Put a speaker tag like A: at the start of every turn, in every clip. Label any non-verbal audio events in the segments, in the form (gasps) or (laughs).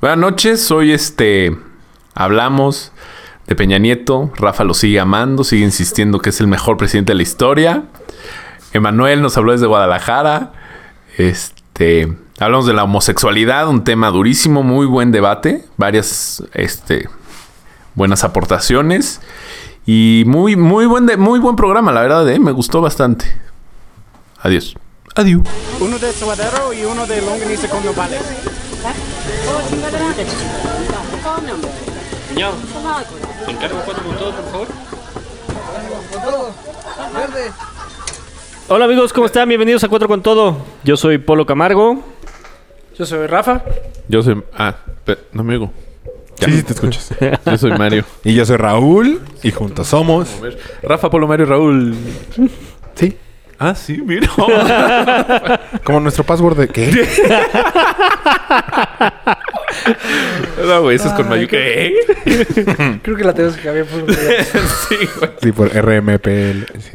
A: Buenas noches, hoy este hablamos de Peña Nieto, Rafa lo sigue amando, sigue insistiendo que es el mejor presidente de la historia. Emanuel nos habló desde Guadalajara. Este, hablamos de la homosexualidad, un tema durísimo, muy buen debate, varias este buenas aportaciones y muy muy buen de- muy buen programa, la verdad, ¿eh? me gustó bastante. Adiós. Adiós.
B: Uno de suadero y uno de longaniza con nopales.
C: Cuñado, encargo cuatro con todo, por favor. Hola amigos, ¿cómo están? Bienvenidos a Cuatro con Todo. Yo soy Polo Camargo.
D: Yo soy Rafa.
A: Yo soy ah, no me oigo.
E: Sí, sí,
C: (laughs)
E: te escuchas.
A: Yo soy Mario.
E: Y yo soy Raúl y juntos somos.
A: Rafa, Polo, Mario, Raúl.
E: (laughs) Sí.
A: Ah, sí, mira. (laughs)
E: Como nuestro password de qué?
A: No, güey, eso
E: Ah,
A: es con Mayuca. ¿Eh?
D: Creo que la tenemos que cambiar por un día. (laughs)
A: (laughs) Sí, güey.
E: Sí, por RMPL. sí.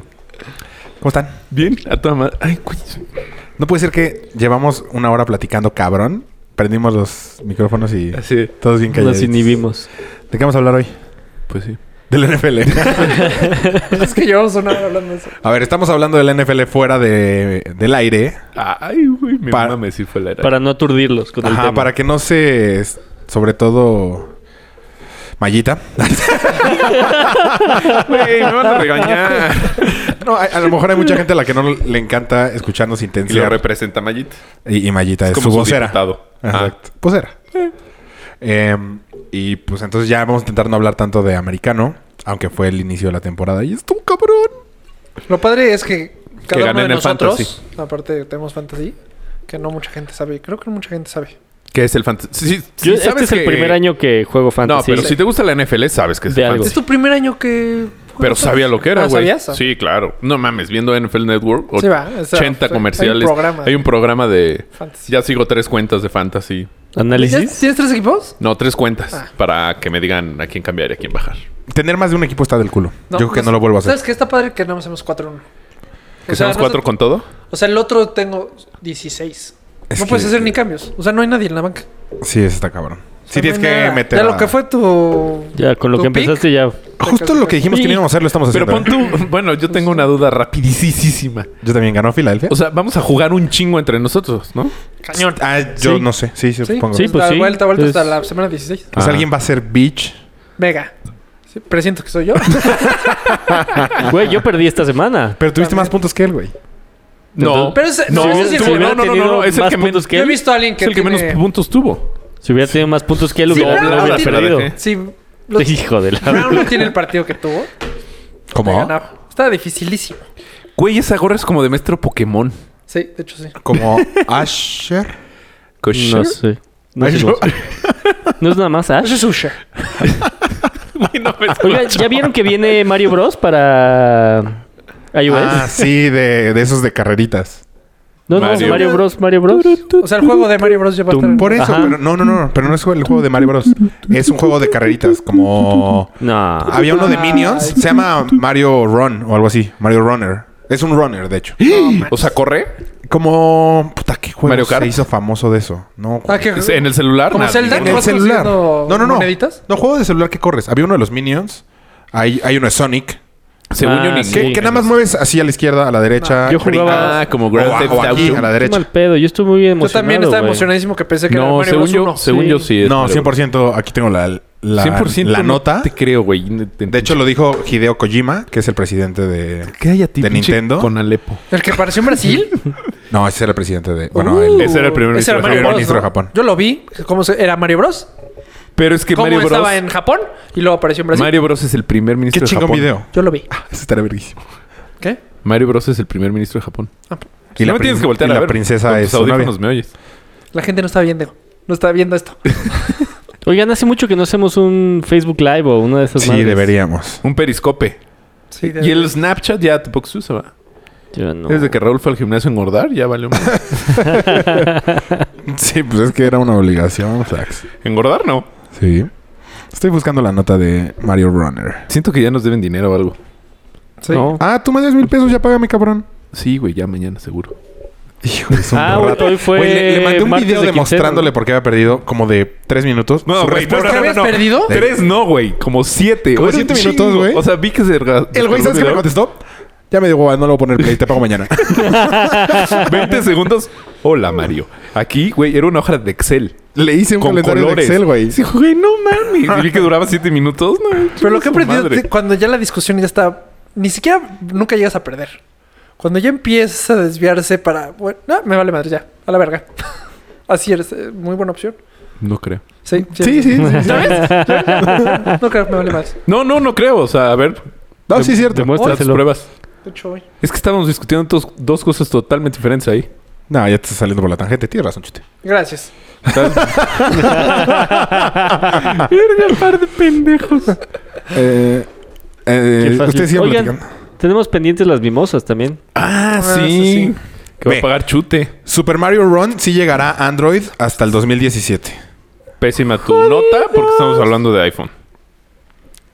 E: ¿Cómo están?
A: Bien, a toda madre. Ay, güey.
E: No puede ser que llevamos una hora platicando, cabrón. Prendimos los micrófonos y
A: Así,
E: todos bien callados.
C: Nos inhibimos.
E: ¿De qué vamos a hablar hoy?
A: pues sí.
C: (laughs)
E: Del NFL.
D: es que llevamos una hora hablando de eso.
E: a ver, estamos hablando del NFL fuera de, del aire.
A: Ay, güey, mi
E: Para-
A: mamá me sí fue la era.
C: Para no aturdirlos con el
E: Ajá,
C: tema.
E: para que no se... Sobre todo... Mallita.
A: Güey, me van a
E: (laughs)
A: regañar.
E: (laughs) No, a, a lo mejor hay mucha gente a la que no le encanta escucharnos
A: Y lo
E: intensiar.
A: representa Mayit.
E: Y, y Mallita es,
A: como
E: su
A: su
E: vocera.
A: diputado.
E: Exacto. Pues era. Em, y pues entonces ya vamos a intentar no hablar tanto de americano, aunque fue el inicio de la temporada. Y estuvo cabrón.
D: Lo padre es que cada
A: ganen
D: uno de
A: el
D: nosotros,
A: fantasy.
D: aparte tenemos fantasy, que no mucha gente sabe. Creo que no mucha gente sabe.
A: ¿Qué Ah, es el fantasy? Sí, sí, sí,
C: Yo-
A: sabes
C: este es el
A: que-
C: primer año que juego
A: No,
C: fantasy.
A: pero si te gusta la NFL, sabes que es
C: De
A: el
C: algo.
A: fantasy.
D: Es tu primer año que...
A: Pero sabía lo que era,
D: Ah,
A: güey.
D: ¿Sabías?
A: sí, claro. No mames, viendo NFL Network,
D: Sí, va, o
A: 80
D: sea, hay un
A: comerciales.
D: programa.
A: Hay un programa de.
D: Fantasy.
A: Ya sigo tres cuentas de fantasy.
C: ¿Análisis?
D: ¿Tienes, tienes tres equipos?
A: No, tres cuentas
D: Ah.
A: para que me digan a quién cambiar y a quién bajar.
E: Tener más de un equipo está del culo. Yo creo que no lo vuelvo a hacer.
D: pues, ¿Sabes que Está padre que no hacemos 4-1.
A: ¿Que seamos cuatro con todo?
D: O sea, el otro tengo 16.
E: Es
D: no puedes
E: que-
D: hacer ni cambios. O sea, no hay nadie en la banca.
E: Sí, eso está cabrón.
D: O sea,
E: Sí,
D: no
E: tienes
D: hay
E: que
D: nada.
E: meter.
D: Ya
E: a-
D: lo que fue tu...
C: Ya, con lo
D: ¿Tu
C: que
D: pick?
C: empezaste ya.
E: Justo lo que dijimos que no íbamos a hacer, lo estamos
A: Pero
E: haciendo.
A: pon
E: ¿eh?
A: tú. Bueno, yo tengo una duda rapidísima.
E: Yo también ganó Filadelfia.
A: O sea, vamos a jugar un chingo entre nosotros, ¿no?
D: Cañón.
E: ah, yo
C: sí.
E: no sé. Sí, sí,
D: Sí,
E: supongo.
C: Sí,
D: sí,
C: pues
D: pues
C: sí.
D: Vuelta, vuelta hasta
C: Es-
D: la semana 16.
E: O sea,
A: Ah.
E: alguien va a ser bitch.
D: Mega. Sí, presiento
A: (laughs)
D: que soy yo.
C: Güey, yo perdí esta semana.
E: Pero tuviste más puntos que él, güey.
A: No.
D: Pero ese-
A: no,
D: si
A: no,
D: hubiera- si
A: tú-
D: hubiera
A: no, no, no, no,
C: tenido
A: Es el
C: más
A: que menos
C: puntos que
D: Yo he
C: él.
D: visto a alguien
A: Es
D: que
A: el que
D: tiene...
A: menos puntos tuvo.
C: Si hubiera tenido más puntos que él,
D: Sí,
C: hubiera
D: pero
C: lo hubiera
D: no
A: tiene-
C: perdido.
D: Sí, los-
C: Hijo de la...
D: Brown no tiene el partido que tuvo. Le
E: ¿Cómo?
D: ganaba. Estaba dificilísimo.
A: Güey, esa gorra es como de maestro Pokémon.
D: Sí, de hecho sí.
E: Como Asher.
A: (laughs)
C: No sé.
E: (laughs)
C: No, sé, no sé. No es nada más Ash.
D: Eso es Usher.
A: pues,
C: Oiga, ¿ya vieron que viene Mario Bros para iOS?
E: Ah, sí, de, de esos de carreritas.
C: no, no,
A: Mario.
C: Mario. Bros, Mario Bros.
D: O sea, el juego de Mario Bros. lleva a estar...
E: Por eso,
C: Ajá.
E: pero no, no, no, pero no es el juego de Mario Bros. Es un juego de carreritas, como
C: No.
E: había uno de Minions,
D: Ay.
E: se llama Mario Run o algo así, Mario Runner. Es un runner, de hecho.
A: O sea, corre
E: Como puta, qué juego
A: Mario Kart.
E: se hizo famoso de eso. No.
D: Ah, que-
A: en el celular.
D: Como
A: nadie.
D: Zelda.
E: en el
D: ¿vas
E: celular.
D: consiguiendo
E: No, no, no.
D: moneditas?
E: No juego de celular que corres. Había uno de los Minions. Hay, hay uno de Sonic.
A: Según yo,
C: Ah,
A: ni
C: sí.
E: Que, que nada más mueves así a la izquierda, a la derecha.
C: No. Yo jugaba-
A: Ah, como
E: O
A: Grand
E: a-
A: Theft
E: o aquí,
A: Auto.
E: a la
C: Qué mal
E: derecha.
C: pedo. Yo estoy muy
D: Yo
C: emocionado.
D: también estaba
C: güey.
D: emocionadísimo que pensé que
A: No,
D: era Mario
A: según
D: Bros.
A: yo,
D: 1.
A: según
C: Sí.
A: yo sí. es
E: No,
A: Mario Bros.
E: 100% aquí tengo la, la,
A: 100%
E: la
A: no
E: nota.
A: te creo, güey.
E: De hecho, lo dijo Hideo Kojima, que es el presidente de...
A: cállate.
E: de
A: pinche
E: Nintendo.
A: Con Alepo.
D: El que apareció
A: (laughs)
D: en Brasil.
E: No, ese era el presidente de... Bueno,
D: Uh,
E: el...
A: Ese era el primer
D: ese
A: ministro de
D: era Mario
A: Japón.
D: Bros,
E: Ministro de
D: ¿no?
E: Japón.
D: Yo lo vi. ¿Cómo se- era Mario Bros?
A: Pero es que
D: ¿Cómo
A: Mario Bros.
D: estaba en Japón? Y luego apareció en Brasil.
A: Mario Bros es el primer ministro
E: Qué
A: de Japón.
E: chingón video.
D: Yo lo vi. Ah,
E: Ese estaría verguísimo.
D: ¿Qué? Ah,
A: Mario Bros es el primer ministro de Japón.
E: Y
A: no
E: la
A: me
E: prin-
A: tienes que voltear
E: y
A: a
E: la
A: ver.
E: princesa
A: Con tus
E: es su
A: audífonos
E: novia.
A: me oyes.
D: La gente no está viendo. No está
A: (laughs)
D: viendo esto.
C: Oigan, hace mucho que no hacemos un Facebook Live o una de esas
E: Sí,
A: (laughs)
C: madres.
E: deberíamos.
A: Un periscope.
D: Sí, de-
A: Y el Snapchat ya tampoco se usa, ¿va?
C: Yo no.
A: Desde que Raúl fue al gimnasio a engordar, ya valió más.
E: Sí, pues es que era una obligación, Flax.
A: ¿Engordar? No.
E: Sí. Estoy buscando la nota de Mario Runner.
A: Siento que ya nos deben dinero o algo.
D: Sí.
C: No.
E: Ah, tú me das mil pesos, ya págame, cabrón.
A: Sí, güey, ya mañana seguro.
E: Híjole, es un
C: Ah,
E: rato.
C: hoy fue
E: Güey, le, le mandé un
C: martes
E: video
C: de
E: demostrándole
C: quincena.
E: por qué había perdido como de tres minutos.
A: No,
E: Su
A: güey,
E: respuesta-
A: no, no, no,
D: habías
A: no.
D: perdido?
A: Tres no, güey. Como siete.
E: Como
A: Era un
E: siete minutos,
A: chingo.
E: güey.
A: O sea, vi que se...
E: El güey, ¿sabes qué me contestó? Ya me dijo, "Güey, no lo voy a poner play, te
A: (laughs)
E: pago mañana.
A: 20 segundos. Hola, Mario. Aquí, güey, era una hoja de Excel.
E: Le hice un
A: Con
E: calendario de
A: colores.
E: Excel, güey.
A: Sí, güey, no
E: (laughs)
A: mames. Y vi que duraba siete minutos. No,
D: Pero lo que he
A: su
D: aprendido
A: madre.
D: de- cuando ya la discusión ya está. Ni siquiera nunca llegas a perder. Cuando ya empiezas a desviarse para. Bueno, no, me vale madre ya. A la verga. (laughs) Así eres. eh, Muy buena opción.
A: No creo.
D: Sí,
A: Mm,
E: Sí, sí, sí, sí.
C: (laughs)
D: ¿Sabes? ¿Sabes? No creo, me vale más.
A: No, no, no creo. O sea, a ver.
D: Pues
E: No, sí, es cierto.
A: Muestra tus
C: Demuéstraselo.
A: pruebas.
D: De hecho, hoy.
A: Es que estábamos discutiendo tos- dos cosas totalmente diferentes ahí.
E: No, ya te estás saliendo por la tangente. Tienes razón, chute.
D: Gracias.
C: Verga, par de pendejos.
E: Eh, eh,
C: Qué fácil.
E: usted sigue
C: Oigan.
E: platicando.
C: Tenemos pendientes las mimosas también.
A: Ah,
D: sí.
A: Que va
E: Ve.
A: a pagar chute.
E: Super Mario Run sí llegará a Android hasta el 2017.
A: Pésima tu nota porque estamos hablando de iPhone.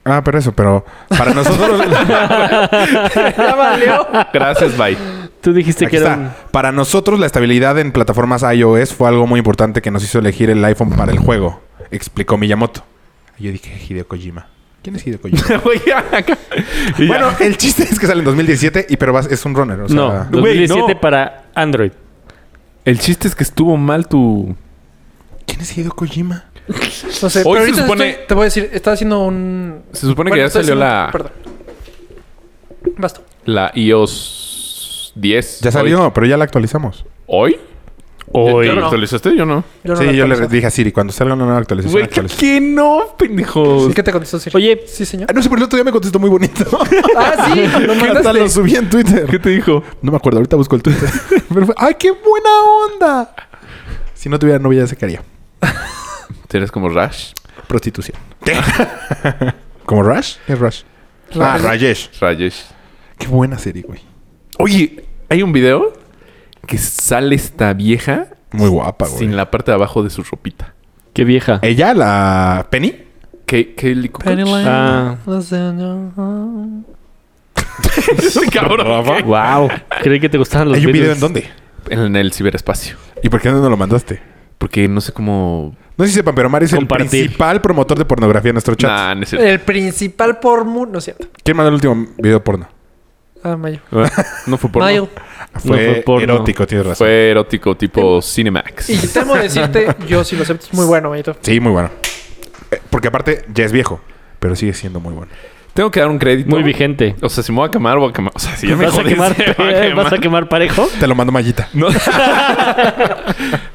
E: Ah, pero eso, pero para
C: (laughs)
E: nosotros.
D: Ya valió.
A: Gracias,
D: (laughs)
A: bye.
C: Tú dijiste
E: Aquí
C: que era
E: está. Para nosotros la estabilidad en plataformas iOS fue algo muy importante que nos hizo elegir el iPhone para el juego, explicó Miyamoto. Yo dije Hideo Kojima. ¿Quién es
C: (laughs)
E: Hideo Kojima?
A: Güey, acá. Y ya.
E: bueno, el chiste es que sale en 2017 y pero vas- es un runner, o
C: un...
E: sea,
C: No,
A: güey,
C: 2017
A: no.
C: para Android.
A: el chiste es que estuvo mal tu.
E: ¿quién es Hideo Kojima?
D: No sé,
A: Hoy
D: pero
A: se
D: ahorita
A: supone-
D: estoy- te voy a decir, estaba haciendo un.
A: Se supone
D: Bueno,
A: que ya
D: estoy
A: salió
D: haciendo-
A: la,
D: Perdón. Basta.
A: la iOS 10.
E: Ya salió, pero ya la actualizamos.
A: ¿Hoy?
C: Hoy.
A: ¿Ya, ya lo actualizaste? Yo no.
D: Yo no
E: sí,
D: la
E: yo le
D: actualizo.
E: dije a Siri cuando salga una nueva actualización.
A: Güey,
E: actualiza.
A: que no, pendejos.
D: ¿Y ¿Qué te contestó, Siri?
C: Oye.
D: Sí, señor.
E: Ah, no sé, pero el otro día me contestó muy (laughs) bonito.
D: Ah, (laughs) sí. Lo
E: Hasta lo
D: mandaste.
E: subí en Twitter.
A: ¿Qué te dijo?
E: No me acuerdo, ahorita busco el (laughs) Twitter. Pero fue, ¡ay, qué buena onda! Si no tuviera novia, ya se caería.
A: ¿Eres como Rash?
E: Prostitución. (laughs) ¿Como Rush? ¿Qué es Rush? Ah, Rajesh.
A: Rayesh.
E: Qué buena serie, güey.
A: Oye, hay un video que sale esta vieja
E: Muy guapa, güey.
A: sin la parte de abajo de su ropita.
C: Qué vieja.
E: ¿Ella, la Penny?
A: ¿Qué, qué licuco? (laughs)
D: Pennyline.
C: Ah.
E: (laughs)
A: Cabrón, ¿qué?
C: Wow. Creí que te gustaban los
E: ¿Hay un video
C: videos.
E: en dónde?
A: En el ciberespacio.
E: ¿Y por qué no nos lo mandaste?
A: Porque no sé cómo.
E: No sé si sepan, pero Mario es
C: Compartir.
E: el principal promotor de pornografía en nuestro chat.
A: Nah, no es cierto.
D: El principal por mu... No es cierto.
E: ¿Quién mandó el último video porno?
D: Ah, Mayo.
A: No fue por.
D: Mayo.
E: Fue,
C: fue porno.
E: erótico, tienes razón.
A: Fue erótico tipo Cinemax.
D: Y temo decirte, yo sí lo acepto. Es muy bueno, Mayito.
E: Sí, muy bueno. Eh, Porque aparte, ya es viejo. Pero sigue siendo muy bueno.
A: Tengo que dar un crédito.
C: Muy vigente.
A: O sea, si me voy a quemar, voy a quemar. O sea, si ya me
C: ¿Vas, a
A: jodí,
C: quemar,
A: se (laughs) va
C: ¿Vas a quemar parejo?
E: Te lo mando Mallita.
A: No.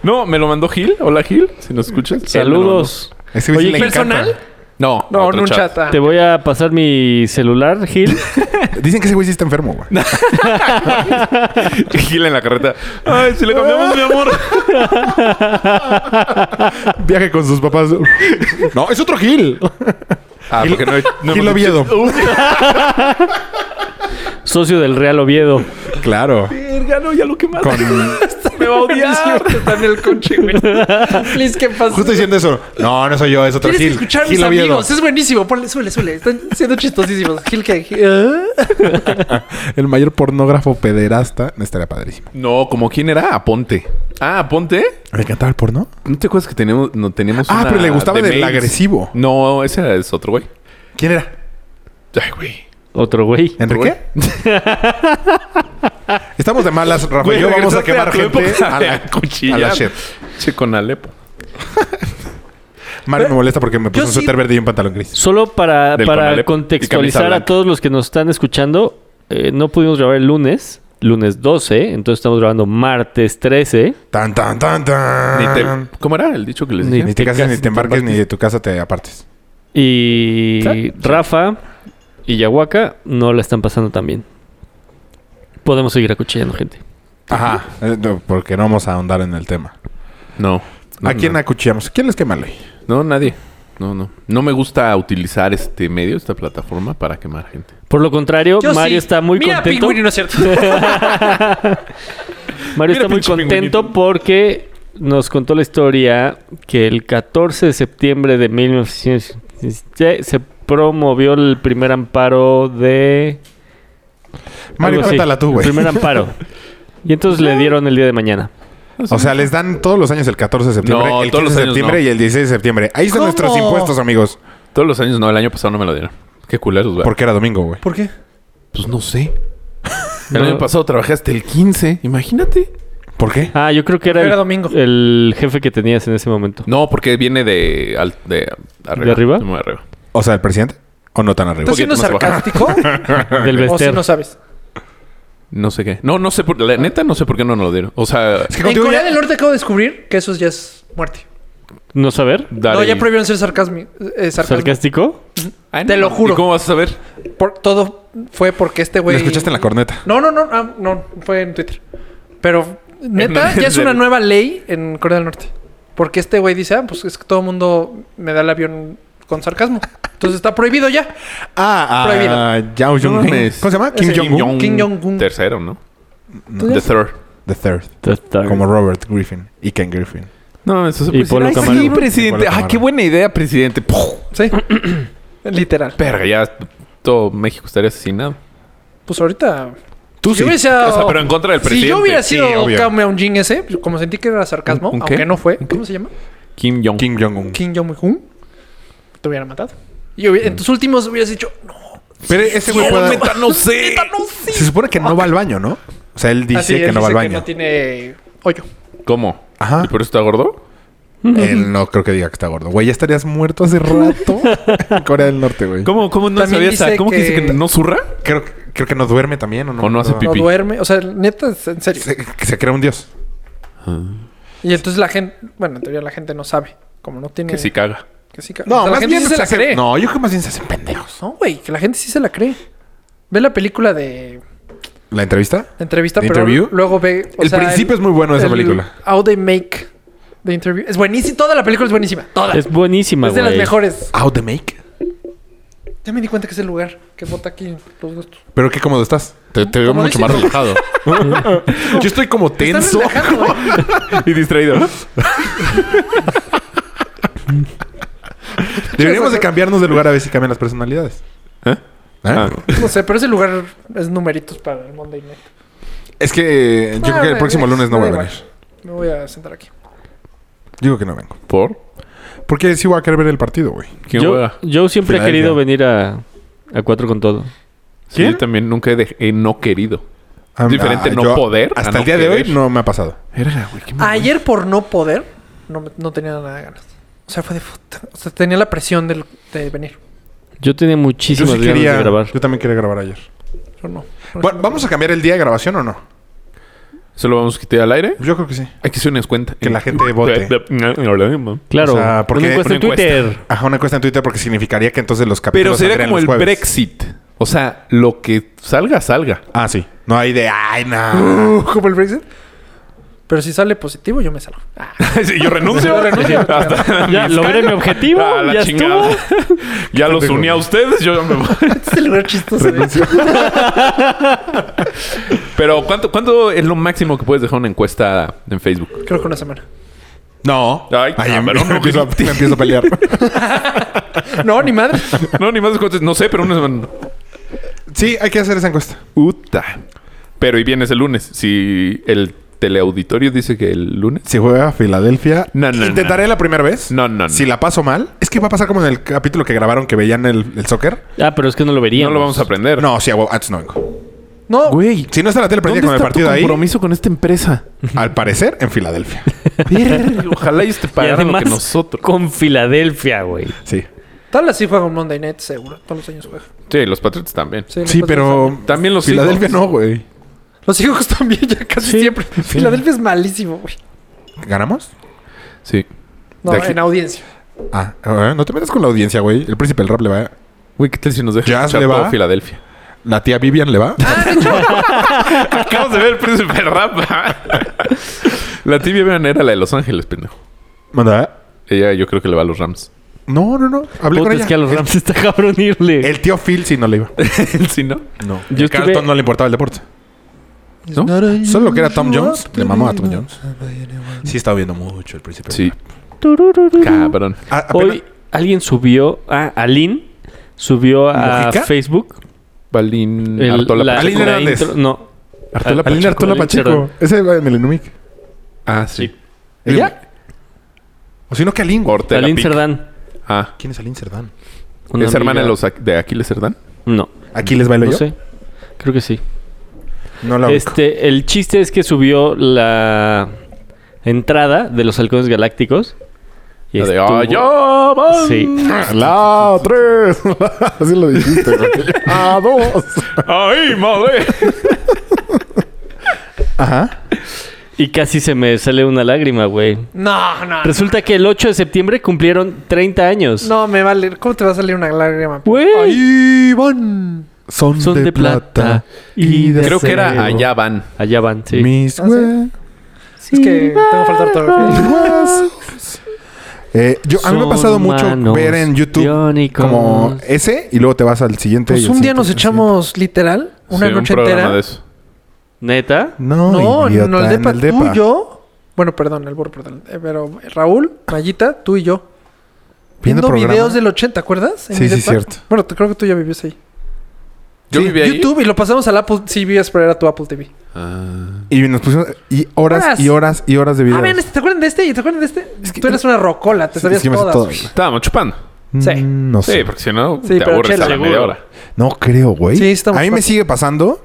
A: no, me lo mandó Gil. Hola Gil, si nos escuchas.
C: Saludos.
E: Es que a Vicky
C: Oye,
E: le encanta.
D: ¿personal?
A: No,
D: No,
A: otro
D: en un chat. ah.
C: Te voy a pasar mi celular, Gil.
E: Dicen que ese güey sí está enfermo, güey.
A: (laughs) Gil en la carreta. Ay, si le cambiamos, mi amor.
E: Viaje con sus papás. no, es otro Gil.
A: (laughs) Ah,
E: Gil-
A: porque no, no
E: Gil
A: hemos dicho-
E: Oviedo.
C: Socio del Real Oviedo.
E: Uh, Claro.
A: Verga, no, ya lo quemaste.
E: Con-
A: Me va a
D: (laughs)
A: odiar.
D: Está en el coche, güey. Please, ¿qué pasa?
E: Justo diciendo eso. No, no soy yo, es otro
D: Tienes que
E: Gil.
D: escuchar a
E: Gil
D: mis
E: Oviedo.
D: amigos. Es buenísimo. Ponle, suele, suele. Están siendo chistosísimos. Gil, ¿qué? Gil- ¿Ah?
E: El mayor pornógrafo pederasta. No estaría padrísimo.
A: No, como quién era? Aponte. Ah, Aponte.
E: ¿Le encantaba el porno?
A: ¿No te acuerdas que tenemos, no tenemos
E: Ah,
A: una
E: pero le gustaba
A: de
E: del
A: mails?
E: agresivo.
A: No, ese era es otro güey.
E: ¿Quién era?
A: Ay, güey.
C: Otro güey.
E: ¿Enrique? Estamos de malas, Rafa. y yo vamos a quemar gente a la,
A: (laughs)
E: a la shit.
A: Che, con Alepo.
E: Mario me molesta porque me puso
D: Yo
E: un
D: sí-
E: suéter verde y un pantalón gris.
C: Solo para,
A: Del
C: para
A: Conalep y camisa
C: contextualizar
A: blanca.
C: a todos los que nos están escuchando, eh, no pudimos grabar el lunes, lunes 12, entonces estamos grabando martes 13.
E: Tan, tan, tan, tan.
A: Ni te- ¿Cómo era el dicho que les
C: Ni
A: dije?
E: Ni te cases, ni te embarques, ni de tu casa te apartes.
C: Y
A: ¿Sí?
C: Rafa y Yahuaca no la están pasando tan bien. Podemos seguir acuchillando gente.
E: Ajá. Eh, no, Porque no vamos a ahondar en el tema.
A: No. no
E: ¿A quién
A: no.
E: acuchillamos? ¿Quién les quema, Luis?
A: No, nadie. No, no. No me gusta utilizar este medio, esta plataforma, para quemar gente.
C: Por lo contrario,
D: Yo
C: Mario
D: sí.
C: está muy
D: Mira,
C: contento.
D: Pingüini, no
C: (laughs)
D: es cierto.
C: Mario
A: Mira,
C: está muy
A: pinche
C: contento
A: pingüinito.
C: porque nos contó la historia que el 14 de septiembre de 1917 se promovió el primer amparo de...
E: Mario,
C: algo así.
E: cuéntala tú, güey.
C: El primer amparo. Y entonces le dieron el día de mañana.
E: O sea, les dan todos los años el 14 de septiembre,
A: No,
E: el 15
A: todos los
E: de
A: años
E: septiembre
A: no.
E: y el 16 de septiembre. Ahí están
D: ¿Cómo?
E: nuestros impuestos, amigos.
A: Todos los años no, el año pasado no me lo dieron. Qué culeros, güey.
E: Porque era domingo, güey.
D: ¿Por qué?
A: Pues no sé. El
C: No.
A: año pasado trabajé hasta el 15, imagínate.
E: ¿Por qué?
C: Ah, yo creo que era,
D: Era
C: el,
D: domingo.
C: el jefe que tenías en ese momento.
A: No, porque viene de, al- de arriba.
C: ¿De arriba?
A: Muy arriba.
E: O sea, el presidente. O no tan arriba.
D: ¿Estás siendo
A: poquito más
D: sarcástico?
C: Del
D: ¿O si
C: Vester.
D: no sabes?
A: No sé qué. No, no sé por... La neta no sé por qué no nos lo dieron. O sea...
E: Es que
D: En
E: contigo
D: Corea
E: ya-
D: del Norte acabo de descubrir que eso ya es muerte.
C: ¿No saber?
A: dar
D: No,
A: el-
D: ya prohibieron ser sarcasmi, eh, sarcasmo.
C: ¿Sarcástico?
A: Ay,
D: te lo juro.
A: ¿Y cómo vas a saber?
D: Por- todo fue porque este
E: ¿Me
D: güey...
E: escuchaste en la corneta?
D: No, no, no. ah, no, fue en Twitter. Pero, neta,
A: En-
D: ya es
A: en-
D: una nueva ley en Corea del Norte. Porque este güey dice, ah, pues es que todo el mundo me da el avión con sarcasmo. Entonces está prohibido ya.
E: Ah, ah,
D: Prohibido.
E: Yao
A: No
E: Jung. ¿Cómo se
A: mames.
E: llama? Kim
D: Ese-
E: Jong-un.
D: Kim Jong-un.
A: Tercero, ¿no?
D: ¿Tú
A: The
D: ya-
A: third.
E: The third. Como
C: Como
E: Robert Griffin y Ken Griffin.
A: No, eso
C: Y Polo Camargo.
A: sí,
E: Y Polo
A: presidente. Ah,
E: Camargo.
A: qué buena idea, presidente. Puf.
D: Sí. Literal.
A: Verga, ya todo México estaría asesinado.
D: Pues ahorita...
E: Tú
D: si yo hubiese
A: O sea, pero en contra del
D: Si
A: presidente.
D: yo hubiera sido
E: sí, obvio.
D: Kim Jong-un ese, como sentí que era sarcasmo,
A: ¿Un- un qué?
D: aunque no fue. ¿Cómo se llama?
A: Kim Jong.
E: Kim Jong-un.
D: Kim Jong-un. Te hubiera matado. Y hubi- en tus últimos hubieras dicho, no,
E: Pero E-, ese güey
A: No,
E: puede...
A: neta, (laughs) no sé.
D: neta, no, sí.
E: Se supone que no va al baño, ¿no? O sea, él dice
D: Así,
E: que
D: él
E: no va al
D: dice
E: baño.
D: Que no tiene hoyo.
A: ¿Cómo?
E: Ajá.
A: ¿Y por eso está gordo?
E: Él no creo que diga que está gordo. Güey, ya estarías muerto hace (laughs) rato en Corea del Norte, güey.
A: ¿Cómo, cómo no
D: También
A: sabía esa?
D: dice
A: ¿Cómo que dice
D: que-
A: que no zurra?
E: Creo, creo que no duerme también, ¿o no?
A: O no hace
D: No
A: Pipí.
D: duerme. O sea, neta, es en serio.
E: Se, que se crea un dios.
D: Y entonces la gente, bueno, en teoría la gente no sabe. Como no tiene.
A: Que sí caga.
D: Que sí, no, la gente sí se la
E: hace-
D: cree. No,
E: No, yo creo que más bien se hacen pendejos.
D: güey, que la gente sí se la cree. Ve la película de
E: ¿La entrevista?
D: de entrevista,
E: ¿The
D: pero
E: Interview?
D: luego ve.
E: El principio es muy bueno de esa
D: el
E: película.
D: How they make the interview. Es buenísima. Toda la película es buenísima. Toda.
C: Es buenísima,
D: es de
C: güey.
D: las mejores.
E: Out the make.
D: Ya me di cuenta que es el lugar que vota aquí los gustos.
E: Pero qué cómodo estás. Te, te veo
D: Como
E: mucho
D: dice-
E: más
D: (laughs)
E: relajado. yo estoy como
D: Estás
E: tenso.
D: relajado, güey.
A: Y distraído.
E: Deberíamos de cambiarnos de lugar a ver si cambian las personalidades.
A: ¿Eh?
E: ¿Eh?
A: Ah.
D: No sé, pero ese lugar es numeritos para el Monday Night.
E: Es que yo creo que el
D: Ah,
E: próximo
D: es-
E: lunes no
D: da
E: voy a
D: igual.
E: venir.
D: Me voy a sentar aquí.
E: Digo que no vengo.
A: ¿Por?
E: Porque sí voy a querer ver el partido, güey.
A: ¿Quién
C: Yo,
A: juega?
C: yo siempre he
E: Filadelfia.
C: querido venir a, a Cuatro con Todo.
A: Sí, yo también nunca he, dej- he no querido.
E: Ah,
A: Diferente no
E: yo-
A: poder a
E: Hasta
A: no
E: el día de hoy
A: querer.
E: no me ha pasado.
A: Verga,
D: Ah,
A: güey. qué mal.
D: Ayer por no poder, no, me- no tenía nada de ganas. O sea, fue de puta. O sea, tenía la presión del- de venir.
C: Yo tenía
E: Yo
C: muchísimas
E: sí
C: ganas
E: quería.
C: de grabar.
E: Yo también quería grabar ayer.
D: Yo no.
E: Bueno, ¿vamos a cambiar el día de grabación o no?
A: ¿Eso lo vamos a quitar al aire?
E: Yo creo que sí.
A: Aquí se nos cuenta.
E: Que la gente
A: (laughs)
E: vote.
C: Claro.
E: O sea, porque-
C: una encuesta en
A: una
C: Twitter.
E: (laughs) Ajá, una encuesta en Twitter porque significaría que entonces los
A: Pero
E: capítulos
A: sería
E: saldrían
A: como
E: los
A: el
E: jueves.
A: Brexit. O sea, lo que salga, salga.
E: Ah, sí. No hay de... ¡Ay, no!
D: como el Brexit. Pero si sale positivo, yo me salgo. Ah,
A: (laughs) Sí, (laughs) yo renuncio.
D: Yo renuncio.
A: Hasta-
C: Ya logré mi objetivo.
A: Ah, la
C: ya
E: (laughs)
A: chingada.
C: estuvo.
A: ya los uní a ustedes, yo ya me voy.
D: este es el lugar chistoso.
A: Pero ¿cuánto, ¿cuánto es lo máximo que puedes dejar una encuesta en Facebook?
D: Creo que una semana.
E: No.
A: Ay,
E: em-
A: cabrón,
E: me,
A: no,
E: empiezo a,
A: que-
E: me empiezo
A: (laughs)
E: a pelear.
D: No, ni madre.
A: No, ni más encuestas. No sé, pero una semana.
E: sí, hay que hacer esa encuesta.
A: Uta. Pero y vienes el lunes. Si el teleauditorio dice que el lunes.
E: Si juega a Filadelfia...
A: No, no,
E: Intentaré la primera vez.
A: No, no, no.
E: Si la paso mal... Es que va a pasar como en el capítulo que grabaron que veían el, el soccer.
C: Ah, pero es que no lo
A: No
C: veríamos.
A: lo vamos a aprender.
E: No, sí, a huevo, antes no vengo.
D: No,
A: Güey.
E: Si no está la tele prendida con el partido ahí,
A: compromiso con esta empresa?
E: al parecer, en Filadelfia.
A: Ojalá ellos te
C: Y
A: pagaran lo
C: además,
A: que nosotros.
C: con Filadelfia, güey.
E: Sí.
D: tal así juega un Monday Night, seguro. Todos los años juega.
A: Sí, los Patriots también.
D: los
E: Sí,
C: Pues,
D: Patriots
E: pero...
A: También los
E: Filadelfia
A: Seahawks.
E: no, güey.
D: también. Los hijos también, ya casi
C: Sí.
D: siempre. Filadelfia es malísimo, güey.
E: ¿Ganamos?
A: Sí.
D: No,
E: De aquí-
D: en audiencia.
E: Ah, eh, no te metas con la audiencia, güey. El príncipe del rap le va.
A: Güey, ¿qué tal si nos deja
E: Jazz
A: escuchar
E: le
A: todo
E: va.
A: Filadelfia?
E: La tía Vivian le va.
C: (laughs)
A: Acabamos de ver el príncipe del rap. (laughs) la tibia vean era la de Los Ángeles, pendejo.
E: Manda.
A: Ella yo creo que le va a los Rams.
E: No, no, no. Hablé con
C: Puta,
E: ella.
C: es que a los
E: El-
C: Rams está cabrón irle.
E: El, tío Phil sí no le iba.
A: (laughs) sí, ¿no?
E: No.
C: Yo
E: Yo Carlton
C: estuve-
E: no le importaba el deporte.
A: ¿No?
E: Solo lo que era Tom Jones. Le mamó a Tom Jones. Sí estaba viendo mucho el príncipe.
A: Sí.
C: Turururu.
A: Cabrón.
E: A- Ah, apenas-
C: Hoy alguien subió... Ah, Alin subió a
E: ¿Mujica?
C: Facebook
A: Balín
C: el-
A: Artola
C: la,
A: Pacheco.
E: Alin
C: la
E: Hernández.
C: intro- No.
E: Arturo
C: Al-
E: Pacheco. Arturo
C: Alin
E: Pacheco. Ese va en el Inumic.
A: Ah, sí.
C: Sí.
E: ¿Ella? O si no, que Alin.
A: Ortega
C: Alin
A: Pic.
C: Cerdán.
A: Ah.
E: ¿Quién es Alin Cerdán?
C: una
A: ¿Es hermana de,
C: amiga-
A: los, Aqu- de Aquiles Cerdán?
C: No,
E: ¿Aquí les bailo
C: no
E: yo?
C: sé. Creo que sí.
E: No la ubico.
C: Este, el chiste es que subió la entrada de los halcones galácticos. Y
A: La de,
C: estuvo-
A: "Ah, ya van
C: Sí.
E: La tres. (laughs) Así lo
D: (laughs)
E: dijiste, güey. A dos.
A: ¡Ay, madre!
E: Ajá.
C: Y casi se me sale una lágrima, güey.
D: No, no.
C: Resulta que el 8 de septiembre cumplieron 30 años.
D: No me vale. ¿Cómo te va a salir una lágrima?
C: Güey.
E: Ahí van. Son,
C: Son de, plata, y de
A: Creo que
C: acero.
A: era allá van.
C: Allá van, sí.
E: Mis
D: Ah, sí.
E: hue-
D: Es que tengo falta de ortografía.
E: huesos. Eh, yo, a mí me ha
C: Son
E: pasado mucho
C: manos
E: ver en YouTube
C: biónicos.
E: como ese y luego te vas al siguiente. y
D: Pues
E: al
D: un día
E: siguiente,
D: nos
E: al
D: echamos literal
A: Sí,
D: una
A: un
D: noche
A: programa
D: entera.
A: de eso.
C: ¿Neta?
E: siguiente. No,
D: No,
E: idiota,
D: no, el
E: en
D: depa, tú y yo. Bueno, perdón, el burro, perdón. Eh, Pero Raúl, Mayita, tú y yo.
E: Viendo
D: Viendo
E: programa.
D: videos del 80, ¿te acuerdas? En
E: Sí,
D: mi
E: sí,
D: depa.
E: cierto.
D: Bueno, te- creo que tú ya vivías ahí.
A: Yo
D: Sí,
A: vivía ahí.
D: YouTube y lo pasamos al Apple TV, pero era tu Apple TV.
A: Ah.
E: Y nos pusimos y horas,
D: Horas.
E: y horas y horas de videos.
D: Ah, vean, este, ¿te acuerdan de este? ¿Y te acuerdan de este?
E: que-
D: tú eras una rocola, te
E: Sí,
D: sabías
E: sí me sé
D: todas.
E: todo,
D: güey.
E: güey.
A: Estábamos chupando.
D: Sí.
E: Mm, No
A: Sí,
E: sé.
A: porque si no,
D: Sí,
A: te
D: pero
A: aburres
D: chela,
A: a la
C: seguro.
A: media hora.
E: No creo, güey.
D: Sí, estamos
E: A mí me
D: mal.
E: sigue pasando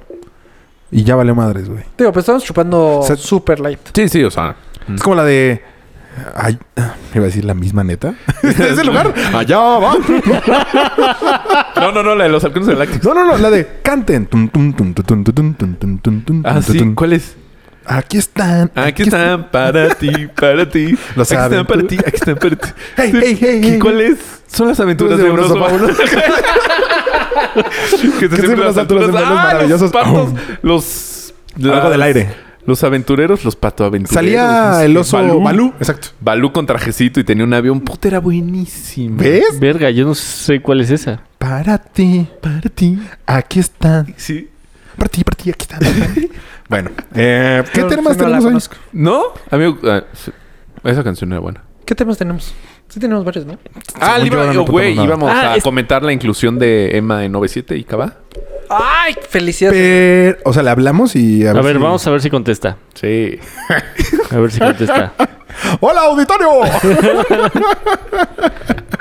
E: y ya valió madres, güey.
D: Digo, pero estábamos chupando
E: O sea,
D: super light.
A: Sí, sí, o sea.
E: Es como la de. Ay, iba a decir la misma neta. (laughs) ¿Es el lugar? Allá va.
A: No, no, no, la de los halcones galácticos.
E: No, no, no, la de canten. Tum, tum, tum, tum, tum, tum, tum, tum, tum, tum,
A: Ah,
E: tum,
A: sí,
E: tum.
A: ¿cuál es?
E: Aquí están.
A: Aquí están para ti, para ti.
E: (laughs) Lo
A: aquí
E: saben.
A: están para ti, aquí están para ti.
E: (laughs) Hey, hey, hey,
A: ¿Y
E: hey.
A: cuál es? Son las aventuras de un oso fabuloso. (laughs) que
E: siempre
A: siempre
E: las alturas de los maravillosos.
A: "Ah, Los patos,
E: (laughs)
A: los...
E: Algo
A: las-
E: del aire.
A: Los aventureros, los pato aventureros.
E: (laughs) Salía el oso Balú. Exacto.
A: Balú con trajecito y tenía un avión. Puta, era buenísimo.
E: ¿Ves?
C: Verga, yo no sé cuál es esa.
E: Para ti. Para ti. Aquí están.
A: Sí.
E: Para ti, para ti, aquí están. bueno. eh, ¿Qué
D: No,
E: temas
D: no la
E: tenemos hoy?
D: conozco.
A: ¿No? Amigo, ah, sí. esa canción era buena.
D: ¿Qué temas tenemos? Sí tenemos varios, ¿no?
A: Ah,
E: Según
A: le iba-
E: yo, no
A: oh, güey,
E: apuntamos
A: íbamos
C: nada. Ah,
A: a
C: es-
A: comentar la inclusión de Emma en 97 y Cava.
D: ¡Ay! ¡Felicidades!
E: Pero, o sea, le hablamos y...
C: A ver,
E: si-
C: vamos a ver si contesta.
A: Sí.
C: A ver si
E: (laughs)
C: contesta.
E: ¡Hola, auditorio!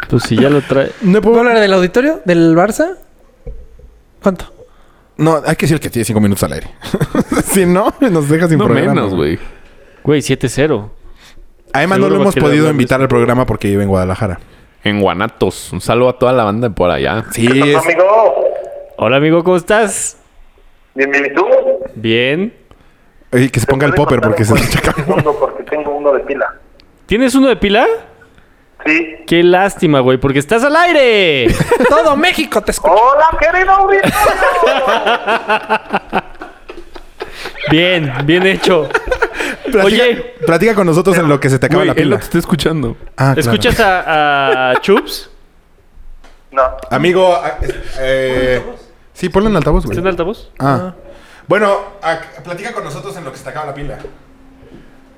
C: Pues si ya lo trae.
D: ¿Puedo
E: no, puedo-
D: hablar del auditorio? ¿Del Barça? ¿Cuánto?
E: No, hay que decir que tiene cinco minutos al aire. (laughs) si no, nos deja sin
A: No
E: programa.
A: menos, güey.
C: Güey, 7-0.
E: Además, no
C: Seguro
E: lo
C: va a
E: hemos
C: querer
E: podido
C: hablar de
E: invitar
C: eso.
E: al programa porque vive en Guadalajara.
A: En Guanatos. Un saludo a toda la banda de por allá.
E: Sí,
F: ¿Qué
E: es...
F: pasó, amigo?
C: Hola, amigo, ¿cómo estás?
F: Bienvenido.
C: Bien.
E: Oye, que se ponga el popper porque se lo checa.
F: (laughs) porque tengo uno de pila.
C: ¿Tienes uno de pila?
F: Sí.
C: Qué lástima, güey, porque estás al aire.
D: ¡Todo México te escucha!
F: Hola, querido auditorio.
C: Bien, bien hecho.
E: Platica,
C: Oye.
E: platica con nosotros en lo que se te acaba
A: Güey,
E: la
A: él
E: pila.
A: lo que está escuchando.
E: Ah, claro.
C: ¿Escuchas a, a Chups?
F: No.
E: Amigo, ah, es- eh, sí, ponlo en altavoz, güey.
C: ¿Está en altavoz?
E: Ah. Bueno, ac- platica con nosotros en lo que se te acaba la pila.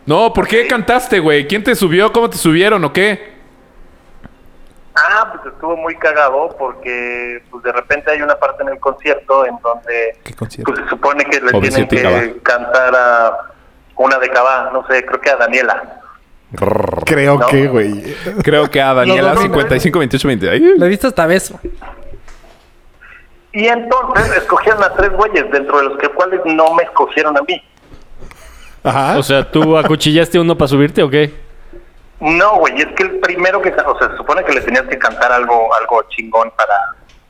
A: No, ¿por qué cantaste, güey? ¿Quién te subió? ¿Cómo te subieron o qué?
F: Ah, pues estuvo muy cagado porque pues de repente hay una parte en el concierto en donde
E: ¿Qué concierto?
F: pues, se supone que le tienen
A: Obisito y
F: que cantar a una de Cabá, no sé, creo que a Daniela.
E: Pues, Creo
F: No.
E: que, güey.
A: Creo que a Daniela
D: Lo domina.
A: 55, 28, 20. Ay,
D: Le diste hasta beso.
F: Y entonces escogieron a tres güeyes, dentro de los que cuales no me escogieron a mí.
E: Ajá.
C: O sea, ¿tú acuchillaste uno para subirte o qué?
F: No, güey, es que el primero que, o sea, se supone que le tenías que cantar algo, algo chingón para,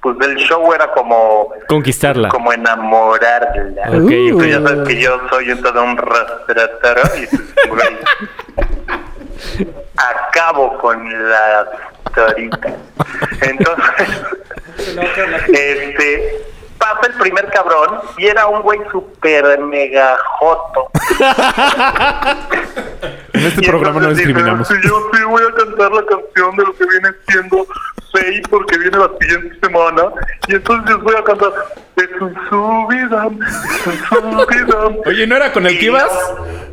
F: pues del show era como,
C: Conquistarla.
F: como enamorarla.
C: Ok,
F: Y tú
C: ok.
F: ya sabes
D: Uh.
F: que yo soy un todo un rastrataro y pues, güey, acabo con las toritas. Entonces, este, pasa el primer cabrón y era un güey super mega joto.
E: (laughs) en este
F: Y
E: programa no
F: entonces dije,
E: discriminamos.
F: "Sí, yo sí voy a cantar la canción de lo que viene siendo Fey porque viene la siguiente semana. Y entonces yo voy a cantar Es un subidam, es un subidam.
A: Oye, ¿no era con el que
F: Y
A: ibas?
F: no-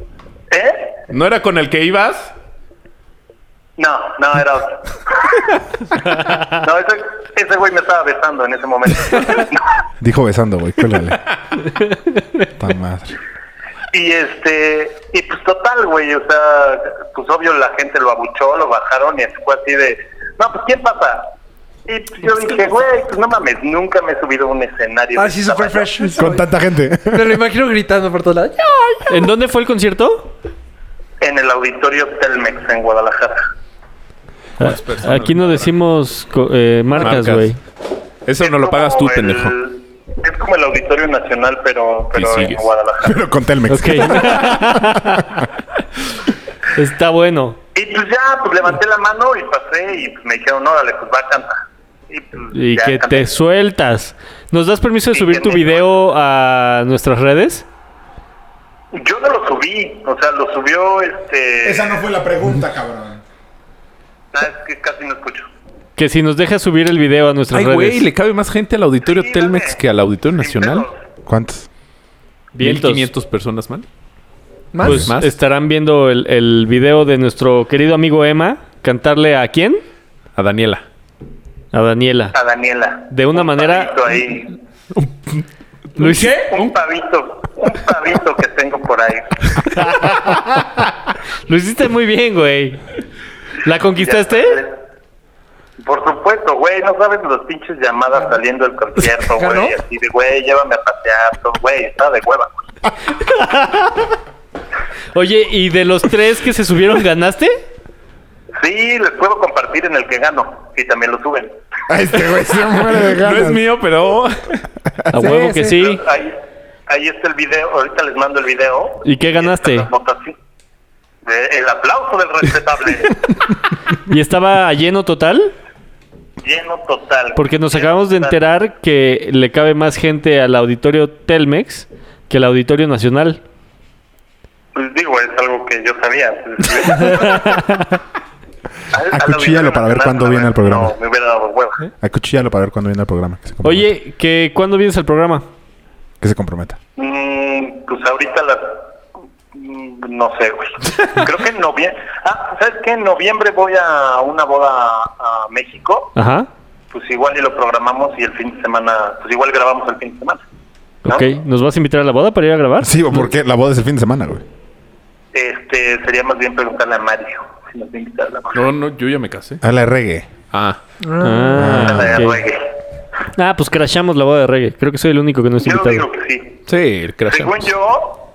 F: ¿Eh?
A: ¿No era con el que ibas?
F: No, no, era otro. No, ese, ese güey me estaba besando en ese momento.
E: Dijo besando, güey. Cuélgale. (laughs) Tan madre.
F: Y este, y pues total, güey, o sea, pues obvio la gente lo abuchó, lo bajaron y fue así de, no, pues ¿quién pasa? Y pues, yo dije, güey, pues no mames, nunca me he subido a un escenario.
D: Ah, sí,
F: de esta
D: super
F: manera".
D: fresh. ese
E: Con
D: güey.
E: tanta gente. (laughs)
D: Me lo imagino gritando por todos lados. ¡Ya!
C: ¿En dónde fue el concierto?
F: En el auditorio Telmex en Guadalajara.
C: Aquí no decimos co- eh, marcas,
A: Marcas.
C: güey.
A: Eso
F: Es
A: no lo
F: como
A: pagas tú,
F: el-
A: pendejo.
F: Es como el Auditorio Nacional, pero, pero en
A: sigues. (laughs)
F: Guadalajara.
E: Pero con Telmex.
C: Ok.
E: (laughs)
C: Está bueno.
F: Y pues ya, pues levanté la mano y pasé y pues, me dijeron, órale, pues va a cantar. Y, pues,
C: Y
F: ya
C: que
F: canté.
C: te sueltas. ¿Nos das permiso de
F: Sí,
C: subir tu
F: que me-
C: video a nuestras redes?
F: Yo no lo subí, o sea, lo subió este...
E: no fue la pregunta, cabrón.
F: Ah, es que casi no escucho.
C: Que si nos dejas subir el video a nuestras
A: Ay,
C: redes.
A: güey, le cabe más gente al auditorio
F: Sí,
A: Telmex
F: dale.
A: que al auditorio
F: Sin
A: nacional.
F: pedos.
E: ¿Cuántos?
C: Vientos.
A: 1500 personas más.
D: ¿Más?
C: Pues
A: ¿Más?
C: estarán viendo el, el video de nuestro querido amigo Emma cantarle a quién?
A: A Daniela.
C: A Daniela.
F: A Daniela.
C: De una manera.
F: Pavito ahí.
C: Luis,
F: Un pavito, un pavito que tengo por
C: (laughs)
F: ahí.
C: Lo hiciste muy bien, güey. ¿La conquistaste?
F: Ya sabes. Por supuesto, güey, no sabes los pinches llamadas saliendo
C: (laughs)
F: del concierto,
D: ¿Ganó?
F: güey, así de, güey, llévame a pasear, todo, güey, está de hueva.
C: Oye, ¿y de los tres que se subieron ganaste?
F: Sí, les puedo compartir en el que gano, y también lo suben.
E: (laughs) Ay, este güey (laughs) se muere de
A: No
E: ganas.
A: es mío, pero.
C: A
D: Sí,
C: huevo que
D: sí.
C: sí.
F: Ahí, ahí está el video, ahorita les mando el video.
C: ¿Y qué ganaste?
F: están las votaci- de- el aplauso del
C: (laughs)
F: respetable,
C: ¿Y estaba lleno total?
F: lleno total.
C: Porque nos
F: Lleno
C: acabamos de
F: total.
C: enterar que le cabe más gente al auditorio Telmex que al auditorio nacional.
F: Pues digo, es algo que yo sabía. pues,
C: (laughs)
F: Al- al
E: Acuchíllalo para ver
F: Auditorio
E: cuándo viene al programa.
F: No, me hubiera dado hueva.
C: ¿Eh?
E: Acuchillalo para ver cuándo viene el programa. Que se comprometa.
C: Oye, que ¿cuándo vienes al programa?
E: Que se comprometa.
F: Mm, pues ahorita las... mm, No
C: (laughs)
F: sé, güey. Creo que en noviembre... Ah, ¿sabes qué? En noviembre voy a una boda a México.
C: Ajá.
F: Pues igual y lo programamos y el fin de semana... Pues igual grabamos el fin de semana. ¿no?
C: Ok, ¿nos vas a invitar a la boda para ir a grabar?
E: Sí, ¿o porque la boda es el fin de semana, güey.
F: Este, sería más bien preguntarle a Mario si nos va a invitar a la boda.
A: (laughs) No, no, yo ya me casé.
E: A la reggae.
A: Ah,
F: A la
C: Ah,
F: de
C: ok.
F: reggae.
C: Ah, pues crashamos la boda de reggae. Creo que soy el único que no es
F: Yo digo
C: invitado.
F: que sí.
A: sí, el crash.
F: Según yo,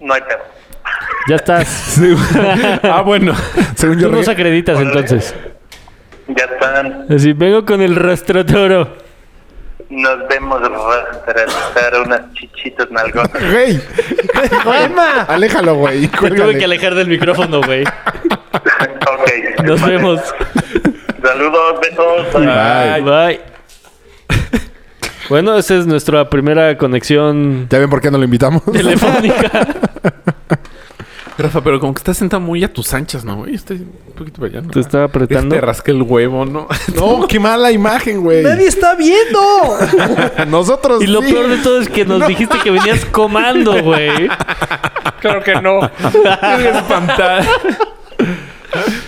F: no hay pedo.
C: Ya
E: (laughs)
C: estás.
A: ah, bueno.
E: (laughs) Según yo,
C: Tú nos
E: reggae-
C: acreditas
F: Órale.
C: entonces.
F: Ya están.
C: Así, vengo con el
E: (laughs)
C: rastrotoro.
F: Nos vemos rastrear unas
A: (laughs)
F: chichitas nalgonas.
E: ¡Güey! (laughs)
D: ¡Emma!
E: Aléjalo, güey.
C: Te tuve que
E: cuélgale.
C: alejar del micrófono,
F: (laughs)
C: güey.
F: ok.
C: Nos
F: Vale.
C: vemos.
F: Saludos, besos. Bye.
A: Bye.
C: Bye. Bueno, esa es nuestra primera
E: (laughs)
C: conexión
E: ¿Ya ven por qué no lo invitamos?
C: telefónica.
A: Rafa, pero como que estás sentado muy a tus anchas, ¿no? Güey, estoy un poquito para allá, ¿no?
C: Te estaba apretando.
A: Te rasqué el huevo, ¿no?
E: (laughs)
A: (laughs)
E: No, qué mala imagen, güey.
D: ¡Nadie está viendo!
E: (laughs) Nosotros
C: Y lo
E: sí.
C: peor de todo es que nos dijiste que venías comando,
E: (laughs)
C: güey.
D: claro que (laughs) no.
A: Este espantar.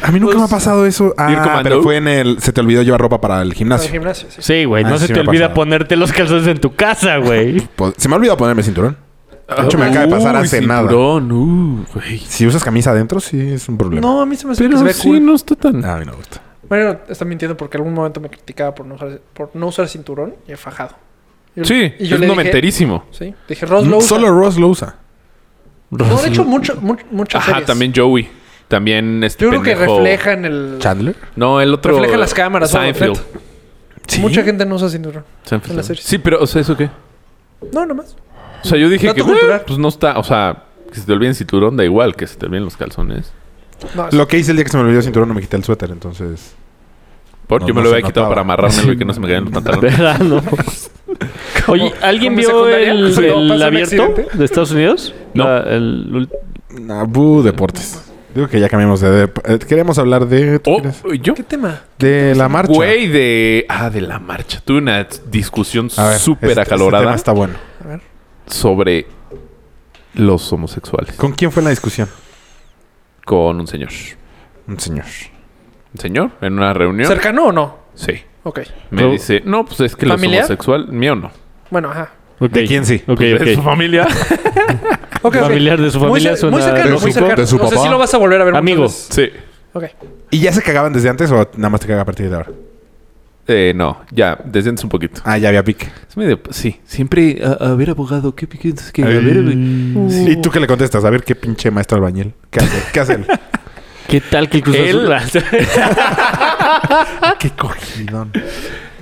E: A mí nunca me ha pasado eso.
A: Ir
E: Ah,
A: comando.
E: pero fue en el... Se te olvidó llevar ropa para el
D: Al
E: gimnasio.
D: gimnasio, sí.
C: Sí, güey,
E: Ah,
C: no
E: sí
C: se
E: me
C: te
E: ha
C: olvida
E: pasado.
C: ponerte los calzones en tu casa, güey.
E: Po- Pues, Se me ha olvidado ponerme cinturón. De hecho, me acaba de pasar hace nada.
A: Cinturón, uh, güey.
E: Si usas camisa adentro, sí es un problema.
D: No, a mí se me hace que
A: Pero
D: se ve
A: sí,
D: cool.
A: no está tan...
E: Ah, a mí no me gusta.
D: Bueno, está mintiendo porque algún momento me criticaba por no usar, por no usar cinturón y he fajado. Y-
A: Sí,
D: y yo
A: es
D: le dije,
A: noventerísimo.
D: Sí, dije, Ross lo usa.
E: Mm, Solo Ross lo usa.
D: No, de hecho, mucho, mucho, muchas
A: Ajá,
D: series.
A: también Joey. También este
D: Yo creo que
A: pendejo-
D: refleja en el...
E: ¿Chandler?
A: No, el otro...
D: Refleja las cámaras, ¿no?
A: Seinfeld.
E: Sí.
D: Mucha gente no usa cinturón.
A: Seinfeld
D: En las
A: también.
D: series.
A: Sí, pero, o sea, ¿eso qué?
D: No, nomás.
A: O sea, yo dije
D: Dato
A: que...
D: cultural.
A: "Bueno, Pues no está... O sea, que se te olvide el cinturón da igual que se te olviden los calzones.
D: No,
E: Lo que hice el día que se me olvidó el cinturón, no me quité el suéter, entonces...
A: Por,
E: No,
A: yo me
E: no
A: lo
E: se
A: había quitado
E: notaba.
A: para amarrármelo y que no
E: (laughs)
A: se me caían los pantalones.
C: Verano. Oye, ¿alguien
D: ¿Como
C: vio
D: secundaria?
C: el,
D: Sí,
C: el
D: pasó un
C: abierto
D: accidente.
C: de Estados Unidos?
A: No.
C: La- el ul-
E: Nabu Deportes. Digo que ya cambiamos de... dep- eh, queríamos hablar de... ¿tú
A: Oh,
E: quieres?
A: yo
D: ¿Qué tema?
E: De la marcha.
A: Güey, de. Ah, de la marcha. Tuve una discusión
E: A ver,
A: súper
E: este- este
A: acalorada
E: tema está bueno.
A: sobre los homosexuales
E: ¿Con quién fue la discusión?
A: con un señor.
E: Un señor.
A: Señor, en una reunión.
D: ¿Cercano o no?
A: Sí.
D: Ok.
A: Me
C: Pero-
A: dice, no, pues es que
D: ¿Familiar?
A: los homosexual, mío no.
D: Bueno, ajá.
C: Ok.
E: ¿De quién sí?
C: Ok,
A: Pues, De su
C: ok.
E: (laughs)
A: familia.
D: Ok, ok.
C: Familiar de su
D: Muy
C: familia
D: cer-
C: suena
D: Muy cercano,
E: De
D: muy
E: su-
D: cercano.
E: de su
D: O sea,
E: papá.
D: sí lo vas a volver a ver. muchas
C: Amigo.
D: veces.
A: sí.
D: Ok.
E: ¿Y ya se cagaban desde antes o nada más te caga a partir de ahora?
A: Eh, no, ya, desde antes un poquito.
E: Ah, ya había pique.
A: Es medio, sí, siempre a, a ver abogado, qué piquetes que a
E: Ay.
A: ver,
E: ¿Y tú qué le contestas? A ver qué pinche maestro albañil. ¿Qué hace? ¿Qué hace (laughs) él?
C: ¿Qué tal que el Cruz
A: Él-
C: Azul? (laughs)
E: qué cogidón.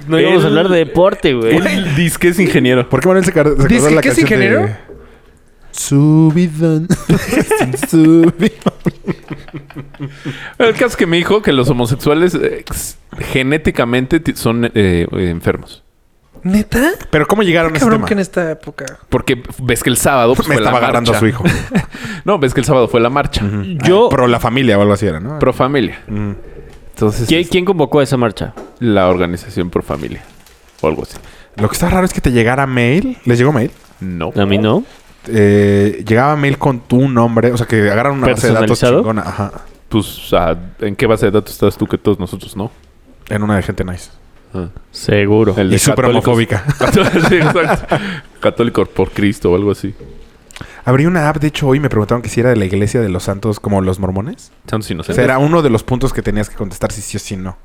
C: no íbamos a
A: Él-
C: hablar de deporte, güey.
A: el disque es ingeniero.
E: ¿Por qué Manuel se, car- se acordó
D: Dice
E: de la
D: que es
E: canción de-
D: ingeniero.
E: Subidón. Subidón.
A: El caso es que me dijo que los homosexuales eh, ex- genéticamente ti- son eh, eh, enfermos.
D: ¿Neta?
E: Pero ¿cómo llegaron a ese
D: Cabrón
E: tema?
D: que en esta época.
A: Porque ves que el sábado pues,
E: Me
A: fue la
E: estaba agarrando
A: marcha.
E: a su
A: (laughs)
E: hijo.
A: No, ves que el sábado fue la marcha.
C: Yo...
E: Pro la familia o algo así era, ¿no?
A: Pro familia.
E: Mm.
A: Entonces,
C: ¿Quién, quién convocó a esa marcha?
A: la organización pro familia. O algo así.
E: Lo que está raro es que te llegara mail. ¿Les llegó mail?
A: No.
C: A mí no.
E: Eh, llegaba mail con tu nombre. O sea, que agarran una base de datos
C: ¿Personalizado?
E: chingona. Ajá.
A: Pues, ah, ¿en qué base de datos estás tú que todos nosotros no?
E: En una de gente nice.
C: Seguro.
A: El
E: Y súper
A: católicos-
E: homofóbica.
A: (laughs) Sí, exacto. Católico por Cristo o algo así.
E: Abrí una app, de hecho, hoy me preguntaron que si era de la iglesia de los santos como los mormones.
A: Santos
E: O
A: inocentes.
E: sea, era uno de los puntos que tenías que contestar si sí o si no.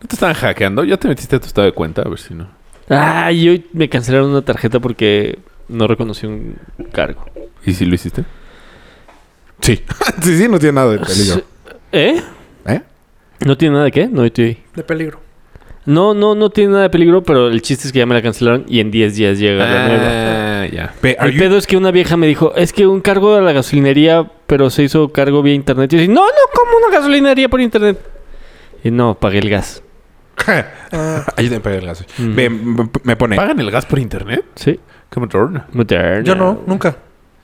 A: ¿No te estaban hackeando? ¿Ya te metiste a tu estado de cuenta? A ver si no.
C: Ay, hoy me cancelaron una tarjeta porque no reconocí un cargo.
A: ¿Y si lo hiciste?
E: Sí. (laughs) sí, sí, no tiene nada de peligro.
C: ¿Eh?
E: ¿Eh?
C: ¿No tiene nada de qué? No, estoy...
D: De peligro.
C: No, no, no tiene nada de peligro, pero el chiste es que ya me la cancelaron y en 10 días llega la nueva.
A: Ah, ya.
E: Ve, are
C: El
E: you- (laughs)
C: pedo es que una vieja me dijo, es que un cargo de la gasolinería, pero se hizo cargo vía internet. Y yo dije, no, no, ¿cómo una gasolinería por internet? Y no, pagué el gas.
D: Ah,
E: Ayúdenme a pegar el gas.
C: Mm.
E: Ve, m- me pone.
A: ¿Pagan el gas por internet?
C: Sí.
A: ¿Cómo torna?
C: Moderna.
D: yo no, nunca.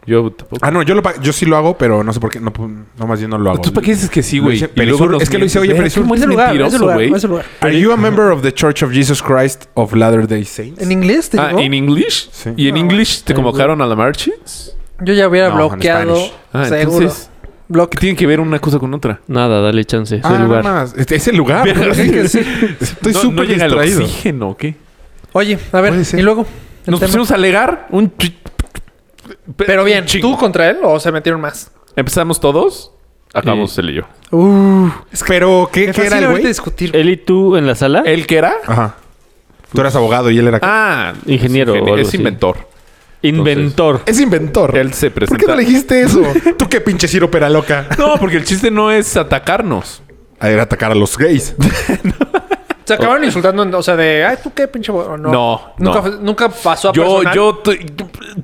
A: Yo tampoco.
E: Ah, no, yo, lo pa- yo sí lo hago, pero no sé por qué. No, pu- no, más bien no lo hago.
A: ¿Tú para qué dices que sí,
E: Lo
A: güey?
E: hice-
A: Y luego
E: Perisur-
A: nos
E: es que lo hice,
A: mientes.
E: oye, Perisur,
A: ¿Cómo
D: Es
A: eres
D: el lugar, es el
A: mentiroso,
D: lugar,
A: güey?
D: es el lugar.
E: ¿Are you a member of the Church of Jesus Christ of Latter-day Saints?
D: ¿En inglés te
A: Ah,
D: llegó?
A: ¿en English?
E: Sí.
A: ¿Y en English te
C: Ay, güey.
A: convocaron a la marches?
D: Yo ya hubiera
E: No, en
D: bloqueado.
E: Spanish.
A: Ah,
D: seguro.
A: entonces...
E: (laughs)
A: ¿Qué
D: Bloque. (laughs)
A: tiene que ver una cosa con otra?
C: Nada, dale chance. Es
E: Ah,
C: el
E: no
C: lugar.
E: más. Este- Es el lugar.
A: Verga,
E: Es que sí.
A: No-
E: Estoy
A: no
E: súper
A: llega el
E: distraído.
A: oxígeno, ¿o ¿qué?
D: Oye, a ver,
E: Puede ser.
D: y luego. El
A: Nos
D: tema.
A: pusimos a alegar un... chi-
D: Pero bien,
A: un chingo.
D: ¿tú contra él o se metieron más?
A: ¿Empezamos todos? Acabamos él y yo.
D: Uh,
E: Pero,
D: qué
E: ¿qué, qué
D: fácil
E: era el
D: ahorita
E: güey?
D: discutir.
C: Él y tú en la sala,
A: ¿Él qué era?
E: Ajá. Tú eras abogado y él era...
A: Ah,
C: Ingeniero
A: es,
C: o algo
A: es
C: así.
A: inventor.
C: inventor.
E: es inventor.
A: Él se
E: ¿Por
A: presenta.
E: qué no le dijiste eso? (laughs) Tú qué pinche Ciro pera loca.
A: No, porque el chiste no es atacarnos.
E: A ver, atacar a los gays.
D: Se acabaron insultando, o sea, de, ay, tú qué pinche. bo-", o No,
A: No,
D: Nunca,
A: no.
D: nunca pasó a
A: Yo,
D: personal.
A: yo, t-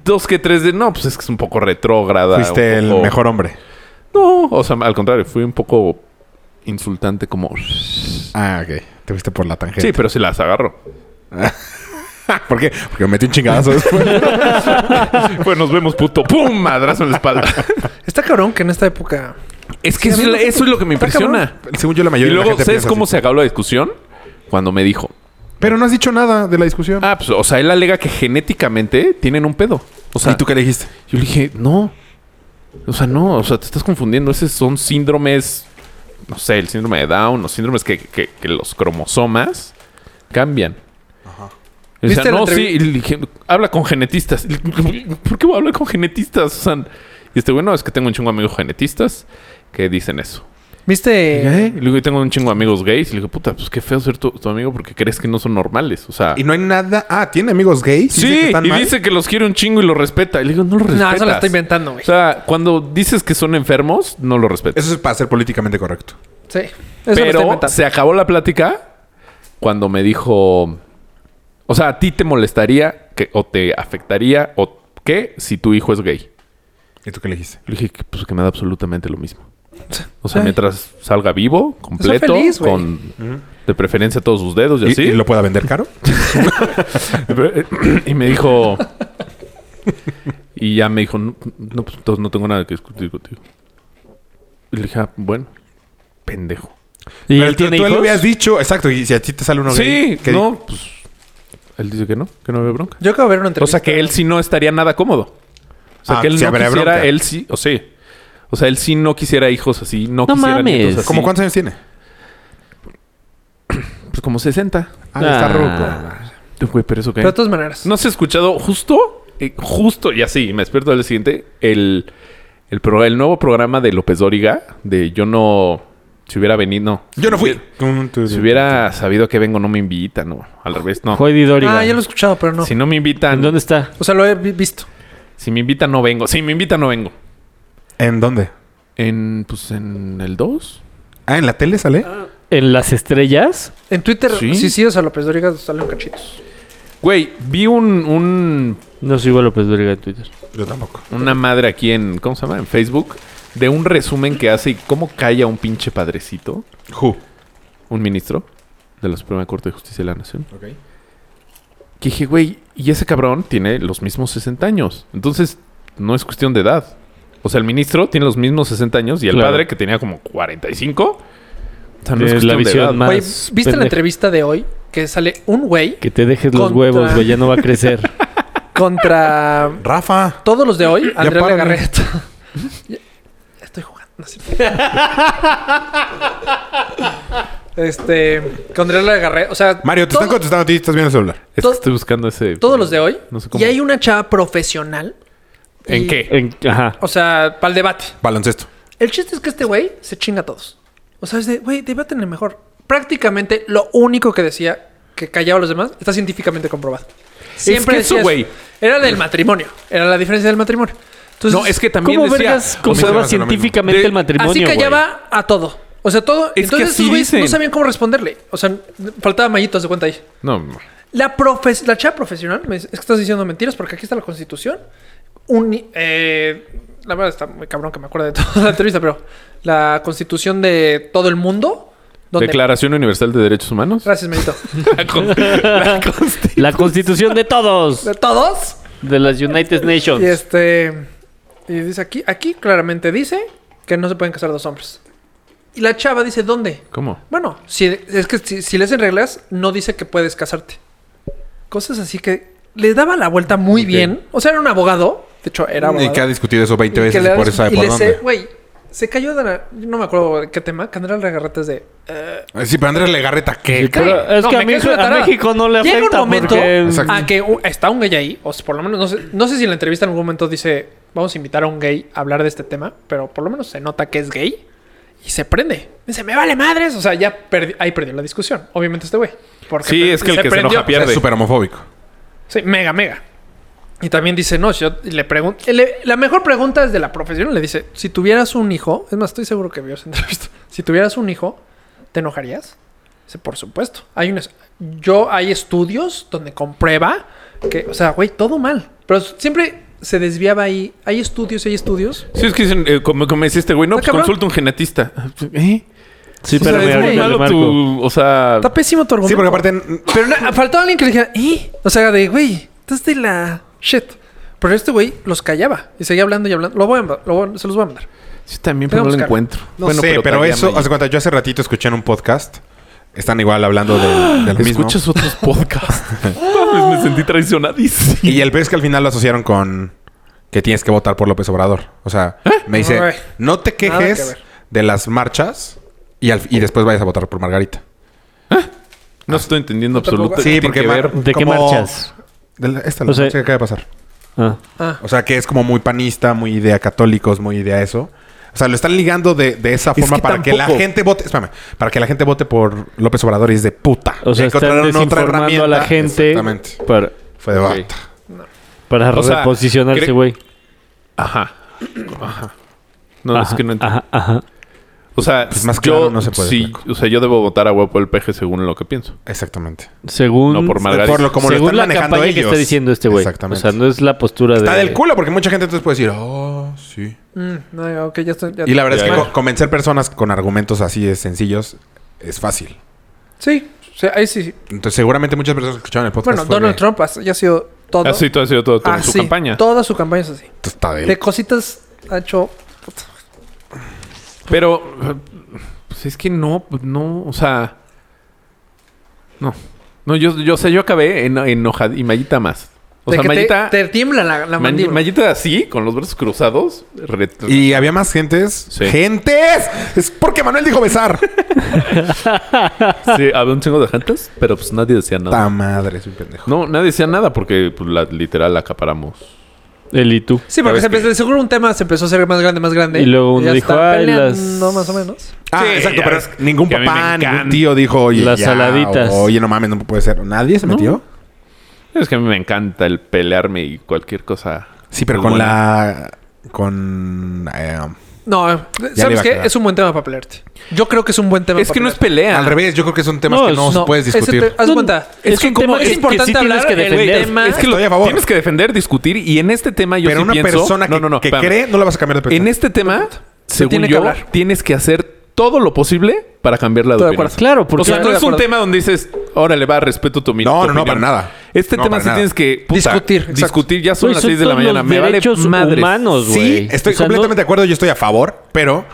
A: dos que tres de no, pues es que es un poco retrógrada.
E: Fuiste
A: un
E: el
A: poco-
E: mejor hombre.
A: No, o sea, al contrario, fui un poco insultante como. Sí,
E: Ah, ok. Te fuiste por la tangente.
A: pero se las agarro.
E: ¿Por qué? Porque me metí un chingadazo después.
A: pues nos vemos, puto. ¡Pum! Madrazo en la espalda.
D: Está cabrón que en esta época.
A: es que eso, es la- eso es lo que me
D: Está
A: impresiona.
E: Según yo,
A: Y
E: la mayoría de la
A: luego,
E: gente
A: ¿sabes
E: piensa
A: cómo
E: así.
A: se acabó la discusión? Cuando me dijo.
E: Pero no has dicho nada de la discusión.
A: Ah, pues, o sea, él alega que genéticamente tienen un pedo. O sea,
E: ¿Y tú qué le dijiste?
A: Yo le dije, no. O sea, no, o sea, te estás confundiendo. Esos son síndromes, no sé, el síndrome de Down, los síndromes que, que- que los cromosomas cambian. O sea,
D: ¿Viste la
A: no, sí,
D: entrevi-
A: y le dije, habla con genetistas. Y le- ¿Por qué voy a hablar con genetistas? O sea, y este, bueno, es que tengo un chingo de amigos genetistas que dicen eso. Y
D: ¿Viste?
E: ¿Eh?
A: le digo, y tengo un chingo de amigos gays. Y le digo, puta, pues qué feo ser tu, tu amigo porque crees que no son normales. O sea,
E: Y no hay nada... Ah, ¿tiene amigos gays?
A: sí,
E: Dice que están
A: y
E: mal.
A: dice que los quiere un chingo y los respeta. Y le digo, no los respetas.
D: No, eso lo está inventando, güey.
A: O sea, cuando dices que son enfermos, no lo respeto.
E: Eso es para ser políticamente correcto.
D: Sí. Eso lo está
A: Pero
D: inventando.
A: se acabó la plática cuando me dijo, o sea, a ti te molestaría que, o te afectaría o qué si tu hijo es gay.
E: ¿Y tú qué le dijiste?
A: Le dije que, pues, que me da absolutamente lo mismo. O sea,
D: Ay. Pues,
A: mientras salga vivo, completo,
D: feliz, güey.
A: con de preferencia todos sus dedos y,
E: ¿Y,
A: así.
E: y lo pueda vender caro?
A: eh, (clears throat) y me dijo, y ya me dijo, no, no, pues entonces no tengo nada que discutir contigo. Y le dije, ah, bueno, pendejo.
C: ¿Y
E: Pero
C: él
E: tú-
C: tiene
E: tú le
C: hijos?
E: habías dicho... Exacto. Y si a ti te sale uno gay...
A: Sí,
E: ¿qué
A: no, pues él dice que no, que no había bronca.
D: Yo acabo de ver una
A: O
D: entrevista.
A: sea que él sí no estaría nada cómodo. O sea
E: Ah,
A: que él
E: sí
A: no
E: habría
A: quisiera,
E: bronca.
A: él sí, o sí. O sea, él sí no quisiera hijos así, no,
C: No
A: quisiera
C: mames.
A: nietos así.
E: ¿Cómo cuántos años tiene?
A: Pues como 60.
E: Ah, está
C: Ah.
E: ruco.
A: Güey, pero eso qué.
D: Pero de todas maneras.
A: ¿No has escuchado justo, eh, justo y así, me despierto al día siguiente, el, el, pro- el nuevo programa de López Dóriga, de yo no, si hubiera venido, no.
E: Yo no fui.
A: Si hubiera sabido que vengo, no me invitan, no, al revés, no.
C: Joy Didoriga.
D: Ah, ya lo he escuchado, pero no.
A: Si no me invitan,
C: ¿En dónde está?
D: O sea, lo he vi- visto.
A: si me invitan, no vengo. Si me invitan, no vengo.
E: ¿En dónde?
A: En, pues, en el 2.
E: Ah, ¿en la tele sale?
C: ¿En las estrellas?
D: En Twitter,
A: ¿Sí?
D: sí, sí, o sea, López Dóriga salen cachitos.
A: Güey, vi un, un,
C: No sigo a López Dóriga en Twitter.
E: Yo tampoco.
A: una madre aquí en, ¿cómo se llama? En Facebook, de un resumen que hace y cómo calla un pinche padrecito.
E: Who?
A: un ministro de la Suprema Corte de Justicia de la Nación. Que dije, güey, y ese cabrón tiene los mismos 60 años. Entonces, no es cuestión de edad. O sea, el ministro tiene los mismos 60 años y el
C: Claro.
A: padre que tenía como 45. O sea, no
C: Tienes
A: es
C: la
A: cuestión
C: visión
A: de edad.
C: más-
D: Güey,
C: Más
D: ¿viste
C: pendejo.
D: la entrevista de hoy? Que sale un güey
C: Que te dejes los
D: Contra-
C: huevos, güey. Ya no va a crecer.
D: contra
E: Rafa.
D: todos los de hoy. Andrea
E: párale.
D: Legarreta. Ya- ya Estoy jugando. no es cierto. este. Contra Andrea Legarreta. O sea.
E: Mario, te
D: todo-
E: están contestando a ti, estás viendo el celular.
A: Es que
D: Todo-
A: estoy buscando ese.
D: Todos los de hoy.
A: No sé cómo.
D: y hay una chava profesional.
A: ¿En
D: y-
A: qué?
C: En- ajá.
D: O sea, para el debate.
E: Baloncesto.
D: El chiste es que este güey se chinga a todos. O sea, es de, güey, debátenle mejor. Prácticamente lo único que decía que callaba a los demás está científicamente comprobado. Siempre
A: que eso,
D: decía eso.
A: güey.
D: Era del matrimonio. Era la diferencia del matrimonio. Entonces,
A: No, es que también
C: ¿Cómo
A: decía.
C: vergas
A: o sea,
C: comprueba
E: hace lo mismo.
C: científicamente
A: De-
C: el matrimonio,
D: así
C: güey? (laughs)
D: callaba a todo. O sea, todo.
A: que
D: entonces
A: así
D: esos güeyes no
A: dicen.
D: sabían cómo responderle. O sea, faltaba mallitos de cuenta ahí.
A: no, no.
D: La, profes la chava profesional me dice, es que estás diciendo mentiras porque aquí está la constitución. Uni- eh, la verdad está muy cabrón que me acuerdo de (laughs) toda la entrevista, pero la constitución de todo el mundo. Donde,
A: Declaración Universal de Derechos Humanos.
D: Gracias, Merito.
A: (laughs) La con- la consti-
C: La constitución de todos.
D: De todos.
C: De las United Nations.
D: Y este. Y dice aquí, aquí claramente dice que no se pueden casar dos hombres. Y la chava dice, ¿dónde?
A: ¿Cómo?
D: Bueno, si, es que si, si le hacen reglas, no dice que puedes casarte. Cosas así que le daba la vuelta muy bien. O sea, era un abogado. De hecho, era abogado.
E: Y que ha discutido eso 20
D: Y que
E: veces
D: le
E: y
D: das-
E: por eso sabe
D: y
E: por
D: le sé-
E: dónde.
D: Güey, se cayó de la... yo No me acuerdo de qué tema. Candela Legarreta es de... eh,
E: Eh, Sí, pero Andrés Legarreta, ¿qué?
C: Pero
D: güey,
C: es que a
D: me caes
C: México-
D: una
C: a
D: tarada.
C: México no le
D: Llega
C: afecta
D: un momento
C: porque- Exacto.
D: a que u- está un gay ahí. O sea, por lo menos... No sé, no sé si en la entrevista en algún momento dice... Vamos a invitar a un gay a hablar de este tema. Pero por lo menos se nota que es gay. Y se prende. Dice, me vale madres. O sea, ya perdi- ahí perdió la discusión. Obviamente este güey. Porque
A: Sí,
D: pre-
A: es que el que se enoja
E: O sea,
A: pierde.
E: Es súper homofóbico.
D: Sí, mega, mega. Y también dice, no, yo le pregunto... La mejor pregunta es de la profesión. Le dice, si tuvieras un hijo... Es más, estoy seguro que vio esa (laughs) entrevista. Si tuvieras un hijo, ¿te enojarías? Dice, por supuesto. Hay unas... Yo... Hay estudios donde comprueba que... O sea, güey, todo mal. Pero siempre se desviaba ahí. Hay estudios, hay estudios.
A: Sí, es que dicen, eh, como, como decía este güey, no,
D: Ah,
A: pues
D: cabrón.
A: consulta un genetista. ¿Eh?
C: Sí,
A: O sea,
C: pero me
A: es muy
C: ahorita le
A: malo
C: marco.
A: tu. O sea.
D: Está pésimo tu argumento.
E: Sí, porque aparte. n-
D: Pero na- faltaba alguien que le dijera, ¿eh? O sea, de, güey, estás de la... Shit. Pero este güey los callaba. Y seguía hablando y hablando. Lo voy a... ma- lo voy a- se los voy a mandar.
A: Sí, también, pero no lo
D: Vamos, Carlos.
A: encuentro.
E: No sé, pero,
A: todavía
E: eso.
A: no hay.
E: Haz de cuenta, yo hace ratito escuché en un podcast. Están igual hablando
A: (gasps)
E: del, del mismo.
A: Escuchas otros
D: (laughs)
A: podcasts. Mames, me sentí traicionadísimo.
E: Y el peor es que al final lo asociaron con que tienes que votar por López Obrador. O sea, me dice,
D: Ay.
E: no te
D: Nada que
E: quejes
D: ver.
E: de las marchas y, al- y después vayas a votar por Margarita.
A: No estoy entendiendo
D: tampoco.
A: absolutamente.
E: Sí,
A: qué tiene
E: porque
A: que
E: mar-
A: ver.
C: ¿De qué
E: como-
C: marchas?
E: De la- esta la
C: O sea-
E: marcha que acaba de pasar.
C: Ah.
D: Ah.
E: O sea, que es como muy panista, muy idea católicos, muy idea eso. O sea, lo están ligando de, de esa
A: Es
E: forma
A: que
E: para que la
A: tampoco.
E: gente vote... Espérame. Para que la gente vote por López Obrador y es de puta.
C: O sea, están
E: Ya encontraron otra
C: desinformando a la
E: herramienta.
C: gente
E: Exactamente.
C: para,
E: Fue de
A: Ok.
E: bata.
C: para
A: O sea,
C: reposicionarse,
A: cre-
C: güey.
A: Ajá. Ajá. No,
C: Ajá,
A: es que no entiendo.
C: ajá, ajá.
A: O sea,
E: Pues más
A: yo,
E: claro no se puede,
A: sí,
E: flaco.
A: o sea, yo debo votar a huevo por el peje según lo que pienso.
E: Exactamente.
C: Según,
A: No, por Margarita.
E: Por lo como lo
C: según
E: están
C: la
E: manejando
C: campaña
E: ellos.
C: que está diciendo este güey. O
E: Exactamente.
C: sea, no es la postura
E: Está
C: de...
E: del culo porque mucha gente entonces puede decir, oh, sí.
D: Mm, no, ok, ya estoy... ya-
E: Y la verdad
A: Ya,
E: es que
A: ya.
E: co- convencer personas con argumentos así de sencillos es fácil.
D: Sí, o sea, ahí sí. sí.
E: Entonces, seguramente muchas personas que escucharon el podcast.
D: Bueno,
E: fue
D: Donald
E: de, Ah,
D: Trump ha- ya ha sido todo. Ah,
A: Así todo ha sido todo, todo en su
D: Así,
A: campaña.
D: Toda su campaña es así.
E: "Esto está de él".
D: De cositas ha hecho...
A: Pero, eh, pues es que no, no, o sea, no. No, yo, yo, o sea, yo acabé en, enojad y mallita más. O
D: de
A: sea,
D: que te-
A: Mayita,
D: te, tiembla la, la
A: Ma-
D: mandíbula.
A: Mayita así, con los brazos cruzados. re-
E: Y había más gentes.
A: Sí.
E: ¡Gentes! Es porque Manuel
A: (laughs)
E: dijo besar.
A: sí, había un chingo de gentes, pero pues nadie decía nada.
E: Ta madre, soy pendejo.
A: No, nadie decía nada porque pues, la, literal la acaparamos.
C: El y tú.
D: Sí,
A: ¿Sabes
D: porque se empezó-
A: qué?
D: de seguro un tema se empezó a hacer más grande, más grande.
C: Y luego uno
D: ya
C: dijo,
D: está
C: "Ay, las-
D: peleando más o menos.
E: Ah,
A: Sí,
E: exacto,
A: ya
E: pero
A: ves
E: ningún
A: que a mí me
E: papá, ningún
A: encanta.
E: tío dijo, oye,
C: Las
E: ya,
C: saladitas.
E: o, Oye, no mames, no puede ser. Nadie se metió.
A: Es que a mí me encanta el pelearme y cualquier cosa.
E: Sí, pero
A: Es
E: con
A: buena.
E: la. Con. eh,
D: No, eh,
E: le iba
D: ¿sabes
E: a
D: qué?
E: cagar.
D: Es un buen tema para pelearte. Yo creo que es un buen tema
A: Es
D: para
A: que no es
D: pelearte.
A: pelea.
E: al revés, yo creo que son temas
C: No,
E: que no,
C: es-
E: se
D: No,
E: puedes
D: ese
E: discutir.
A: ah,
D: te- haz
C: No,
D: cuenta.
C: es que como- es
D: es
C: que sí
D: importante
C: tienes
D: hablar
C: que
D: el
C: defender.
D: tema.
A: Es que
E: Estoy
A: lo-
E: a favor.
A: tienes que defender, discutir. Y en este tema yo
E: pero
A: sí
E: una
A: pienso-
E: persona que,
A: No, no, no,
E: que
A: espérame.
E: cree pues, no la vas a cambiar de
A: En
E: persona.
A: este tema, según
D: tiene que
A: yo,
D: hablar.
A: tienes que hacer todo lo posible para cambiar la
D: Estoy de
A: opinión.
D: acuerdo.
C: Claro, porque
A: o sea, no
D: Estoy de
A: es un
D: acuerdo.
A: tema donde dices, órale, va, respeto tu, mi- tu
E: No,
A: opinión.
E: no, no, para nada.
A: Este
E: No,
A: tema
E: para
A: sí
E: nada.
A: tienes que puta,
D: Discutir, exacto. Pues
A: Discutir, ya son
C: Güey,
A: las 6 de la
C: todos
A: mañana.
C: Pues los
A: Me vale
C: derechos
A: madre.
C: humanos, güey.
E: Sí, estoy
C: O sea, no-
E: completamente de acuerdo, yo estoy a favor, pero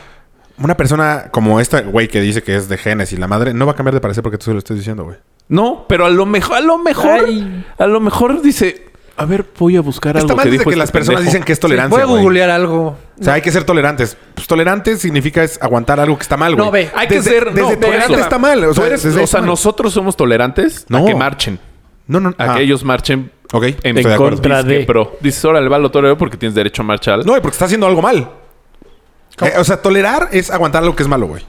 E: una persona como esta, güey, que dice que es de genes y la madre, no va a cambiar de parecer porque tú se lo estás diciendo, güey.
A: No, pero a lo mejor, a lo mejor, a lo mejor dice, a ver, voy a buscar
E: Está
A: algo que
E: mal desde
A: dijo
E: que
A: este
E: las personas
A: pendejo.
E: dicen que es
D: Voy a
E: tolerancia, güey.
D: googlear algo.
E: O sea, hay que ser tolerantes. Pues tolerante significa es aguantar algo que está mal, güey.
D: No, ve,
A: Hay que
E: Desde-
A: ser...
E: Desde
A: no, por
E: tolerante
A: eso.
E: está mal. O
A: Tú
E: sea,
A: eres-
E: desde
A: o sea,
E: está mal.
A: nosotros somos tolerantes a
E: No.
A: que marchen.
E: No, no,
A: A
E: ah,
A: que ellos marchen
E: Ok,
A: en
E: estoy de acuerdo.
C: contra.
A: disque,
C: de-
A: Pero dices, órale, va, lo tolero porque tienes derecho a marchar.
E: No, y porque está haciendo algo mal. Eh, o sea, tolerar es aguantar algo que es malo, güey.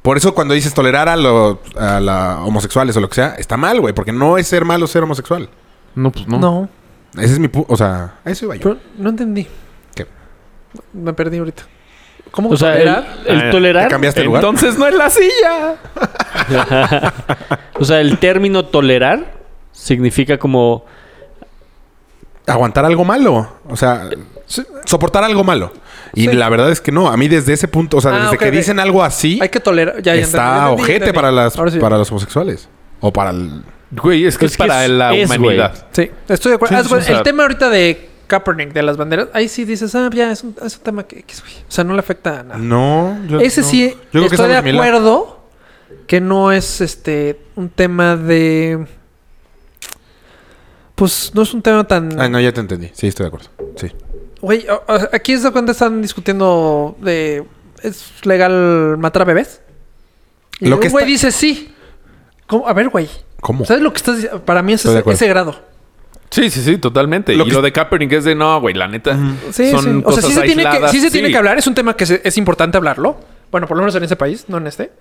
E: Por eso cuando dices tolerar a los a la homosexuales o lo que sea, está mal, güey. Porque no es ser malo ser homosexual.
A: No, pues no.
D: No, no,
E: Ese es mi... pu- o sea, a eso iba yo.
D: pero no entendí.
E: ¿Qué?
D: Me perdí ahorita. ¿Cómo
C: O sea, el,
D: tolerar?
C: el
A: Ah,
C: tolerar.
E: ¿Te cambiaste de lugar?
A: Entonces no es la silla.
C: (laughs) O sea, el término tolerar significa como.
E: Aguantar algo malo. O sea, so- soportar algo malo. Y la verdad es que no. A mí desde ese punto... O sea,
D: Ah,
E: desde
D: ok,
E: que
D: ve.
E: dicen algo así...
D: Hay que tolerar. Ya, ya entendí,
E: está
D: ya entendí,
E: ojete
D: entendí.
E: para, las,
D: Ahora sí.
E: para los homosexuales. O para el...
A: Güey, es que
D: Pues
A: es,
C: Es que
A: para
C: es-
A: la
C: es, güey.
A: humanidad.
D: Sí, estoy de acuerdo.
A: Sí,
D: Haz
A: sí,
D: cuenta,
A: o sea-
D: el tema ahorita de Kaepernick, de las banderas, ahí sí dices, ah, ya, es un, es un tema que X, güey. O sea, no le afecta a nada.
E: No. yo-
D: Ese
E: no.
D: sí,
E: Yo creo que
D: estoy
E: es
D: de
E: algo similar.
D: acuerdo que no es este un tema de. Pues no es un tema tan.
E: Ah, no, ya te entendí. Sí, estoy de acuerdo. Sí.
D: Güey, o- o- aquí es de cuando están discutiendo de. ¿Es legal matar a bebés? Y
E: Lo
D: un
E: que
D: güey
E: está-
D: dice sí. ¿Cómo? A ver, güey.
E: ¿Cómo?
D: ¿Sabes lo que estás diciendo? Para mí es
E: Estoy de
D: ese,
E: acuerdo.
D: ese grado.
A: Sí, sí, sí, totalmente.
E: Lo
A: y
E: que-
A: lo de Kaepernick es de no, güey, la neta.
D: Sí,
A: son
D: sí. O sea,
A: cosas
D: sí se, tiene que,
A: aisladas,
D: sí se tiene
A: sí.
D: que hablar. Es un tema que se- es importante hablarlo. Bueno, por lo menos en ese país, no en este.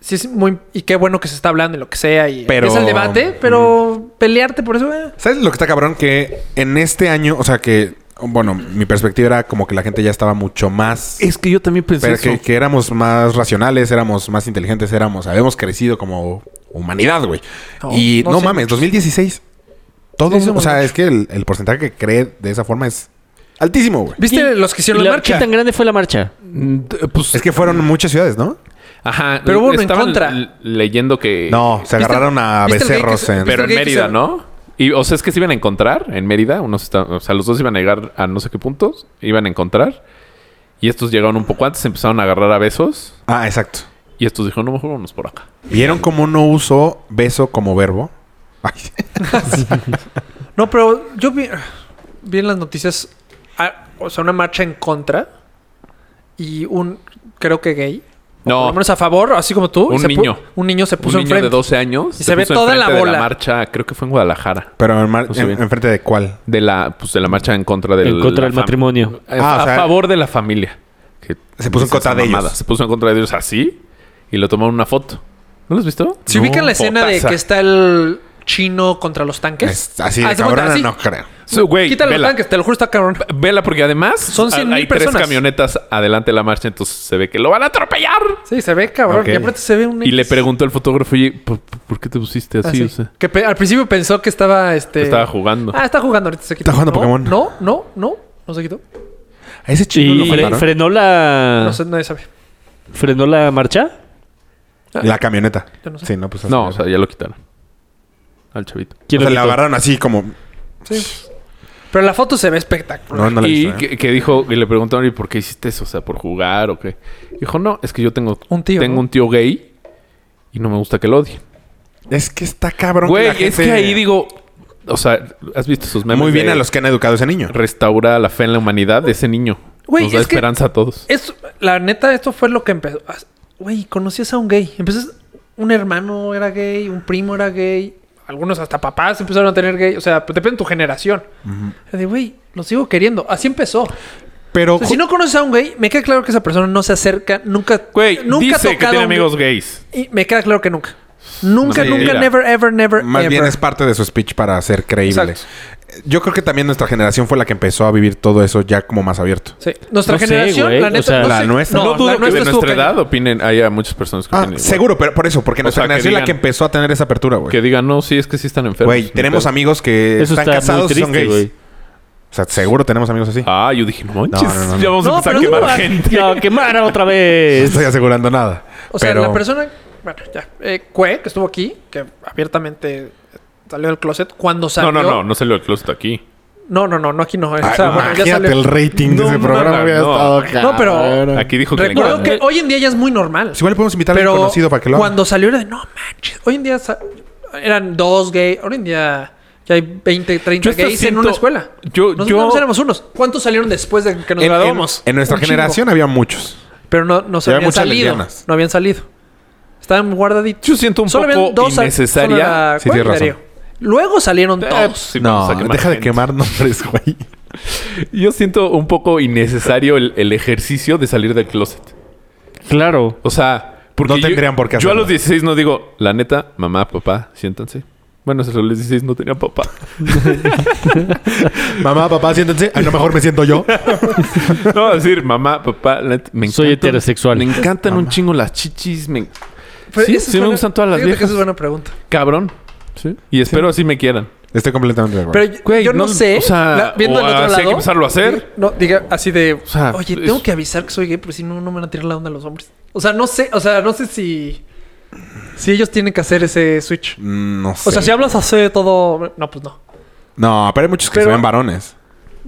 D: Sí, es muy. Y qué bueno que se está hablando y lo que sea. Y
E: Pero-
D: es el debate, pero pelearte por eso. eh.
E: ¿Sabes lo que está cabrón? Que en este año, o sea que, bueno, mi perspectiva era como que la gente ya estaba mucho más...
A: Es que yo también pensé
E: Pero
A: eso.
E: que, que éramos más racionales, éramos más inteligentes, éramos... Habíamos crecido como humanidad, güey.
D: No,
E: y
D: no
E: no,
D: sé.
E: mames, 2016. Todo,
D: Sí, somos
E: o sea,
D: muchos.
E: es que el, el porcentaje que cree de esa forma es altísimo, güey.
D: ¿Viste los que hicieron
C: ¿Y
D: la
C: la-
D: marcha?
C: ¿Qué tan grande fue la marcha?
A: Mm, t- Pues,
E: Es que fueron muchas ciudades, ¿no?
A: ajá.
D: pero hubo uno en
A: estaban
D: contra.
A: l- Leyendo que.
E: No, se agarraron a
D: viste el gay que
E: becerros
D: se-
E: en...
A: Pero en
D: que hay que
A: Mérida,
D: ser-
A: ¿no? Y, o sea, es que se iban a encontrar en Mérida. Unos esta- o sea, los dos iban a llegar a no sé qué puntos. Iban a encontrar. Y estos llegaron un poco antes, empezaron a agarrar a besos.
E: Ah, exacto.
A: Y estos dijeron, no, mejor vámonos por acá.
E: ¿Vieron cómo no usó beso como verbo? (laughs) Ay,
D: No, pero yo vi, vi en las noticias. ah, o sea, una marcha en contra. Y un. Creo que gay. No. Por
A: No,
D: lo menos a favor, así como tú.
A: Un
D: se pu-
A: niño.
D: Un niño se
A: un
D: puso
A: niño
D: enfrente.
A: de 12 años.
D: Y se ve
A: puso
D: toda la
A: enfrente de
D: bola.
A: la marcha, creo que fue en Guadalajara.
E: Pero en, mar-
A: Pues
E: en-
A: bien.
E: enfrente de cuál?
A: De la, pues, de la marcha en contra del...
C: en contra del
A: la fam-
C: matrimonio.
A: A,
E: Ah, o
A: a
E: sea-
A: favor de la familia. Que
E: Se puso en
A: dice
E: contra
A: esa
E: de
A: mamada.
E: ellos.
A: Se puso en contra de ellos así y lo tomaron una foto. ¿No lo has visto?
D: Si ubican la escena de
A: Fotaza.
D: que está el chino contra los tanques.
E: Es- así de
D: Haz Ah, cuenta,
E: cabrona
D: así.
E: no creo.
A: So, güey,
D: Quítale los
A: vela.
D: tanques, te lo juro, está cabrón.
A: Vela porque además
D: Son cien
A: a-
D: mil
A: hay
D: personas.
A: tres camionetas adelante de la marcha, entonces se ve que lo van a atropellar.
D: Sí, se ve cabrón.
E: Ok.
D: Y aparte se ve un.
A: Y le
D: X.
A: preguntó al fotógrafo, oye, ¿por, por- por qué te pusiste así?
D: Así.
A: O sea,
D: Que pe- al principio pensó que estaba este.
A: Estaba jugando.
D: Ah, está jugando ahorita se quitó.
E: Está jugando
D: No,
E: Pokémon.
D: No, no, no. No se quitó.
E: A ese chino
C: ¿Y
E: lo
C: fre-
E: mataron.
C: frenó la.
D: No sé, nadie sabe.
C: ¿Frenó la marcha?
E: La camioneta.
D: Yo no sé.
E: Sí, no, pues así.
A: no, o sea, ya lo quitaron. Al chavito.
E: O
C: ¿Quién
E: sea,
C: lo
E: la
C: quitó?
E: agarraron así como...
D: Sí. Pero la foto se ve espectacular.
E: No, no la he
A: y
E: visto, ¿eh?
A: que, que dijo, y le preguntaron, ¿y por qué hiciste eso? O sea, ¿por jugar o qué? Dijo, no, es que yo tengo
D: Un tío,
A: tengo
D: ¿no?
A: un tío gay y no me gusta que lo odien.
E: Es que está cabrón.
A: Güey,
E: la
A: es
E: gente-
A: que ahí digo, O sea, ¿has visto sus memes?
E: Muy bien
A: de
E: a los que han educado a ese niño.
A: Restaura la fe en la humanidad de ese niño.
D: Güey,
A: Nos da
D: es que-
A: esperanza a todos.
D: Es, la neta, esto fue lo que empezó. Ah, Güey, conocías a un gay. Empezas, un hermano era gay, un primo era gay. Algunos hasta papás empezaron a tener gay. O sea, pues depende de tu generación. De, güey, lo sigo queriendo. Así empezó. O
E: Pero
D: sea, si no conoces a un gay, me queda claro que esa persona no se acerca, nunca.
A: Güey,
D: nunca ha
A: dice que
D: tocado
A: tiene
D: a un
A: amigos gays.
D: Y me queda claro que nunca. Nunca,
A: Sí.
D: nunca,
A: Mira.
D: never, ever, never,
E: Más
D: ever.
E: bien es parte de su speech para ser creíble.
D: Exacto.
E: Yo creo que también nuestra generación fue la que empezó a vivir todo eso ya como más abierto.
D: Sí. Nuestra
C: No sé,
D: generación,
C: güey.
D: la
C: O
D: neta,
C: sea,
D: no
E: la
D: sé-
E: nuestra.
A: No,
E: No,
A: dudo
D: la
A: que de
D: nuestra estuvo
A: nuestra edad
D: cañón.
A: opinen. Haya muchas personas que
E: Ah,
A: opinen igual.
E: seguro, pero por eso, porque nuestra
A: sea, que
E: generación es la que
A: digan-
E: empezó a tener esa apertura,
A: Que
E: güey.
A: digan, no, sí, es que sí están enfermos.
E: Güey, tenemos
A: Pero-
E: amigos que
C: Eso
E: están
C: está muy
E: casados y son
C: triste,
E: gays.
C: güey.
E: O sea, seguro tenemos amigos así.
A: Ah, yo dije, no manches.
E: No, no, no, no.
A: Ya vamos a
D: No,
A: empezar a
D: pero
A: quemar
D: no,
A: gente.
C: No, quemara otra
E: No
C: vez. (laughs)
E: estoy asegurando nada.
D: O sea,
E: Pero-
D: la persona, bueno, ya, eh, Cue, que estuvo aquí, que abiertamente salió del closet, cuando
A: No,
D: salió...
A: no, no, no salió el closet aquí.
D: No, no, no, no, aquí no. eh,
E: Ay,
D: o sea, bueno, ya
E: Ah, imagínate
D: salió.
E: el rating de ese programa.
A: no,
E: hubiera
A: no.
E: estado
D: No, pero-
E: cabrón.
A: Aquí dijo que le
D: Recuerdo
A: encanta.
E: ¿eh?
D: que hoy en día ya es muy normal.
E: Pues igual podemos invitar a
D: pero
E: alguien conocido para que lo haga.
D: cuando salió era de, no manches, hoy en día sa- eran dos gays, ahora en día ya hay 20, 30
A: Yo hasta
D: gays en
A: siento-
D: una escuela.
A: yo-
D: Nosotros
A: yo-
D: nada más éramos unos. ¿Cuántos salieron después de que nos
E: En- en,
D: graduamos?
E: en nuestra
D: Un chingo.
E: generación había muchos.
D: Pero no, no se
E: Ya hay
D: habían
E: muchas
D: salido.
E: lesbianas.
D: No habían salido. Estaban guardaditos.
A: Yo siento un
D: Solo
A: poco
D: habían dos al-
A: innecesaria.
D: solo era-
E: Sí,
D: ¿cuál
E: tienes
D: era?
E: razón.
D: Luego salieron
A: Eh, pues,
D: todos.
A: sí, vamos a quemar gente.
E: nombres, güey.
A: Yo siento un poco innecesario el, el ejercicio de salir del closet.
C: Claro.
A: O sea, porque
E: No
A: yo-
E: tendrían por qué
A: Yo a
E: hacerlo.
A: los 16 no digo, la neta, mamá, papá, siéntanse. Bueno, a los 16 no tenía papá.
E: (laughs)
A: (laughs)
E: Mamá, papá, siéntense. A lo mejor me siento yo.
A: No, decir, mamá, papá, la neta, me
C: Soy
A: encantan-
C: heterosexual.
A: Me encantan un chingo las chichis. Me...
D: Pero
A: Sí,
D: esa es
A: sí me
D: buena-
A: gustan todas las
D: fíjate que
A: viejas.
D: Esa es buena pregunta.
A: Cabrón. Sí. Y espero así me quieran.
E: (laughs) Estoy completamente de acuerdo.
D: Pero yo-
A: Güey,
D: yo
A: no-
D: no, sé.
A: o sea,
D: viendo
A: o
D: el otro
A: así
D: lado.
A: hay que empezarlo a hacer.
D: No, diga así de.
A: sea,
D: oye,
A: es-
D: tengo que avisar que soy gay, porque si no, no me van a tirar la onda los hombres. O sea, no sé. O sea, no sé si. Si ellos tienen que hacer ese switch.
E: Mm, no sé.
D: O sea, si hablas así de todo. No, pues no.
E: No, pero hay muchos que se
D: Pero-
E: ven varones.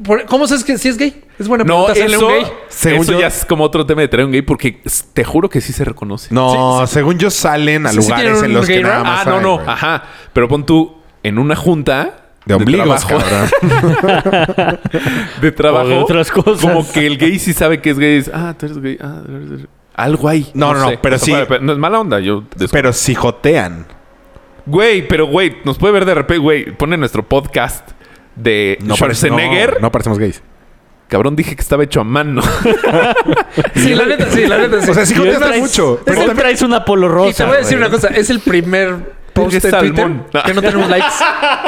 D: Por- ¿Cómo sabes que si es gay? Es buena
A: No,
D: pregunta hacerle a
A: eso,
D: un gay.
A: (laughs)
E: Según
A: eso
E: yo-
A: ya es como otro tema de traer un gay porque s- te juro que sí se reconoce.
E: No, según yo salen a
D: Sí, sí
E: lugares
D: tienen
E: en
D: un
E: los que
D: gay
E: nada
D: rap.
E: más
A: Ah, no,
E: hay,
A: no.
E: güey.
A: Ajá. Pero pon tú en una junta
E: De ombligos,
A: trabajo,
E: (laughs) cabrón.
A: (laughs) de trabajo,
C: O de otras cosas.
A: Como que el gay sí sabe que es gay. Es, ah, tú eres gay. Ah, tú eres- algo ahí.
E: No, no, no, pero
A: O sea,
E: sí-
A: fuera de pe- no es mala onda. Yo des-
E: Pero si jotean.
A: Güey, pero güey, nos puede ver de repente, güey, pone nuestro podcast de
E: parece-
A: Schwarzenegger.
E: no, no parecemos gays.
A: Cabrón, dije que estaba hecho a mano. (laughs)
D: Sí, la neta, sí, la neta. Sí.
E: O sea, sí
C: Y hoy
E: jotean
C: traes-
E: mucho.
C: Hoy
E: Pero también-
C: traes una polo rosa.
D: Y te voy a decir
C: güey.
D: una cosa, es el (laughs) primer post
A: es
D: de Twitter
A: salmón.
D: que no tenemos likes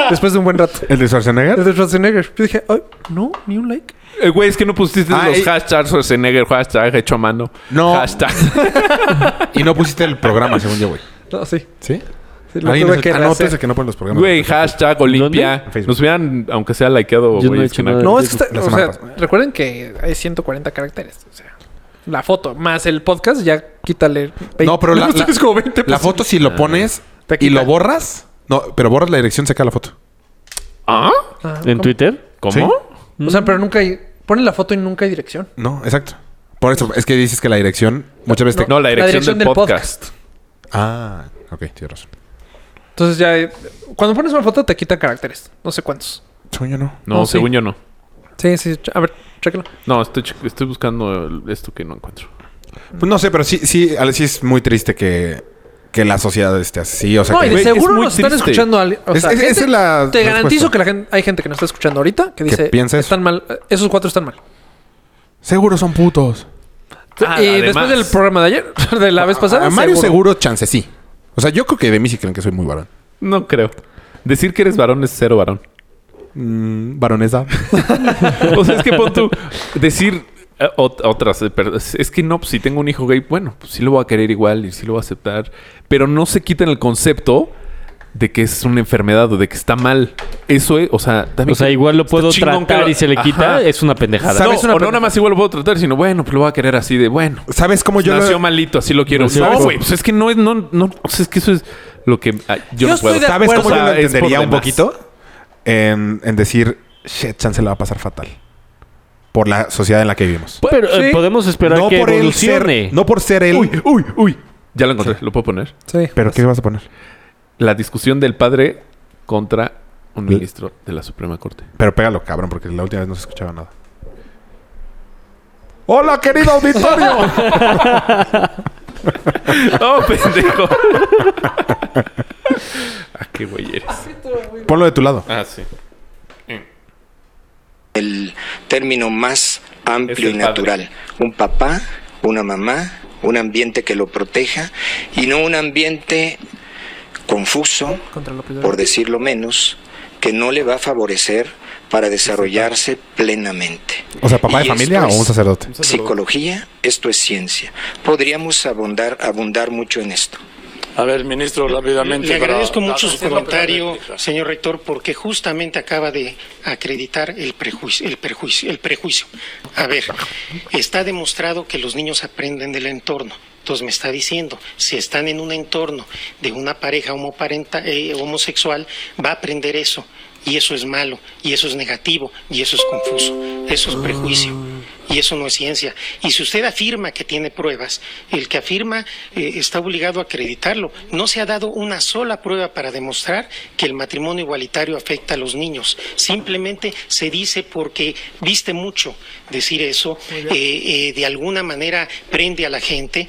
D: después de un buen rato.
E: ¿El
D: (laughs)
E: de
D: Es (laughs)
E: Schwarzenegger?
D: de Schwarzenegger. Yo dije, ay, no, ni un like.
A: Eh, Güey, es que no pusiste
E: Ah,
A: los
E: eh.
A: hashtags Schwarzenegger, hashtag hecho a mano.
E: No. (laughs)
A: Hashtag.
E: Y no pusiste el programa, según yo, güey.
D: No, sí.
E: ¿Sí?
D: sí lo
E: Alguien
D: tuve
E: es
D: que
E: el- Ah, no, tú
D: rehacer.
E: eres el que no ponen los programas.
A: Güey, hashtag Olimpia.
E: En Facebook.
A: Nos hubieran, aunque sea likeado,
C: Yo no
A: güey.
C: he
A: es
C: hecho
A: que
C: nada.
A: no-
D: No, es que está-
E: La
D: o
E: semana
D: sea,
E: pasada.
D: recuerden que hay 140 caracteres. O sea, la foto más el podcast, ya quítale. 20.
E: No,
D: (laughs)
E: pero la,
D: Esto
E: la,
D: es como 20
E: la foto si lo pones
D: Te
E: y
D: quita.
E: lo borras. No, pero borras la dirección, saca la foto.
A: ¿Ah?
D: Ah,
C: ¿En
D: ¿cómo?
C: Twitter?
A: ¿Cómo?
E: Sí.
D: O sea, pero nunca hay. Ponen la foto y nunca hay dirección.
E: No, exacto. Por eso es que dices que la dirección muchas veces te...
A: No, la dirección,
D: dirección
A: del,
D: del
A: podcast.
E: Ah, ok, tienes razón.
D: Entonces ya. eh, Cuando pones una foto te quitan caracteres. No sé cuántos.
E: Según yo no.
A: No,
D: No, sí.
A: según yo no.
D: Sí, sí. ch- A ver, chécalo.
A: No, estoy, che- estoy buscando el- esto que no encuentro.
E: Pues no sé, pero sí, sí, Ale, sí es muy triste que, que la sociedad esté así. O sea,
D: No,
E: que,
D: y
A: güey,
D: de
A: es
D: seguro
A: muy
D: nos están
A: triste.
D: escuchando. al- o
E: Es-
D: sea,
E: es-
D: gente-
E: esa es la
D: te garantizo
E: respuesta.
D: que la gen- hay gente que nos está escuchando ahorita que dice:
E: piensa eso.
D: Están mal. eh, Esos cuatro están mal.
E: seguro son putos.
A: Ah,
D: y
A: además.
D: después del programa de ayer, (laughs) de la vez pasada.
E: a Mario seguro. chance sí. O sea, yo creo que de mí sí creen que soy muy varón.
A: No creo. Decir que eres varón es cero varón. (laughs)
E: Mm, varonesa.
A: O sea, es que pon tú decir eh, ot- otras, eh, pero es es que no, pues, si tengo un hijo gay, bueno, pues sí lo voy a querer igual y sí lo voy a aceptar, pero no se quiten el concepto de que es una enfermedad o de que está mal. Eso es, o sea, también
C: O sea, igual lo
A: está
C: puedo
A: chingón que
C: tratar
A: lo-
C: y se le quita.
A: Ajá.
C: Es una pendejada.
A: No,
E: ¿Sabes
A: o
E: una
A: no
E: pendeja-
A: nada más igual lo puedo tratar, sino bueno, pues lo voy a querer así de bueno.
E: (laughs) ¿Sabes cómo yo lo-
A: nació malito, así lo quiero.
C: Nació
A: No,
C: malito.
A: güey, pues es que no es, no, no, o sea, es que eso es lo que ah, yo,
D: Yo
A: no
D: estoy
A: puedo.
D: de
E: ¿Sabes
D: acuerdo.
E: cómo yo
A: O
E: lo
A: sea, es por
E: entendería un
A: demás.
E: poquito? En, en decir, shit, chance la va a pasar fatal. Por la sociedad en la que vivimos.
C: Pero eh,
D: Sí.
C: podemos esperar
E: no
C: que
E: por él
C: evolucione.
E: ser, no por ser él.
A: Uy, uy, uy. Ya lo encontré, lo puedo poner.
D: Sí.
E: Pero ¿qué vas a poner?
A: La discusión del padre contra un ministro de la Suprema Corte. (laughs)
E: Pero pégalo, cabrón, porque la última vez no se escuchaba nada. ¡Hola, querido auditorio!
A: ¡Oh, pendejo! (laughs) ¿A qué güey eres?
E: Ponlo de tu lado.
A: Ah, sí.
G: el término más amplio
A: Es
G: y
A: el padre.
G: natural. Un papá, una mamá, un ambiente que lo proteja y no un ambiente confuso,
D: Contra López
G: por
D: Obrador.
G: decirlo menos, que no le va a favorecer para desarrollarse plenamente.
E: O sea, ¿papá de
G: Y
E: familia
G: esto
E: o
G: es
E: un sacerdote?
G: Psicología, esto es ciencia. Podríamos abundar, abundar mucho en esto.
H: A ver, ministro, rápidamente.
I: Le
H: para
I: agradezco
H: dar
I: mucho su
H: tiempo para
I: comentario,
H: réplica.
I: señor rector, porque justamente acaba de acreditar el prejuicio, el prejuicio, el prejuicio. A ver, está demostrado que los niños aprenden del entorno. Entonces me está diciendo, si están en un entorno de una pareja homoparenta- eh, homosexual, va a aprender eso. Y eso es malo, y eso es negativo, y eso es confuso, eso es prejuicio, y eso no es ciencia. Y si usted afirma que tiene pruebas, el que afirma eh, está obligado a acreditarlo. No se ha dado una sola prueba para demostrar que el matrimonio igualitario afecta a los niños. Simplemente se dice porque viste mucho decir eso, eh, eh, de alguna manera prende a la gente,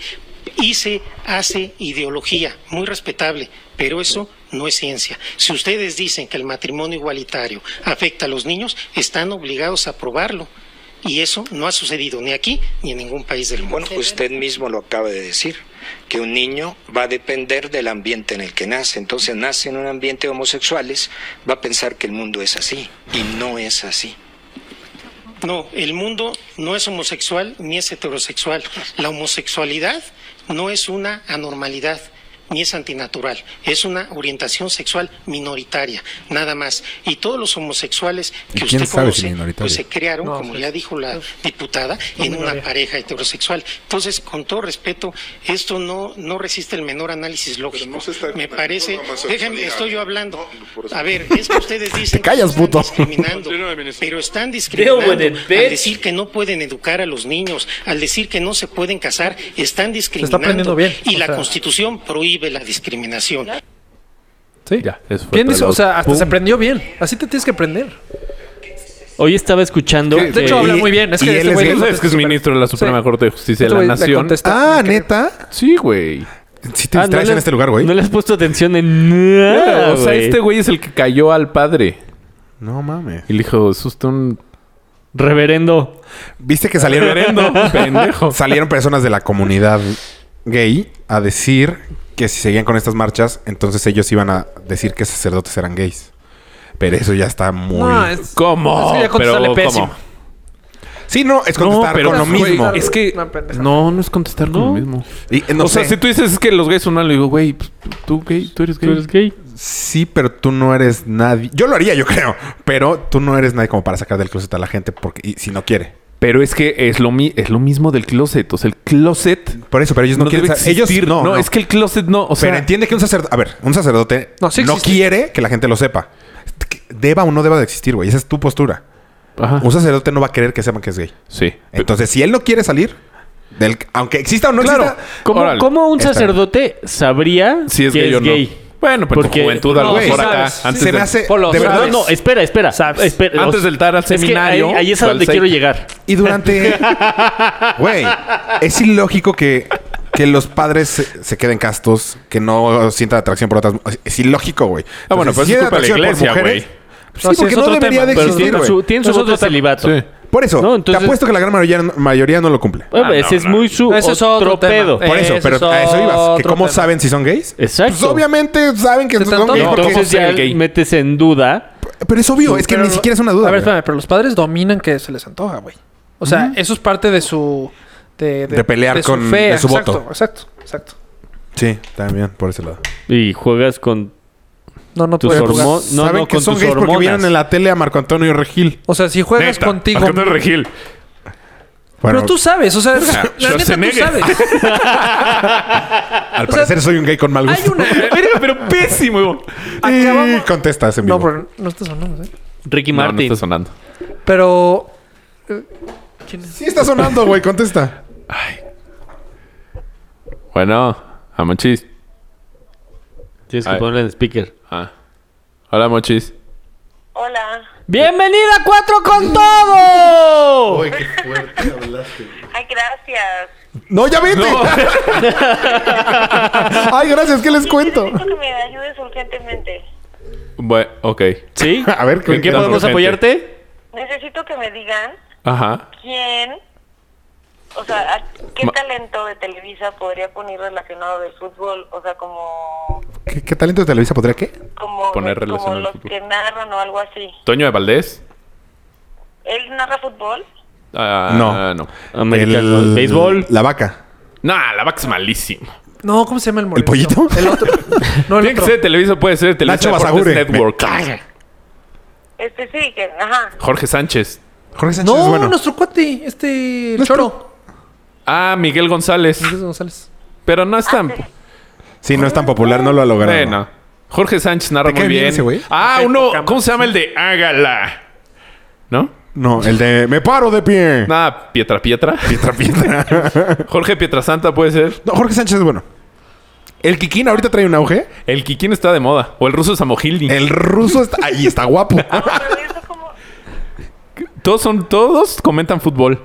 I: y se hace ideología, muy respetable, pero eso no es ciencia. Si ustedes dicen que el matrimonio igualitario afecta a los niños, están obligados a probarlo. Y eso no ha sucedido ni aquí ni en ningún país del mundo.
G: Bueno, usted mismo lo acaba de decir, que un niño va a depender del ambiente en el que nace. Entonces nace en un ambiente de homosexuales, va a pensar que el mundo es así y no es así.
I: No, el mundo no es homosexual ni es heterosexual. La homosexualidad no es una anormalidad ni es antinatural, es una orientación sexual minoritaria, nada más. Y todos los homosexuales
E: ¿Y
I: que
E: quién
I: usted
E: sabe si
I: conoce,
E: minoritaria?
I: pues se crearon,
D: No,
I: como
D: sí.
I: ya dijo la diputada,
D: No,
I: en una
D: minoría.
I: pareja heterosexual. Entonces, con todo respeto, esto no, no resiste el menor análisis lógico. Me parece, déjenme, estoy yo hablando. A ver, es que ustedes dicen que
E: callas,
I: están
E: puto.
I: discriminando,
H: Continúe, ministro.
I: pero están
C: Deal with
I: discriminando
C: it,
I: al
C: bitch.
I: decir que no pueden educar a los niños, al decir que no se pueden casar, están discriminando.
D: está aprendiendo bien,
I: Y
D: o
I: la
D: sea.
I: Constitución prohíbe la discriminación.
D: Sí.
A: Ya, eso fue
D: Bien
A: todo.
D: dice, o sea, hasta
A: Pum.
D: se prendió bien. Así te tienes que prender.
C: Hoy estaba escuchando. eh,
E: Sí,
D: De
C: que-
D: hecho, habla
E: Y-
D: muy bien. Es
E: y
D: que
E: él
D: este
E: es
D: güey
E: gay.
A: ¿No
D: lo
A: sabes que es
D: super-
A: ministro de la Suprema
D: Sí.
A: Corte de Justicia
D: Este
A: de
D: güey
A: la
D: le
A: Nación.
D: contesta.
E: Ah, ¿neta?
A: Sí, güey.
E: Si te
C: Ah,
E: distraes
C: le-
E: en este lugar, güey.
C: No le has puesto atención en nada.
A: o sea,
C: güey.
A: este güey es el que cayó al padre.
E: No mames.
A: Y le dijo, es usted un
C: Reverendo.
E: ¿Viste que salieron, (laughs)
A: pendejo.
E: salieron personas de la comunidad gay a decir que si seguían con estas marchas, entonces ellos iban a decir que sacerdotes eran gays? Pero eso ya está muy...
D: No, es-
A: ¿Cómo?
D: Es que ya contestarle pésimo.
E: Sí, no, es contestar con lo
A: güey,
E: mismo.
A: Es que...
D: Una pendeja.
A: No, no es contestar con lo mismo.
E: Y, eh, no
A: o sea,
E: sé.
A: si tú dices "Es que los gays son malos, digo, güey, pues, tú gay, tú eres gay.
C: ¿Tú eres gay?
E: Sí, pero tú no eres nadie. Yo lo haría, yo creo. Pero tú no eres nadie como para sacar del closet a la gente porque y si no quiere.
A: Pero es que es lo, mi- es lo mismo del closet. O sea, el closet
E: Por eso, pero ellos no,
A: no,
E: quieren.
A: debe
E: sa- Ellos
A: existir.
E: no, no.
A: es que el closet no. O
E: pero
A: sea,
E: entiende que un sacerdote, a ver, un sacerdote no,
D: No, sí existe.
E: quiere que la gente lo sepa. Que Deba o no deba de existir, güey. Esa es tu postura.
A: Ajá.
E: Un sacerdote no va a querer que sepan que es gay.
A: Sí.
E: Entonces, si él no quiere salir, del, aunque exista o no
A: Claro.
E: exista,
C: ¿Cómo,
A: Órale.
C: cómo un
E: Está bien.
C: sacerdote sabría
A: Si es
C: que
A: gay
C: es
A: o no.
C: gay?
A: Bueno, pero
C: Porque-
A: tu juventud a lo
D: No,
A: mejor
D: sí
A: acá.
D: sabes.
A: Antes
E: se me
A: de-
E: hace.
C: Polo,
E: de
C: no,
E: verdad.
C: no, espera, espera.
D: Sabes.
C: Espera, o
A: Antes
C: sea,
A: del TAR al
C: es que
A: seminario,
C: ahí, ahí es
A: o
C: a
A: al
C: donde quiero
A: SEIC.
C: llegar.
E: Y durante. Güey, es ilógico que, que los padres se, se queden castos, que no sientan atracción por otras. Es ilógico, güey.
A: Ah, bueno,
E: Entonces,
A: pues
E: si
A: es
E: hay
A: culpa de la
E: atracción por
A: iglesia,
E: mujeres,
A: güey.
E: pues
D: No,
E: sí,
D: sí,
E: porque
D: es
E: no
D: otro
E: debería
D: tema,
E: de
D: pero
C: Pero
D: sí,
E: existir,
C: tiene
E: güey.
C: su, tiene su
D: Es
C: voto
D: otro tema.
C: celibato.
A: Sí.
E: Por eso,
C: No, entonces-
E: te apuesto que la gran mayoría, mayoría no lo cumple.
C: Ah, pues, ese es muy su
D: No, ese es
C: otro,
D: otro tema.
C: pedo.
D: Eh,
E: Por eso,
D: Ese
E: pero
D: es
E: a eso ibas. Que
D: otro
E: ¿Cómo
D: tema.
E: saben si son gays?
C: Exacto.
E: Pues obviamente saben que
D: Se
E: no son
D: tanto-
E: gays.
D: No,
E: porque-
C: Entonces
A: ser
C: ya
A: gay?
C: metes en duda.
E: pero es obvio, es que
D: Pero-
E: ni siquiera es una duda.
D: A ver,
E: güey.
D: espérame, pero los padres dominan que se les antoja, güey. O sea, eso es parte de su. De,
E: De pelear
D: su
E: con-
D: fe.
E: de su
D: exacto,
E: voto.
D: Exacto, exacto.
E: Sí, también, por ese lado.
C: Y juegas con.
D: No, no
C: Tus
D: puedes jugar.
C: hormo- no,
E: saben
C: no,
E: que
C: con
E: son
C: tus
E: gays porque
C: hormonas.
E: vieron en la tele a Marco Antonio Regil.
D: O sea, si juegas
A: Neta,
D: contigo.
A: Marco Antonio Regil.
E: Bueno,
D: pero tú sabes, o sea, la neta tú
A: Schwarzenegger.
D: sabes.
A: (laughs)
E: al parecer soy un gay con mal gusto.
D: Hay una.
A: Verga, (laughs) pero pésimo.
E: (laughs) Y
D: Acabamos-
E: contestas en vivo.
D: No, pero no está sonando, ¿eh?
C: Ricky
A: No, no
C: Martin.
A: está sonando.
D: Pero.
E: Sí está sonando, güey, contesta.
A: Bueno, a Mochis.
C: Tienes que
A: Ay.
C: ponerle en speaker.
A: Ah. Hola, Mochis.
J: Hola.
C: ¡Bienvenida a Cuatro con Todo!
K: Uy, qué fuerte hablaste.
J: Ay, gracias.
E: No, ya vete. (laughs) Ay, gracias, ¿qué les cuento?
J: Necesito que me ayudes urgentemente.
A: Bueno, ok. (laughs)
C: ¿Sí?
E: A ver,
A: ¿En
E: ¿qué,
A: qué
C: ¿Qué podemos
A: Urgente.
C: apoyarte?
J: Necesito que me digan
A: Ajá.
J: quién, o sea, a- qué
A: Ma-
J: talento de Televisa podría poner relacionado del fútbol, o sea, como,
E: qué- qué talento de Televisa podría qué?
J: como,
A: Poner
J: como
A: relacionado al
J: los
A: fútbol.
J: que narran o algo así.
A: ¿Toño de Valdés?
J: ¿Él narra fútbol?
A: Ah,
E: No.
A: No,
C: Americano, (laughs)
E: El-
C: béisbol.
E: La vaca.
A: Nah, la vaca es malísimo.
D: No, ¿cómo se llama el
E: ¿El
D: moreno?
E: pollito?
D: No, el
A: Tiene que
D: otro.
A: ser de Televisa, puede ser de Televisa
E: Nacho
A: Deportes
E: Basagure.
A: Network.
J: Este
A: (laughs)
J: sí, que, ajá.
A: Jorge Sánchez.
E: Jorge Sánchez
D: No,
E: es bueno.
D: nuestro cuate, este el
E: Nuestro-
D: choro.
A: Ah, Miguel González.
D: Luis González.
A: Pero no es tan...
E: Sí, no es tan popular, no lo ha logrado.
A: Bueno. Jorge Sánchez narra
E: ¿Te cae
A: muy
E: bien
A: bien.
E: ese güey?
A: ah,
D: Ok,
A: uno...
D: poca madre.
A: ¿Cómo se llama el de Hágala? ¿No?
E: No, el de me paro de pie.
A: Nada, Pietra
E: (laughs)
A: Pietra.
E: Pietra, pietra.
A: Jorge Pietrasanta puede ser.
E: (laughs) No, Jorge Sánchez es bueno. El Kikín ahorita trae un auge.
A: El Kikín está de moda. O el ruso Samogildi.
E: El ruso está ahí, está (laughs) guapo.
J: No, pero eso como,
A: Todos son... Todos comentan fútbol.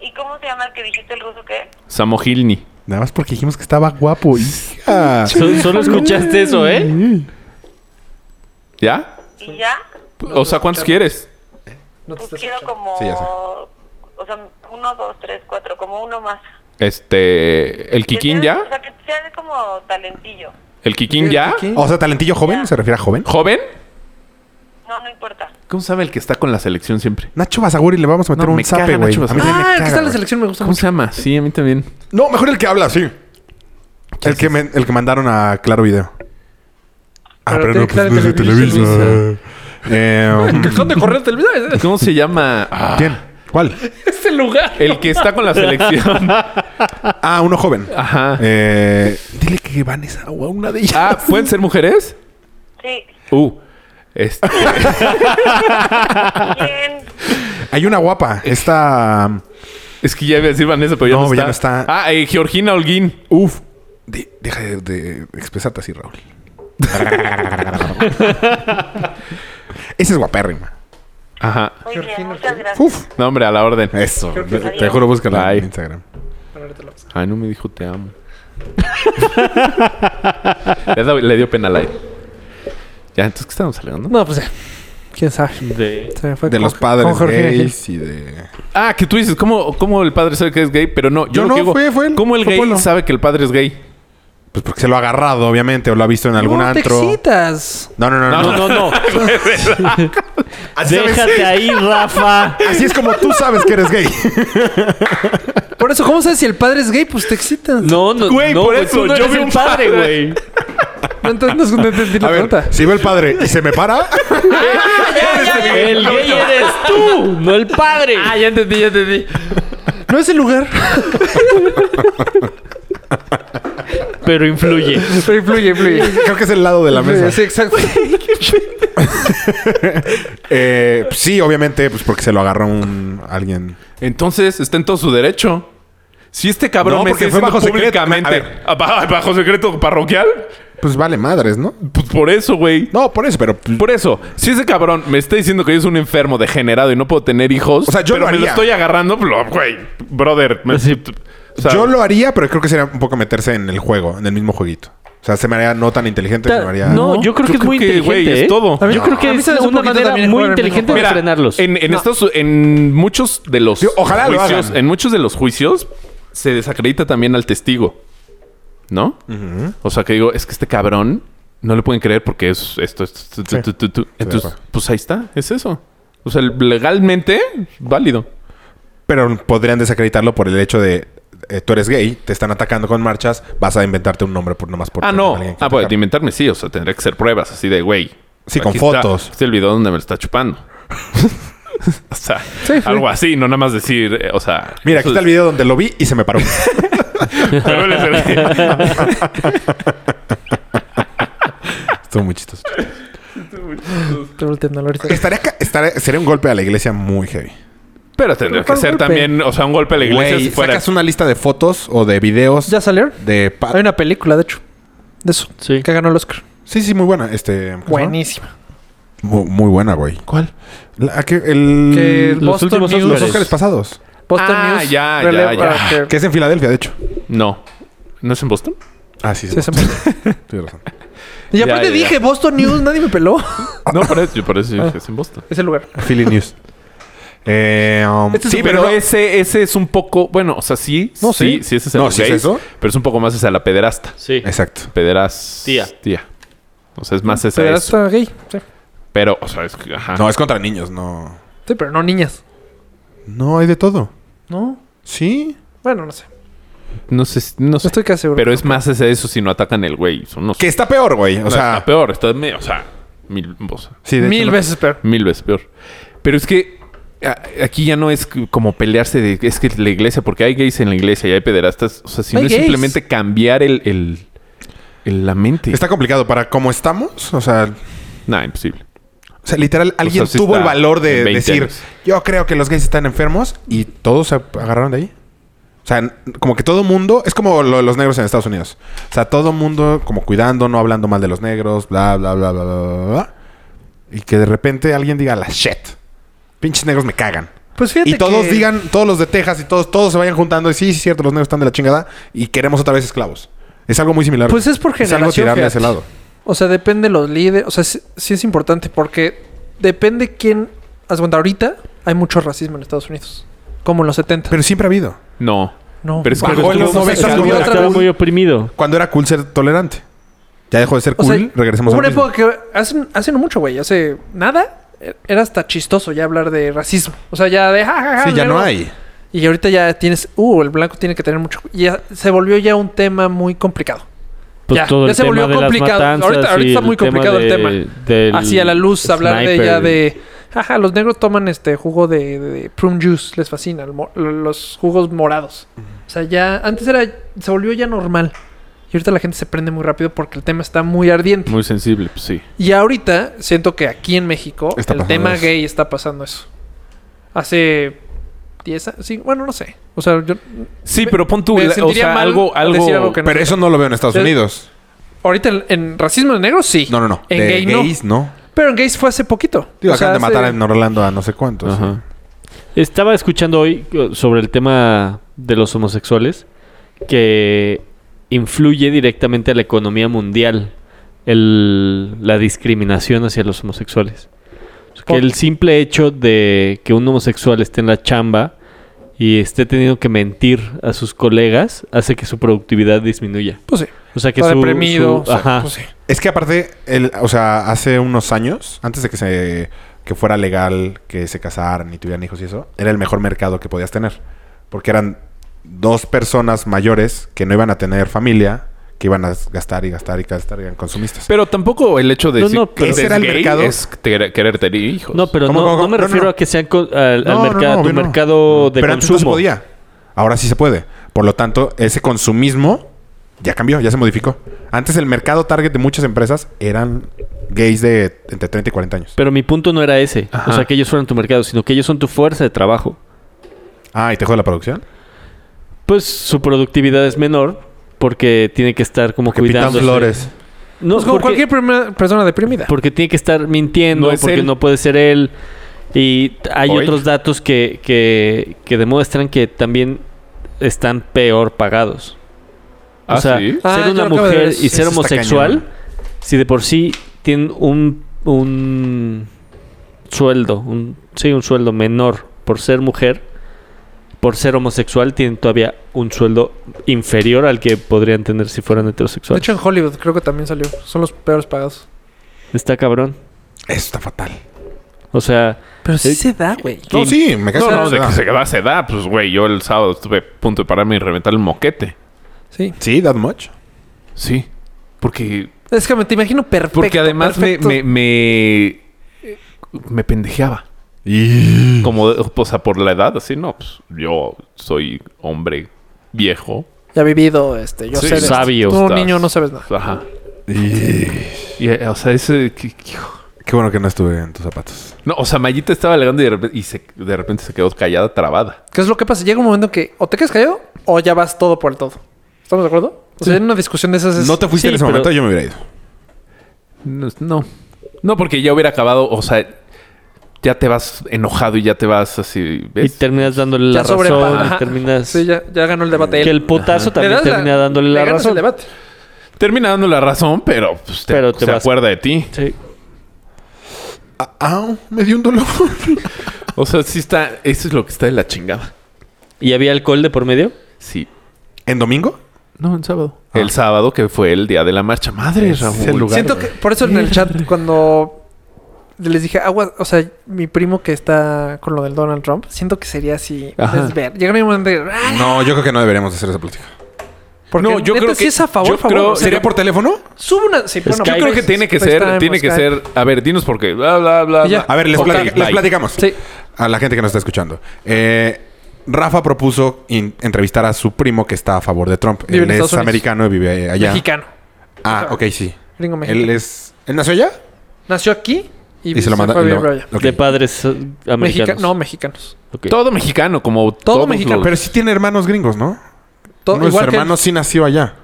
J: ¿y cómo se llama el que dijiste el ruso qué?
A: Samogilni.
E: Nada más porque dijimos que estaba guapo. hija.
C: So- solo escuchaste eso, ¿eh?
A: ¿Ya?
J: ¿Y ya?
A: O sea, ¿cuántos quieres?
D: No te
J: Pues
D: estás-
J: quiero como,
E: Sí, ya sé.
J: o sea, uno, dos, tres, cuatro, como uno más.
A: Este... ¿El
J: Que
A: Kikín
J: sea-
A: ya?
J: O sea, que sea de como talentillo.
A: ¿El Kikín ya?
D: Kikín.
E: O sea, talentillo joven, ¿se refiere a joven?
A: ¿Joven?
J: No, no importa.
A: ¿Cómo sabe el que está con la selección siempre?
E: Nacho Basaguri le vamos a meter
A: No,
E: un
A: me
E: zape,
A: caga
E: güey.
A: Nacho
E: A mí
A: Basaguri.
E: también me
D: Ah, el que
E: caga,
D: está en la
E: güey.
D: selección me gusta
A: ¿Cómo
D: mucho.
A: se llama? Sí, a mí también.
E: No, mejor el que habla, sí. El que, me- el que mandaron a Claro Video. Ah,
D: Pero
E: pero,
D: tiene
E: no,
D: Claro
E: pues no es de
D: Televisa.
E: Televisa. Eh,
D: Que son de correr televisión.
A: ¿Cómo se llama? Ah,
E: ¿Quién? ¿Cuál?
D: Este lugar.
A: El que está con la (laughs) selección.
E: Ah, uno joven. (laughs)
A: Ajá.
E: Eh, dile que Vanessa o a una de ellas.
A: Ah, ¿pueden ser mujeres?
J: Sí.
A: Uh. Este,
J: ¿Quién?
E: Hay una (laughs) guapa. Esta.
A: es que ya iba a decir Vanessa, pero ya
E: No,
A: no,
E: ya
A: está.
E: no está.
A: Ah, eh, Georgina Holguín.
E: Uf. De- deja de, de expresarte así, (laughs) Raúl. Esa es guapérrima.
A: Ajá.
J: Muy bien, muchas gracias.
E: Uf.
A: No, hombre, a la orden.
E: Eso. Te, te
J: Adiós.
E: juro, búscala
A: Bye.
E: en Instagram.
A: Ay, no me dijo te amo. (laughs) le, da- le dio pena al aire. Ya, entonces, ¿qué estábamos hablando?
D: No, pues ya. ¿Quién sabe?
C: De-
D: Se me fue
E: De
D: con-
E: los padres
D: con Jorge
E: gays y de.
A: Ah, que tú dices, ¿cómo, cómo el padre sabe que es gay? Pero no, yo,
E: Yo
A: lo
E: no,
A: que digo,
E: fue- fue él,
A: ¿cómo el
E: fue
A: gay
E: Polo.
A: sabe que el padre es gay?
E: Pues porque se lo ha agarrado, obviamente, o lo ha visto en algún
D: no, te
E: antro.
D: excitas.
E: No, no, no, no.
C: No, no, no.
E: Así, sabes-
C: Déjate ahí, Rafa.
E: así es como tú sabes que eres gay.
D: Por eso, ¿cómo sabes si el padre es gay? Pues te excitas.
C: No, no,
A: Güey,
C: no,
A: por
C: güey,
A: eso
C: tú no
A: yo
C: eres
A: vi
C: el
A: un
C: padre,
A: padre.
C: güey.
D: No, entonces no entendí la
E: A ver,
D: pregunta.
E: (laughs) si ve el padre y se me (laughs) para.
C: El gay eres tú, no el padre.
D: Ah, ya entendí, ya entendí. No es el lugar.
C: Pero influye. (laughs)
D: Pero influye, influye.
E: Creo que es el lado de la mesa.
D: Sí, exacto.
E: Eh, pues sí, obviamente, pues porque se lo agarró un alguien.
A: (laughs) Entonces, está en todo su derecho. Si este cabrón
E: No,
A: me
E: porque
A: está
E: fue
A: diciendo
E: bajo secreto.
A: públicamente...
E: A ver.
A: Ah, ba- ¿Bajo secreto parroquial?
E: Pues vale madres, ¿no?
A: Pues por eso, güey.
E: No, por eso, pero.
A: Por eso, si ese cabrón me está diciendo que yo soy un enfermo degenerado y no puedo tener hijos...
E: O sea, yo
A: pero
E: lo
A: me lo
E: haría.
A: estoy agarrando, pues, lo- güey. Brother. me-
C: Sí.
A: o sea,
E: yo lo haría, pero creo que sería un poco meterse en el juego, en el mismo jueguito. O sea, se me haría no tan inteligente, se me haría.
C: No, yo creo que es muy inteligente.
A: güey, es
C: ¿eh?
A: todo.
C: Yo creo que
D: A mí
C: es
D: se me hace un
C: una
D: poquito
C: manera
D: también
C: muy
D: jugar el mismo
C: inteligente de
A: Mira,
C: frenarlos.
A: En, en Estados- en muchos de los
E: Digo, ojalá lo
A: juicios,
E: hagan.
A: en muchos de los juicios se desacredita también al testigo, ¿no? O sea que digo, es que este cabrón no le pueden creer porque es esto, esto, esto, tu, tu, tu, tu. entonces,
E: acuerdo.
A: pues ahí está, es eso. O sea, legalmente válido.
E: Pero podrían desacreditarlo por el hecho de. eh, tú eres gay, te están atacando con marchas, vas a inventarte un nombre por nomás por.
A: ah,
E: tener
A: no.
E: a alguien que
A: Ah, pues
E: atacar.
A: de inventarme sí, o sea, tendría que ser pruebas así de güey.
E: Sí,
A: aquí
E: con
A: está-
E: fotos.
A: Este es el video donde me lo está
E: (laughs)
A: chupando. (laughs) o sea, algo así, no nada más decir, eh, o sea,
E: Mira,
A: eso
E: aquí está
A: es-
E: el video donde lo vi y se
A: (laughs)
E: me paró.
A: Me duele ser-
E: (laughs) Estuvo muy chistoso.
D: Pero el tema, ahorita.
E: Estaría, ca- estaría- sería un golpe a la iglesia muy heavy.
A: Pero tendría que
D: ¿Cuál
A: ser
D: golpe?
A: también, o sea, un golpe a la iglesia
E: Güey,
A: si fuera.
E: sacas una lista de fotos o de videos
D: ¿Ya salieron?
E: de pa-
D: Hay una película, de hecho, de eso.
C: Sí.
D: Que ganó el Oscar.
E: Sí, sí, muy buena. Este, ¿cómo se llama?
D: Buenísima.
E: mu- muy, buena, güey. ¿Cuál? La, que, el,
D: Que Los Eh, Boston últimos News-
E: Mm, los
D: Óscares.
E: Óscares pasados.
D: Boston
A: Ah,
D: News.
A: ya,
D: releva
A: ya, ya.
D: que-
E: (laughs) Que es en Filadelfia, de hecho.
A: No. ¿No es en Boston?
E: Ah, sí.
D: Sí,
E: sí,
D: se-
E: Tienes razón.
D: Y
A: Ya,
D: aparte
A: ya, ya.
D: dije, Boston News, nadie me peló.
A: No, por eso, yo por eso
D: Ah.
A: dije, es en Boston.
D: (laughs) Ese lugar.
E: Philly News. Eh, um,
D: Este es
A: Sí,
D: un
A: pero
D: video-
A: ese, ese es un poco, bueno, o sea, sí,
E: No,
A: sí,
E: sí.
A: sí, ese es el
E: No, sí es
A: gays,
E: eso.
A: pero es un poco más hacia la pederasta.
C: Sí.
E: Exacto.
A: Pederas...
C: Tía.
A: Tía. O sea, es más hacia
D: Pero
A: eso.
D: hasta gay. Sí.
A: Pero, o sea, es que, ajá.
E: No, es contra niños, no.
D: Sí, pero no niñas.
E: No, hay de todo.
D: ¿No?
E: Sí.
D: Bueno, no sé.
A: No sé, si- no
D: No
A: sé.
D: estoy casi seguro.
A: Pero es más hacia eso si no atacan el güey. Son unos...
E: Que está peor, güey. O
A: No,
E: sea,
A: está peor, está medio, o sea, mil, o sea,
E: sí, de hecho,
D: Mil
E: no-
D: veces peor.
A: mil veces peor. Pero es que a- aquí ya no es c- como pelearse de es que la iglesia, porque hay gays en la iglesia y hay pederastas, o sea, sino
D: Hay
A: es
D: gays.
A: simplemente cambiar el, el, el- la mente.
E: Está complicado para cómo estamos. O sea,
A: Nah, imposible.
E: o sea, literal, alguien
A: sí
E: tuvo
A: está
E: el valor de
A: en 20
E: decir,
A: años.
E: yo creo que los gays están enfermos y todos se agarraron de ahí. O sea, n- como que todo mundo, es como lo de los negros en Estados Unidos. O sea, todo mundo como cuidando, no hablando mal de los negros, bla, bla, bla, bla, bla, bla, bla. Y que de repente alguien diga, la shit, pinches negros me cagan.
D: Pues fíjate
E: y todos
D: que-
E: digan, todos los de Texas y todos, todos se vayan juntando y sí, sí, es cierto, los negros están de la chingada y queremos otra vez esclavos. Es algo muy similar.
D: Pues es por
E: Es algo
D: generación,
E: tirarle a
D: fíjate.
E: ese lado.
D: O sea, depende de los líderes. O sea, sí, sí es importante porque depende quién. Haz cuenta, ahorita hay mucho racismo en Estados Unidos. Como en los 70.
E: Pero siempre ha habido.
A: No.
D: no.
A: pero es que
E: Bajó
A: luego
E: en los
A: estuvo-
D: Pues
E: noventas,
D: estás
E: cuando
D: viviendo
E: era
D: otra
C: Estaba
D: vez.
C: muy oprimido.
E: Cuando era cool ser tolerante. Ya dejó de ser
D: O
E: cool,
D: sea,
E: regresemos
D: hubo
E: a
D: una
E: lo mismo.
D: época que hace, hace no mucho, güey. Hace nada. e-, Era hasta chistoso ya hablar de racismo. O sea, ya de... "Ja, ja, ja,
E: Sí, ya
D: negro".
E: no hay.
D: Y ahorita ya tienes... Uh, el blanco tiene que tener mucho... y ya se volvió ya un tema muy complicado.
C: Pues
D: Ya,
C: todo
D: ya
C: el
D: se
C: tema
D: volvió
C: de las
D: complicado.
C: matanzas
D: Ahorita-
C: y
D: ahorita está
C: el
D: muy complicado el
C: de- del
D: Así a la luz hablar de ya
C: sniper.
D: de... Jaja, los negros toman este jugo de, de- de prune juice. Les fascina. el mo- los jugos morados. O sea, ya... Antes era... Se volvió ya normal. Y ahorita la gente se prende muy rápido porque el tema está muy ardiente.
A: Muy sensible, pues sí.
D: Y ahorita siento que aquí en México
E: Está
D: el
E: pasando
D: tema
E: eso.
D: gay está pasando eso. Hace 10 años, sí, bueno, no sé. O sea, yo
A: Sí,
D: Me-
A: pero pon tú,
D: me
A: la- o
D: sentiría
A: sea,
D: mal
A: algo, algo,
D: decir algo que no-
E: Pero eso no lo veo en Estados
D: Sí.
E: Unidos.
D: ahorita en, en racismo de negros sí.
E: No, no, no.
D: En
E: De
D: gay
E: gays,
D: no.
E: no.
D: Pero en gays fue hace poquito.
E: Digo,
D: O sea,
E: acaban de matar
D: hace-
E: en Orlando a no sé cuántos.
A: Ajá.
C: Estaba escuchando hoy eh, sobre el tema de los homosexuales que influye directamente a la economía mundial el- la discriminación hacia los homosexuales. Que
D: ¿Por?
C: el simple hecho de que un homosexual esté en la chamba y esté teniendo que mentir a sus colegas hace que su productividad disminuya.
D: Pues sí.
C: O sea que
D: Está
C: su,
D: deprimido.
C: su-
D: o sea,
C: ajá.
D: pues sí.
E: Es que aparte, el, o sea, hace unos años, antes de que se que fuera legal que se casaran y tuvieran hijos y eso, era el mejor mercado que podías tener. Porque eran dos personas mayores que no iban a tener familia, que iban a gastar y gastar y gastar, eran consumistas.
A: Pero tampoco el hecho de
C: No,
A: decir
C: no, pero-
A: que eres
E: Ese era el
A: gay
E: mercado.
A: es querer, querer tener hijos.
C: No, pero
E: ¿Cómo,
C: no,
E: cómo,
C: no me
E: cómo? No,
C: refiero
E: no,
C: a que sean co- al, al
E: No, no,
C: mercado,
E: no,
C: a tu
E: obvio no.
C: mercado de
E: Pero antes no se
C: consumo.
E: podía. Ahora sí se puede. Por lo tanto, ese consumismo ya cambió, ya se modificó. Antes el mercado target de muchas empresas eran gays de entre 30 y 40 años.
C: Pero mi punto no era ese.
A: Ajá.
C: O sea, que ellos fueran tu mercado, sino que ellos son tu fuerza de trabajo.
E: Ah, ¿y te jode la producción?
C: Pues su productividad es menor porque tiene que estar como
E: Que pitan
C: cuidando.
E: flores.
C: No,
D: Pues como
C: porque,
D: cualquier primer- persona deprimida.
C: porque tiene que estar mintiendo,
A: No es
C: porque
A: él.
C: no puede ser él. Y t- hay
A: Hoy.
C: otros datos que, que, que demuestran que también están peor pagados. O
A: Ah,
C: sea,
A: ¿sí?
C: ser
D: Ah, yo
C: una
D: lo acabo de ver,
C: mujer y
D: eso
C: ser
E: está
C: homosexual,
E: cañón.
C: si de por sí tienen un, un sueldo, un, sí, un sueldo menor por ser mujer, por ser homosexual, tienen todavía un sueldo inferior al que podrían tener si fueran
D: De
C: heterosexuales.
D: hecho, en Hollywood creo que también salió. Son los peores pagados.
C: Está cabrón.
E: Eso está fatal.
C: O sea,
D: Pero sí
C: Eh,
D: se da, güey.
E: No, sí,
A: No,
E: me cago en
A: no,
E: la
A: de que
E: ciudad.
A: se va, se da. Pues, güey, yo el sábado estuve a punto de pararme y reventar el moquete.
D: Sí.
E: Sí, that much.
A: Sí. Porque
D: Es que me te imagino perfecto.
A: Porque además me,
D: perfecto.
A: me, me, me pendejeaba. Como, o sea, por la edad, así, no, pues yo soy hombre viejo.
D: Ya he vivido, este, yo
A: Sí,
D: sé. de esto.
C: sabio.
D: Tú,
A: Estás-
D: niño, no sabes nada.
A: Ajá. Y, eh, o sea, ese... que- que- hijo.
E: Qué bueno que no estuve en tus zapatos.
A: No, o sea, Mayita estaba alegando y, de repente, y se, de repente se quedó callada, trabada.
D: ¿Qué es lo que pasa? Llega un momento que o te quedas callado o ya vas todo por el todo. ¿Estamos de acuerdo? O sea, en una discusión de esas es...
E: No te fuiste
C: sí,
E: en ese
C: pero-
E: momento, yo me hubiera ido.
A: No. no. No, porque ya hubiera acabado, o sea, ya te vas enojado y ya te vas así. ¿ves?
C: Y terminas dándole la
A: Ya sobrepa-
C: razón.
A: Ajá.
C: y terminas...
D: Sí, ya, ya ganó el debate. él.
C: Que el putazo
D: Le
C: también
D: das
C: termina dándole la
D: le ganas
C: razón.
D: el debate.
A: Termina dando la razón, pero, pues, te,
C: Pero te
A: se
C: vas-
A: acuerda de ti.
C: Sí.
E: Ah, me dio un dolor.
A: O sea, sí está. Eso es lo que está de la chingada.
C: ¿Y había alcohol de por medio?
A: Sí.
E: ¿En domingo?
A: No, el sábado. Ah. El sábado que fue el día de la marcha. Madre,
E: Es
A: Raúl.
E: el lugar.
D: Siento que por eso en el chat cuando les dije agua, o sea, mi primo que está con lo del Donald Trump, siento que sería así
A: Ajá.
D: desver. Llega un momento de "Ah",
E: No, yo creo que no deberíamos hacer esa política.
D: porque
A: No, yo
D: neta,
A: creo
D: sí
A: que-
D: es a favor,
A: yo
D: favor.
A: creo-
D: o sea,
E: ¿Sería por teléfono?
D: sube una sí, bueno,
A: Yo creo que tiene que ser,
D: FaceTime,
A: tiene que
D: Skype.
A: ser. A ver, dinos por qué. Bla, bla, bla.
D: Y ya.
A: bla.
E: A ver, les,
A: Ok,
E: platic- les
A: bye.
E: platicamos.
D: Sí.
E: A la gente que nos está escuchando. Eh, Rafa propuso in- entrevistar a su primo que está a favor de Trump.
D: Vive en
E: Él es
D: Estados Unidos.
E: americano y vive allá.
D: mexicano.
E: Ah, ok, sí.
D: Gringo
E: Él
D: mexicano.
E: es. ¿Él nació allá?
D: Nació aquí y,
E: Y se lo manda.
D: fue a
E: y lo-
D: vivir allá.
E: ok.
C: De padres eh,
D: Mexica-
C: americanos.
D: no, mexicanos.
C: Ok.
A: Todo mexicano, como todos
D: mexicano,
A: los-
E: Pero sí tiene hermanos gringos, ¿no?
D: To-
E: Uno de sus
D: igual que-
E: hermanos sí nació allá.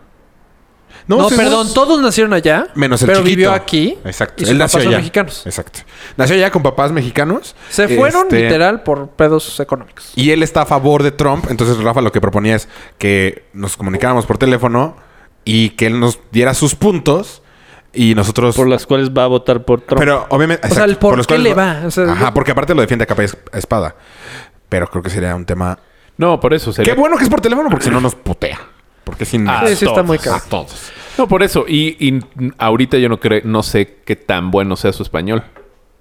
D: No,
E: sí,
D: perdón,
E: unos-
D: todos nacieron allá.
E: Menos el
D: Pero
E: chiquito.
D: vivió aquí.
E: Exacto.
D: Y sus
E: Él nació
D: papás son
E: allá.
D: mexicanos.
E: Exacto. Nació allá con papás mexicanos.
D: Se fueron
E: Este,
D: literal por pedos económicos.
E: Y él está a favor de Trump. Entonces, Rafa lo que proponía es que nos comunicáramos por teléfono y que él nos diera sus puntos y nosotros.
C: Por las cuales va a votar por Trump.
E: Pero obviamente.
D: O sea, el por
E: los
D: qué
E: cuales-
D: le va, o sea,
E: Ajá, porque aparte lo defiende a capa y es- a espada. Pero creo que sería un tema.
A: No, por eso sería.
E: Qué bueno que es por teléfono porque si no nos putea. Porque sin.
A: Ah,
D: Sí, sí está muy caro.
E: A todos.
A: No, por eso. Y, y ahorita yo no creo, no sé qué tan bueno sea su español.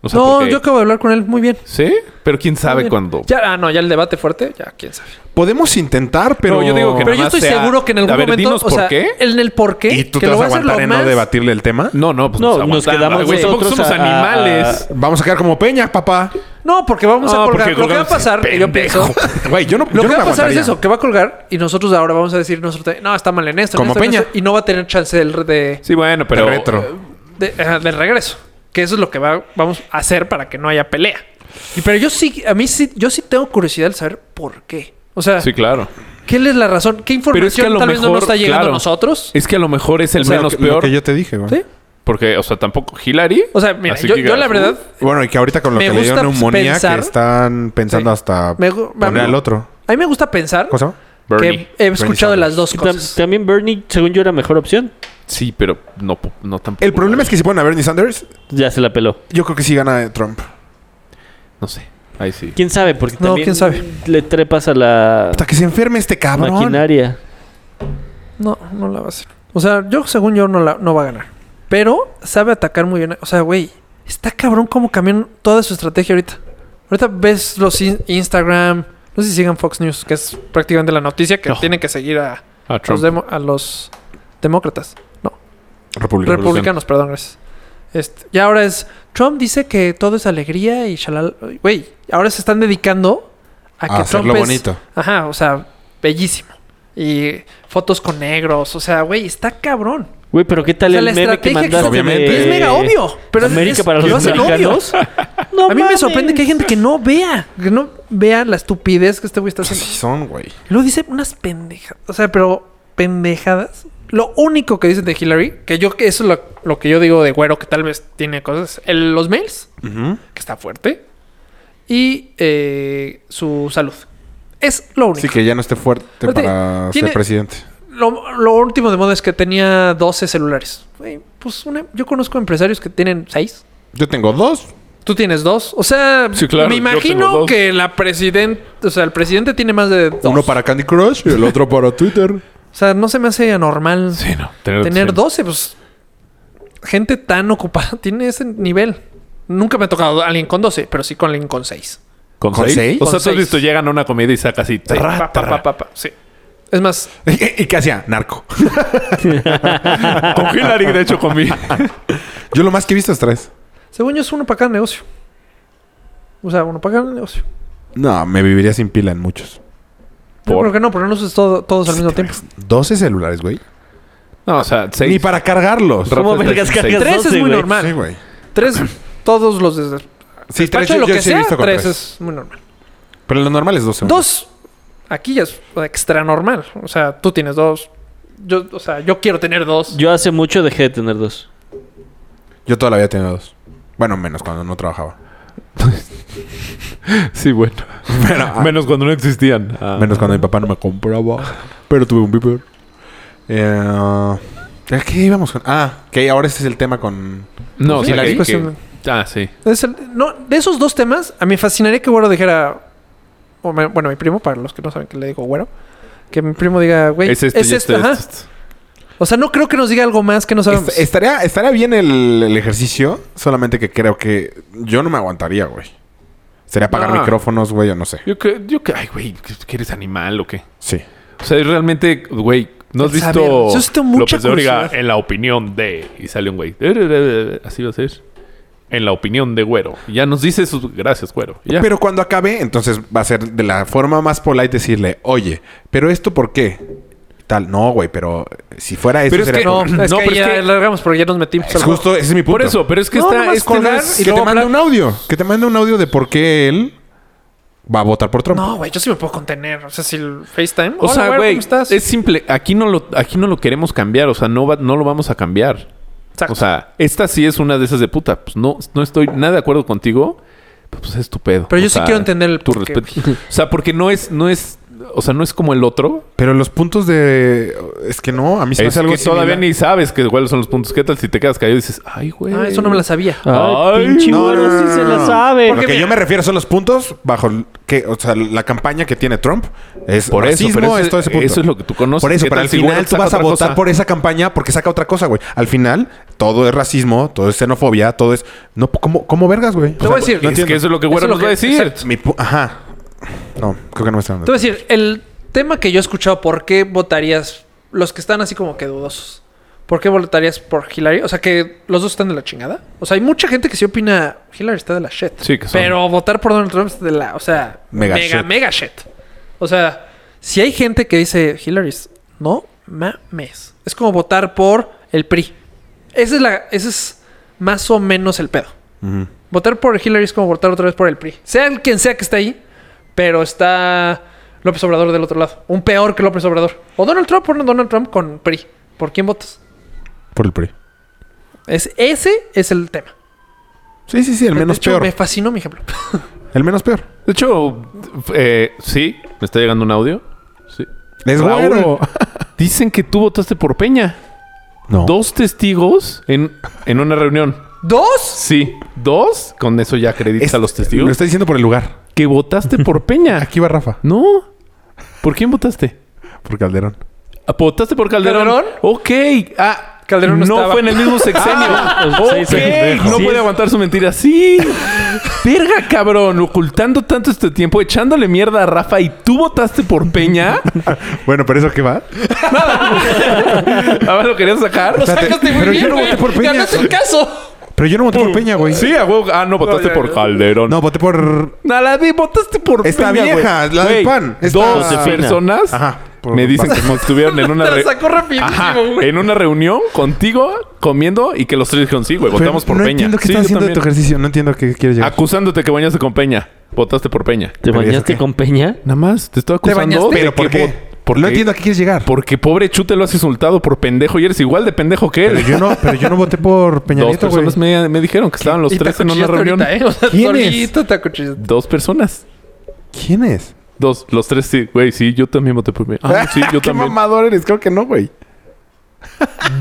A: O sea,
D: no,
A: porque-
D: yo acabo de hablar con él muy bien.
A: ¿Sí? Pero quién sabe
D: Muy bien.
A: cuándo.
D: Ya, ah, no, ya el debate fuerte, ya, quién sabe.
E: Podemos intentar, pero.
A: No, yo digo que
D: Pero
A: nada
D: yo
A: más
D: estoy
A: sea-
D: seguro que en algún
A: a ver,
D: momento.
A: dinos
D: o
A: por
D: sea,
A: qué.
D: En el por qué.
E: ¿Y tú
D: que
E: te
D: lo
E: vas a
D: voy hacer
E: aguantar
D: lo
E: en
D: más-
E: no debatirle el tema?
A: No, no, pues
C: No,
A: aguantamos,
C: nos quedamos
A: güey. Tampoco
C: nosotros
A: somos
C: a-
A: animales.
E: Vamos a quedar como Peña, papá.
D: No, porque vamos
A: No,
D: a
A: porque
D: colgar. Lo que va a
A: colgamos
D: pasar, que yo pienso.
A: (laughs)
E: Güey, yo no.
D: Lo
E: yo
D: que
E: no
D: va a
E: me
D: pasar es
E: aguantaría.
D: eso, que va a colgar y nosotros ahora vamos a decir, nosotros, no, está mal en esto. en
E: Como
D: esto, en
E: Peña.
D: esto", y no va a tener chance del, de,
A: Sí, bueno, pero.
E: De retro.
D: de- ajá, del regreso. Que eso es lo que va, vamos a hacer para que no haya pelea. Y, pero yo sí, a mí sí, yo sí tengo curiosidad de saber por qué. O sea,
A: Sí, claro.
D: ¿qué es la razón? ¿Qué información
A: Pero es que a lo
D: tal vez no
A: mejor,
D: nos está llegando
A: claro.
D: a nosotros?
A: Es que a lo mejor es el
E: O sea,
A: menos
E: lo que- Lo
A: peor.
E: que yo te dije, güey.
D: ¿Sí?
A: Porque, o sea, tampoco Hillary.
D: O sea, mira,
A: Así
D: yo,
A: que
D: yo la
A: digas,
D: verdad,
E: Bueno, y que ahorita con lo
D: Me
E: que le dio
D: gusta pues,
E: neumonía,
D: pensar-
E: que están
D: Sí.
E: pensando
A: "Uh,
E: hasta
D: Me gu-
E: poner
D: me-
E: al otro.
D: a mí me gusta pensar
E: ¿Cómo se llama?
A: Bernie.
D: que he escuchado de las dos
C: Y tam-
D: cosas.
C: también Bernie, según yo, era mejor opción.
A: Sí, pero no, po- no tampoco.
E: El problema es que si ponen a Bernie Sanders,
C: Ya se la peló.
E: yo creo que sí gana Trump.
A: No sé. Ahí sí.
C: ¿Quién sabe? Porque
D: No,
C: también
D: quién sabe.
C: le trepas a la
E: Hasta que se enferme este cabrón.
C: maquinaria.
D: No, no la va a hacer. O sea, yo según yo no, la, no va a ganar. Pero sabe atacar muy bien. O sea, güey, está cabrón cómo cambian toda su estrategia ahorita. Ahorita ves los in- Instagram. No sé si sigan Fox News, que es prácticamente la noticia que
A: No.
D: tienen que seguir a,
A: Ah,
D: los
A: Trump.
D: demo- a los demócratas. No,
E: Republicano.
D: republicanos, perdón, gracias. Este, y ahora es. Trump dice que todo es alegría y shalal. Güey, ahora se están dedicando a que
E: A hacerlo
D: Trump es-
E: bonito.
D: Ajá, o sea, bellísimo. Y fotos con negros. O sea, güey, está cabrón.
C: Güey, pero ¿qué tal
D: O sea, la
C: el meme que
D: estrategia que
C: mandaste?
E: Obviamente.
C: de
D: Es mega obvio. Pero es-
C: América
D: es-
C: para
D: lo
C: los
D: hacen obvio.
C: americanos. No
D: a mí me
C: mames.
D: sorprende que hay gente que no vea, que no vea la estupidez que este güey está haciendo.
E: Sí Pues (laughs) son, güey.
D: Y Luego dice unas pendejadas. O sea, pero pendejadas. Lo único que dicen de Hillary, que yo, que eso es lo, lo que yo digo de güero, que tal vez tiene cosas. el- los mails, que está fuerte. Y eh, su salud. Es lo único.
E: Sí, que ya no esté fuerte
D: Aparte,
E: para
D: tiene-
E: ser presidente.
D: Lo, lo último de moda es que tenía 12 celulares. Güey, pues una- yo conozco empresarios que tienen 6.
E: Yo tengo dos.
D: Tú tienes dos. O sea,
A: Sí, claro,
D: me
A: yo tengo
D: imagino
A: dos.
D: que la presidente, o sea, el presidente tiene más de dos.
E: Uno para Candy Crush y el otro para Twitter.
D: O sea, no se me hace anormal
A: Sí, no. Tener,
D: tener
A: sí.
D: 12, pues gente tan ocupada (laughs) tiene ese nivel. Nunca me ha tocado alguien con 12, pero sí con alguien con 6.
A: ¿Con,
E: ¿Con
A: seis?
E: seis?
A: O sea,
D: Con
A: tú has
D: seis.
A: visto, llegan a una comida y saca así. tarra, tarra.
D: Sí. Es más,
E: (laughs) ¿Y, y qué hacía? Narco.
A: (laughs) Con Hillary, de hecho,
D: (laughs)
A: comí.
E: (laughs) Yo lo más que he visto es tres.
D: según yo es uno para cada negocio. O sea, uno para cada negocio.
E: No, me viviría sin pila en muchos.
D: Yo
A: Por-
D: creo que no, pero no uses todo- todos al mismo tiempo.
E: 12 celulares, güey.
A: No, o sea, seis.
E: Ni para cargarlos.
A: Rafa
C: ¿Cómo
A: está
C: vergas
A: en seis.
C: cargas
D: Tres (laughs) es
C: 12,
D: muy
C: güey?
D: normal.
E: Sí, güey.
D: Tres, todos los desde
E: Sí, tres.
D: despacho de
E: Yo,
D: lo
E: yo
D: que
E: sí he
D: sea,
E: visto con
D: tres
E: tres.
D: es muy normal.
E: Pero lo normal es 12.
D: Dos, aquí ya es extra normal. O sea, tú tienes dos. Yo, o sea, yo quiero tener dos.
C: Yo hace mucho dejé de tener dos.
E: Yo toda la vida he tenido dos. Bueno, menos cuando
D: (laughs)
E: no trabajaba.
A: Sí, bueno. Menos cuando no existían. Ah.
E: ah. Menos cuando mi papá no me compraba. Pero tuve un beeper. Eh, ¿a ¿Qué íbamos con? Ah, que ahora este es el tema con...
A: No,
E: con
A: sí, la
E: Hillary,
A: que-
E: que-
A: que- Ah, sí.
D: Es el- no, de esos dos temas, a mí me fascinaría que Güero dijera. o me- bueno, mi primo, para los que no saben que le digo Güero, que mi primo diga, güey,
A: Es este, y este,
D: ajá.
A: este,
D: O sea, no creo que nos diga algo más que no sabemos.
E: Est- estaría, estaría bien el, el ejercicio, solamente que creo que yo no me aguantaría, güey. Sería apagar
A: Ah.
E: micrófonos, güey, o no sé.
A: Yo que, yo que, ay, güey, ¿que ¿eres animal o qué?
E: Sí.
A: O sea, realmente, güey, no has
D: El
A: visto
D: saber. Yo siento mucha
A: López de Origa
D: curiosidad.
A: en la opinión de. Y sale un güey. "Eh, eh, eh", Así va a ser. En la opinión de güero. Y ya nos dice sus gracias, güero. Y ya.
E: Pero cuando acabe, entonces va a ser de la forma más polite decirle, oye, pero esto por qué? Tal, no, güey, pero si fuera eso
A: Pero es
E: sería
A: que-
E: por-
D: no, es
A: no,
D: que
A: pero es
D: ya
A: que-
D: largamos, pero ya nos metimos.
E: Es justo, ese es mi punto.
A: Por eso, pero es que
D: No,
A: está
D: nomás
A: es
D: colgar
A: colgar
E: Y
A: y
E: que te
A: luego
E: mande
A: hablar.
E: un audio. Que te mande un audio de por qué él va a votar por Trump.
D: No, güey, yo sí me puedo contener. O sea, si el FaceTime.
A: O sea, güey,
D: ¿cómo estás?
A: es simple. Aquí no lo, aquí no lo queremos cambiar. O sea, no, va, no lo vamos a cambiar.
D: Exacto.
A: O sea, esta sí es una de esas de puta. Pues no, no estoy nada de acuerdo contigo. pero Pues es tu pedo.
D: Pero
A: O
D: yo sí
A: sea,
D: quiero entender el
A: tu
D: por qué,
A: respeto. O sea, porque no es, no es, o sea, no es como el otro.
E: Pero los puntos de... Es que no, a mí se me
A: Es
E: hace algo
A: que todavía
E: similar.
A: ni sabes que cuáles son los puntos. ¿Qué tal si te quedas callado y dices, ay, güey?
D: Ah, eso no me la sabía.
A: Ay,
C: pinche
E: no,
C: güero,
E: no, no,
C: sí se
E: no, no.
C: la sabe.
E: Lo que
D: mira-
E: yo me refiero son los puntos bajo el- que, o sea, la campaña que tiene Trump es
A: Por eso,
E: racismo,
A: pero
E: es
A: ese-
E: todo ese punto.
A: eso es lo que tú conoces.
E: Por eso,
A: ¿Qué
E: pero
A: tal
E: al
A: si
E: final
A: Warren
E: tú
A: saca
E: vas a
A: otra
E: votar
A: cosa?
E: por esa campaña porque saca otra cosa, güey. Al final todo es racismo, todo es xenofobia, todo es no cómo cómo vergas, güey.
D: Te voy a decir-
E: no
A: es que
E: entiendo.
A: eso es lo que
D: Eso
A: Güero
D: es lo
A: nos va a
D: que-
A: decir.
D: exacto.
E: Mi pu- ajá. No, creo que no me está
D: Te
E: dando.
D: voy a decir, el tema que yo he escuchado, ¿por qué votarías? Los que están así como que dudosos. ¿Por qué votarías por Hillary? O sea, que los dos están de la chingada. O sea, hay mucha gente que sí opina, Hillary está de la shit.
A: Sí, que son-
D: Pero votar por Donald Trump es de la, o sea,
E: Mega
D: mega, mega
E: shit.
D: shit. O sea, si hay gente que dice, Hillary, es- no mames. Es como votar por el PRI. Esa es la, ese es más o menos el pedo.
E: Ujú.
D: Votar por Hillary es como votar otra vez por el PRI. Sea el quien sea que está ahí, pero está López Obrador del otro lado. Un peor que López Obrador. O Donald Trump, por Donald Trump con PRI. ¿Por quién votas?
E: Por el PRI.
D: Es, ese es el tema.
E: Sí, sí, sí, el menos
D: De hecho,
E: peor.
D: Me fascinó mi ejemplo. (laughs)
E: El menos peor.
A: De hecho, eh, sí, me está llegando un audio. Sí.
E: Es
A: Raúl.
E: (laughs) güero.
A: Dicen que tú votaste por Peña.
E: No.
A: Dos testigos en, en una reunión.
D: ¿Dos?
A: Sí, dos. Con eso ya acreditas
E: Es-
A: a los testigos.
E: Lo está diciendo por el lugar.
A: Que votaste por Peña.
E: Aquí va Rafa,
A: No. ¿Por quién votaste?
E: por Calderón.
A: Ah, ¿Votaste por Calderón?
D: ¿Calderón?
A: Ok. Ah,
D: Calderón no
A: no
D: estaba.
A: fue en el mismo sexenio.
C: Ah,
A: ok.
C: sí, sí, pendejo.
A: No
C: Sí
A: puede
C: es.
A: aguantar su mentira. Sí. Verga, cabrón. Ocultando tanto este tiempo, echándole mierda a Rafa y tú votaste por Peña.
E: Bueno, pero eso qué va.
A: Ahora ¿Ah, lo querías sacar.
D: Lo sacaste muy
E: pero yo
D: bien,
E: no
D: güey.
E: voté por Peña.
D: Ganaste el caso.
E: Pero yo no voté por Peña, güey.
A: Sí, a huevo. Ah, no, votaste
D: No, ya,
A: por
D: ya.
A: Calderón.
E: No, voté por
A: No, la vi, votaste por
E: Esta
A: Peña,
E: vieja,
A: güey.
E: la del
A: Güey,
E: PAN, esta-
A: Dos
E: Josefina.
A: personas
E: Ajá, por-
A: me dicen que estuvieron en una...
D: Te la
A: re-
D: sacó rapidísimo,
A: Ajá,
D: güey.
A: en una reunión contigo, comiendo y que los tres dijeron sí, güey,
E: Pero
A: votamos por
E: no
A: Peña.
E: entiendo qué
A: Sí,
E: estás
A: yo
E: haciendo de tu
A: también.
E: ejercicio. No entiendo qué quieres llegar.
A: Acusándote que bañaste con Peña. Votaste por Peña.
C: ¿Te
E: Pero ya
C: bañaste
E: sé.
C: con Peña?
A: Nada más, te estoy acusando.
D: bañaste?
A: de
E: Pero
A: que
E: ¿por qué?
A: vot- porque-
E: No entiendo a qué quieres llegar.
A: Porque pobre Chute lo has insultado por pendejo y eres igual de pendejo que él.
E: Pero yo no, pero yo no voté por Peña
A: Dos
E: Nieto, güey.
A: personas me, me dijeron que estaban los
D: Y te
A: tres en una
D: acuchillaste
A: reunión.
D: ahorita, ¿eh? O sea,
E: ¿Quién es?
D: solito te acuchillaste.
A: Dos personas.
E: ¿Quién es?
A: Dos, los tres sí, güey, sí, yo también voté por mí. Ah,
E: (laughs)
A: sí, yo
E: ¿Qué
A: también.
E: mamador eres? Creo que no, güey.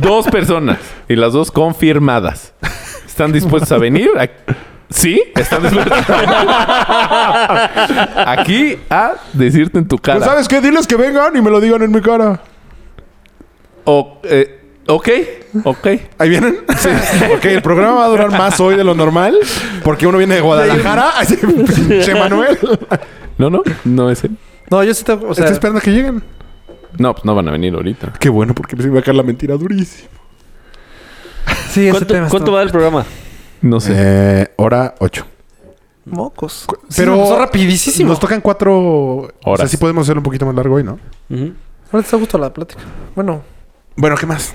A: Dos personas y las dos confirmadas. ¿Están dispuestos a venir? A- Sí, están dispuestos. (laughs) Aquí a decirte en tu cara.
E: Pues, ¿Sabes qué? Diles que vengan y me lo digan en mi cara.
A: O- eh, ok, ok.
E: ¿Ahí vienen? Sí. (laughs) ok, el programa va a durar más hoy de lo normal. Porque uno viene de Guadalajara. Ay, sí, (laughs) pinche Manuel.
A: No, no, no es él.
D: No, yo sí te... O sea,
E: Estoy esperando a que lleguen.
A: No, pues no van a venir ahorita.
E: Qué bueno, porque se me va a caer la mentira durísimo.
D: sí, ese
E: este
C: ¿Cuánto,
D: tema está-
C: cuánto va el programa?
A: No sé.
E: Eh, hora 8.
D: Mocos.
E: Pero-
D: Pero... pasó rapidísimo.
E: Nos tocan cuatro horas. O sea,
A: Horas.
E: sí podemos hacerlo un poquito más largo hoy, ¿no?
C: Ujú.
D: Ahora te está gusto la plática. Bueno...
E: Bueno, ¿qué más?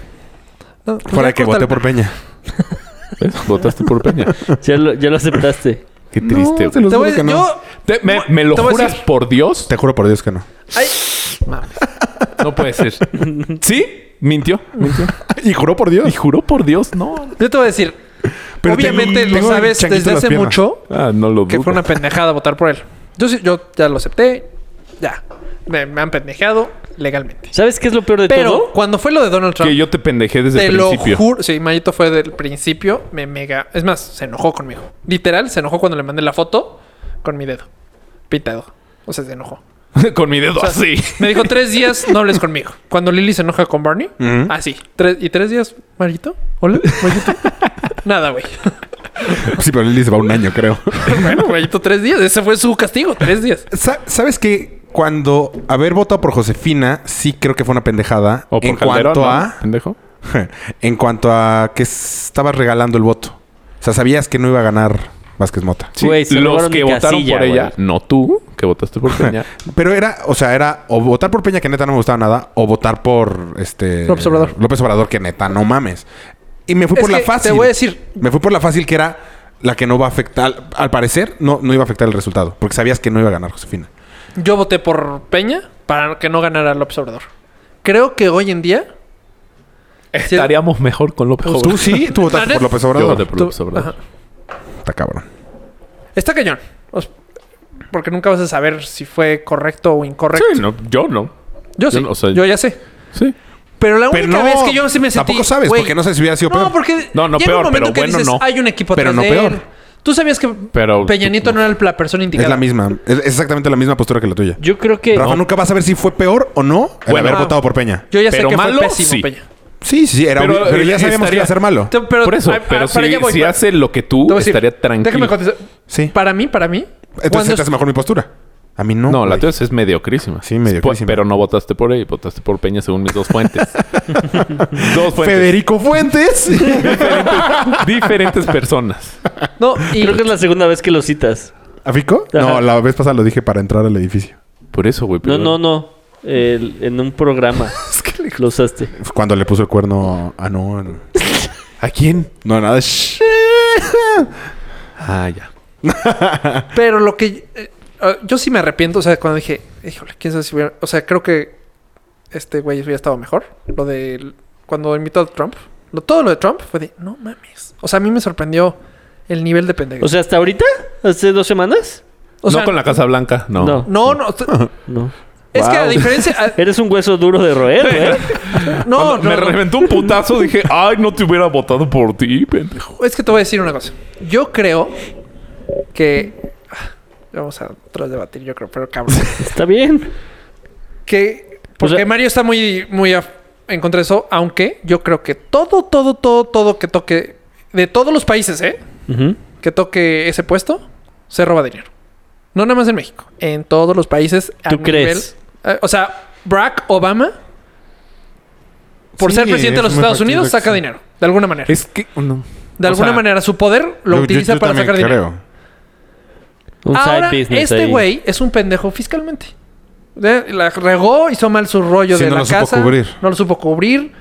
D: no, pues
E: Fuera
D: ya
E: que
D: córtale.
E: voté por Peña.
A: ¿Ves? pues, Votaste por Peña.
C: Ya lo, ya lo aceptaste.
A: Qué triste. güey.
E: No, te
D: Te
E: lo
D: voy a
E: juro que
D: decir,
E: no.
D: yo...
A: Te- me, me lo
D: Te voy a
A: juras
D: decir-
A: por Dios?
E: Te juro por Dios que no.
D: Ay,
A: No puede ser. (laughs) ¿Sí? Mintió. Mintió.
E: (laughs) Y juró por Dios.
A: Y juró por Dios, no.
D: yo te voy a decir...
E: Pero
D: Obviamente
E: tengo-
D: lo
E: tengo
D: sabes
E: chanquito
D: desde
E: en las
D: hace
E: piernas.
D: mucho
A: Ah, no lo
D: que
A: dudo.
D: fue una pendejada votar por él. Yo, sí- yo ya lo acepté, ya. Me, me han pendejado legalmente.
C: ¿Sabes qué es lo peor de
D: Pero
C: todo?
D: cuando fue lo de Donald Trump,
A: Que yo te pendejé desde
D: te
A: el
D: lo
A: principio.
D: juro. Sí, Mayito fue del principio, me mega. Es más, se enojó conmigo. Literal, se enojó cuando le mandé la foto con mi dedo pintado. O sea, se enojó.
A: (laughs) Con mi dedo
D: O sea,
A: así.
D: Me dijo tres días, no hables conmigo. Cuando Lily se enoja con Barney,
E: Ujú.
D: así. Tres, y tres días, Marito, hola, Marito. Nada, güey.
E: Sí, pero Lili se va un año, creo.
D: (laughs) bueno, Marito, tres días. Ese fue su castigo, tres días.
E: (laughs) Sa- ¿Sabes que Cuando haber votado por Josefina, sí creo que fue una pendejada.
A: O por
E: en
A: Calderón,
E: cuanto
A: ¿no?
E: a. (laughs)
A: Pendejo.
E: en cuanto a que estabas regalando el voto. O sea, sabías que no iba a ganar Vázquez Mota.
A: Sí,
C: Güey, se
A: los
C: robaron
A: que
C: mi
A: votaron
C: casilla,
A: por ella, no tú, que votaste (laughs) por Peña.
E: (laughs) Pero era, o sea, era o votar por Peña, que neta no me gustaba nada, o votar por este.
D: López Obrador.
E: López Obrador, que neta, no mames. Y me fui
D: Es
E: por la
D: que
E: fácil.
D: te voy a decir-
E: Me fui por la fácil que era la que no va a afectar. Al parecer, no, no iba a afectar el resultado. Porque sabías que no iba a ganar Josefina.
D: Yo voté por Peña para que no ganara el observador. Creo que hoy en día. si-
A: Estaríamos mejor con López Obrador.
E: Tú sí, tú votaste por López
A: Yo
E: Obrador.
A: voté por
D: Pues Tú-
A: López Obrador.
D: ajá.
E: Está cabrón.
D: Está cañón. Os- Porque nunca vas a saber si fue correcto o incorrecto.
A: Sí, no, yo no.
D: yo sí.
A: yo
D: Yo,
A: no, o sea,
D: ya sé.
A: Sí.
D: Pero la
E: Pero
D: única
E: no,
D: vez que yo sí me sentí.
E: tampoco sabes,
D: güey,
E: porque no sé si hubiera sido
D: No,
E: peor.
D: porque.
A: No, no
D: llega un
A: peor,
D: momento
A: pero
D: que
A: bueno,
D: dices,
A: no.
D: Hay un equipo
E: Pero
D: atrás
E: no
D: de
E: peor.
D: él". Tú sabías que
A: Pero-
D: Peñanito no era la persona indicada.
E: Es la misma. Es es exactamente la misma postura que la tuya.
C: Yo creo que
E: Rafa, nunca vas a ver si fue peor o no el
A: Bueno.
E: haber
A: Ah.
E: votado por Peña.
D: Yo ya
A: Pero
D: sé que
A: malo,
D: fue pésimo,
A: sí.
D: Peña.
E: Sí, sí, sí, era
A: Pero,
E: obvio, pero, ya
A: eh,
E: sabíamos que iba a
A: estaría-
E: ser malo.
D: Te- pero-
A: por eso,
D: a- a-
A: pero
D: para
A: si,
D: allá voy,
A: si
D: para-
A: hace lo que tú,
D: Te voy a decir,
A: estaría tranquilo.
D: Déjame contestar.
E: Sí.
D: Para mí, para mí.
E: Entonces este
D: cuando
E: esta es mejor mi postura. A mí no.
A: No, la
E: güey.
A: tuya es mediocrísima.
E: Sí, mediocrísima.
A: Pu- Pero no votaste por ella, votaste por Peña según mis dos
D: (laughs)
A: fuentes. dos fuentes.
E: Federico Fuentes.
D: (laughs)
A: Diferentes personas.
D: No, y
C: creo que es la segunda vez que lo citas.
E: ¿A Fico?
C: Ajá.
E: No, la vez pasada lo dije para entrar al
D: (laughs)
E: edificio.
A: Por eso, güey.
C: No,
A: pero-
C: no, no. El- en un
D: (laughs)
C: programa lo usaste.
E: Cuando le puso el cuerno a
D: (laughs)
E: no. no.
A: ¿A quién?
E: No, nada. shh.
A: Ah, ya.
D: Pero lo que. eh, ah, yo sí me arrepiento. O sea, cuando dije, híjole, quién sabe si hubiera. O sea, creo que este güey hubiera estado mejor. Lo de. Cuando invitó a Trump. Lo, todo lo de Trump fue de, no mames. O sea, a mí me sorprendió el nivel de pendejo.
C: O sea, hasta ahorita, hace dos semanas.
D: O sea,
A: no con la Casa Blanca, no.
C: No.
D: no, no.
C: (laughs)
D: t-
C: No.
D: es que a
A: Wow.
D: diferencia.
C: (laughs)
D: a-
C: Eres un hueso duro de roer, ¿eh?
E: (laughs)
D: no, no,
A: me
D: no.
A: reventó un putazo,
D: (laughs)
A: dije, ay, no te hubiera votado por ti, pendejo.
D: Es que te voy a decir una cosa. Yo creo que. ah, Vamos a tras debatir, yo creo, pero cabrón.
C: Está bien.
D: que porque
C: sea-
D: Mario está muy muy a- en contra de eso, aunque yo creo que todo todo todo todo que toque de todos los países, ¿eh?
C: Ujú.
D: Que toque ese puesto se roba dinero. No nada más en México, en todos los países a
C: ¿Tú crees?
D: nivel- eh, o sea, Barack Obama por
E: Sí,
D: ser presidente de
E: es
D: los
E: muy
D: Estados
E: factible
D: Unidos
E: que
D: saca
E: sí.
D: dinero, de alguna manera.
A: Es que. No.
D: de
A: o
D: alguna
A: sea,
D: manera su poder lo
E: Yo- yo-
D: utiliza
E: yo
D: para
E: también
D: sacar dinero.
E: creo.
C: Un
D: Ahora,
C: side business
D: este
C: ahí.
D: güey es un pendejo fiscalmente. De- La regó, hizo mal su rollo
E: Sí,
D: de
E: no
D: la
E: lo supo
D: casa.
E: cubrir.
D: No lo supo cubrir.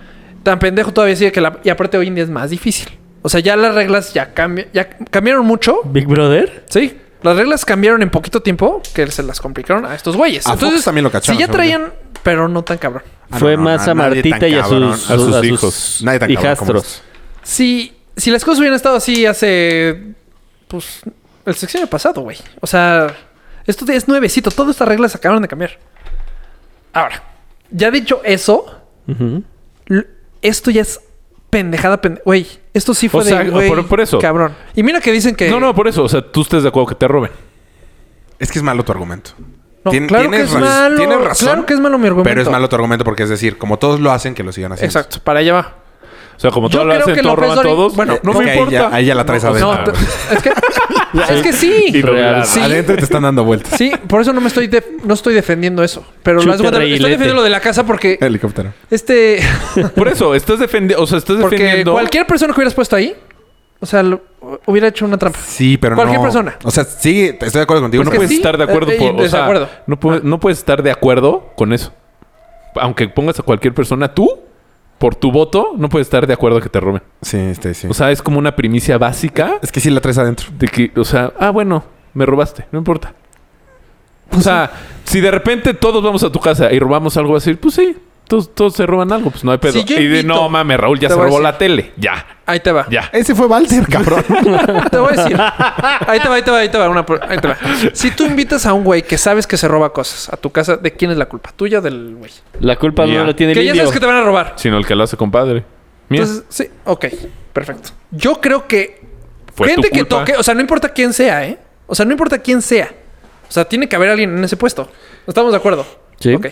D: Tan pendejo todavía sigue que la... Y aparte hoy en día es más difícil. O sea, ya las reglas ya, cambi- ya cambiaron mucho.
C: Big Brother.
D: Sí. Las reglas cambiaron en poquito tiempo que se las complicaron a estos güeyes.
E: A Fox también lo cacharon,
D: Si ya
E: según
D: traían... Pero no tan cabrón.
E: Ah,
C: Fue
E: no, no,
C: más
E: no,
C: a
E: nadie
C: Martita
E: tan
C: y a sus,
E: cabrón.
C: a sus
E: hijos. Nadie tan cabrón como este.
C: hijastros.
E: estos.
D: Si, si las cosas hubieran estado así hace... Pues... El sexenio pasado, güey. O sea... Esto es nuevecito. Todas estas reglas acabaron de cambiar. Ahora. Ya dicho eso...
C: Ujú.
D: L- Esto ya es pendejada, pende- güey. Esto sí fue
A: O sea,
D: de güey,
A: por- por eso.
D: cabrón. Y mira que dicen que
A: No, no, por eso. O sea, tú estás de acuerdo que te roben.
E: Es que es malo tu argumento.
D: No,
E: Tien-
D: claro que
E: tienes
D: es
E: raz-
D: malo.
E: tienes razón,
D: Claro que es malo mi argumento.
E: Pero es malo tu argumento porque es decir, como todos lo hacen, que lo sigan haciendo.
D: Exacto, para allá va.
A: O sea, como
D: Yo
A: todos lo
D: creo
A: hacen,
D: que
A: todos
D: López
A: roban
D: Dori-
A: todos.
D: bueno,
A: no
E: es
A: me
E: que ahí
A: importa.
E: ya- ahí ya la traes adentro.
D: No, t-
A: (laughs)
D: es que es que sí.
A: Y doblada.
C: Sí.
E: Ah, Adentro te están dando
D: (laughs)
E: vueltas.
D: Sí, por eso no me estoy de- no estoy defendiendo eso, pero lo
C: Chuta,
D: has- estoy
C: reguilete.
D: defendiendo lo de la casa porque
E: Helicóptero.
A: (laughs)
D: este
A: Por eso, estás defendiendo. O sea, estás
D: porque
A: defendiendo.
D: cualquier persona que hubieras puesto ahí, o sea, lo- hubiera hecho una trampa.
E: Sí, pero
D: Cualquier
E: no.
D: persona.
E: O sea, sí, estoy de acuerdo contigo.
A: Pero no
E: Pues
D: que
A: puedes
D: sí,
A: estar de acuerdo
D: eh,
A: por,
D: y
A: o sea,
D: desacuerdo.
A: no, puede- no puedes estar de acuerdo con eso. Aunque pongas a cualquier persona, tú, por tu voto, no puedes estar de acuerdo que te roben.
E: Sí, este, sí.
A: O sea, es como una primicia básica
E: es que sí la traes adentro.
A: de que, o sea, ah, bueno, me robaste, no importa. O sea, si de repente todos vamos a tu casa y robamos algo así, pues sí, Todos, todos se roban algo, pues no hay pedo.
D: Si yo
A: y de
D: invito-
A: no mames, Raúl ya
D: Te
A: se
D: voy a
A: robó
D: decir.
A: la tele. Ya,
D: Ahí te va.
A: ya.
E: Ese fue Walter, cabrón. (laughs)
D: Te voy
A: (laughs)
D: a decir. Ahí te va, ahí te va, ahí te va. Una, pro- ahí te va. Si tú invitas a un güey que sabes que se roba cosas a tu casa, ¿de quién es la culpa? ¿Tuya o del güey?
C: La culpa
A: Ya.
C: no la tiene el
D: Que ya
C: indio.
D: sabes que te van a robar.
A: Sino el que lo hace compadre. Mira,
D: Entonces, sí, ok, perfecto. Yo creo que
A: fue
D: gente
A: tu
D: que
A: culpa.
D: toque, o sea, no importa quién sea, ¿eh? O sea, no importa quién sea. O sea, tiene que haber alguien en ese puesto. ¿Estamos de acuerdo?
C: Sí.
D: Ok.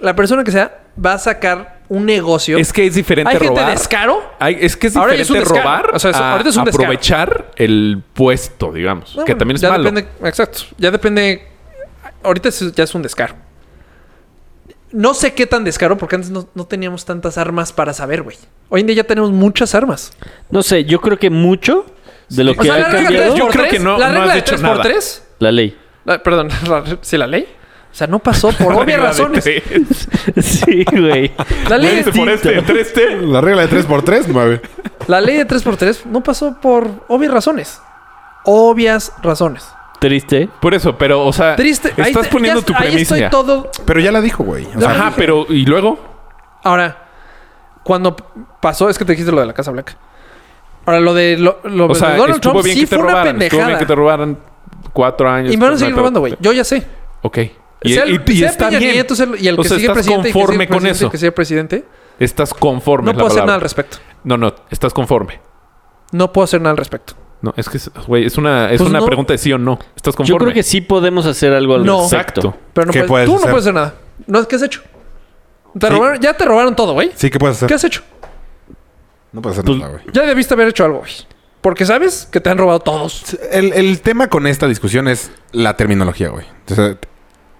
D: La persona que sea va a sacar un negocio.
A: Es que es diferente
D: Hay gente
A: robar.
D: descaro.
A: Hay- es que es
D: Ahora ya
A: diferente
D: es un descaro.
A: robar
D: O sea, es-
A: a
D: ahorita es un descaro.
A: aprovechar el puesto, digamos.
D: No,
A: que
D: bueno,
A: también es
D: ya
A: malo.
D: depende- exacto. Ya depende. Ahorita es- ya es un descaro. No sé qué tan descaro, porque antes no, no teníamos tantas armas para saber, güey. Hoy en día ya tenemos muchas armas.
C: No sé, yo creo que mucho de lo
D: O
C: que
D: sea,
C: ha
D: la regla
C: cambiado...
D: de 3x3,
A: Yo creo que no-
D: la
A: no
D: regla
A: has
D: de
A: dicho
D: 3x3,
A: nada.
C: La ley. (laughs)
D: la- Ah, perdón, (laughs) la- sí, la ley. O sea, no pasó
A: (laughs)
D: por obvias
A: Regla de
D: razones.
A: tres.
C: sí, güey.
D: La ley,
A: Este por
D: de,
A: este, entre este.
E: La regla de 3x3, 9.
D: la ley de 3x3 no pasó por obvias razones. Obvias razones.
C: Triste.
A: Por eso, pero, o sea,
D: Triste. ahí
A: estás
D: te-
A: poniendo
D: ya-
A: tu
D: Ahí
A: premisa.
D: estoy todo.
E: Pero ya la dijo, güey. O sea,
A: Ajá, pero, ¿y luego?
D: Ahora, cuando p- pasó, es que te dijiste lo de la Casa Blanca. Ahora, lo de, lo, lo
A: O
D: de
A: sea,
D: pues, Donald
A: estuvo
D: Trump
A: bien
D: sí
A: que te
D: fue una
A: robaran. Estuvo bien
D: pendejada.
A: que te robaran cuatro años.
D: Y me van a
A: pero-
D: seguir
A: pero-
D: robando, güey. Yo ya sé.
A: Ok. Y,
D: Sea el-
A: y- y
D: sea
A: está
D: Peña
A: bien.
D: Nieto, sea el- y el
A: o
D: que
A: sea,
D: sigue
A: estás
D: presidente, y que sigue
A: conforme con
D: presidente,
A: eso.
D: que sigue presidente,
A: Estás conforme.
D: no
A: es la
D: puedo hacer nada al
A: palabra.
D: respecto.
A: No, no. Estás conforme.
D: No puedo hacer nada al respecto.
A: No, es que, es- güey, es una, es
D: Pues
A: una
D: no.
A: pregunta de sí o no. ¿Estás conforme?
C: Yo creo que sí podemos hacer algo al
D: No.
C: respecto.
A: Exacto.
D: Pero no
E: ¿Qué
D: puedes,
E: puedes
D: tú no
E: hacer?
D: puedes hacer nada. No, ¿Qué has hecho? Te
E: Sí.
D: robaron- ya te robaron todo, güey.
E: Sí, ¿qué puedes hacer?
D: ¿Qué has hecho?
E: No puedes hacer
C: Pues-
E: nada, güey.
D: Ya debiste haber hecho algo, güey. Porque sabes que te han robado todos.
E: El, el tema con esta discusión es la terminología, güey. Entonces,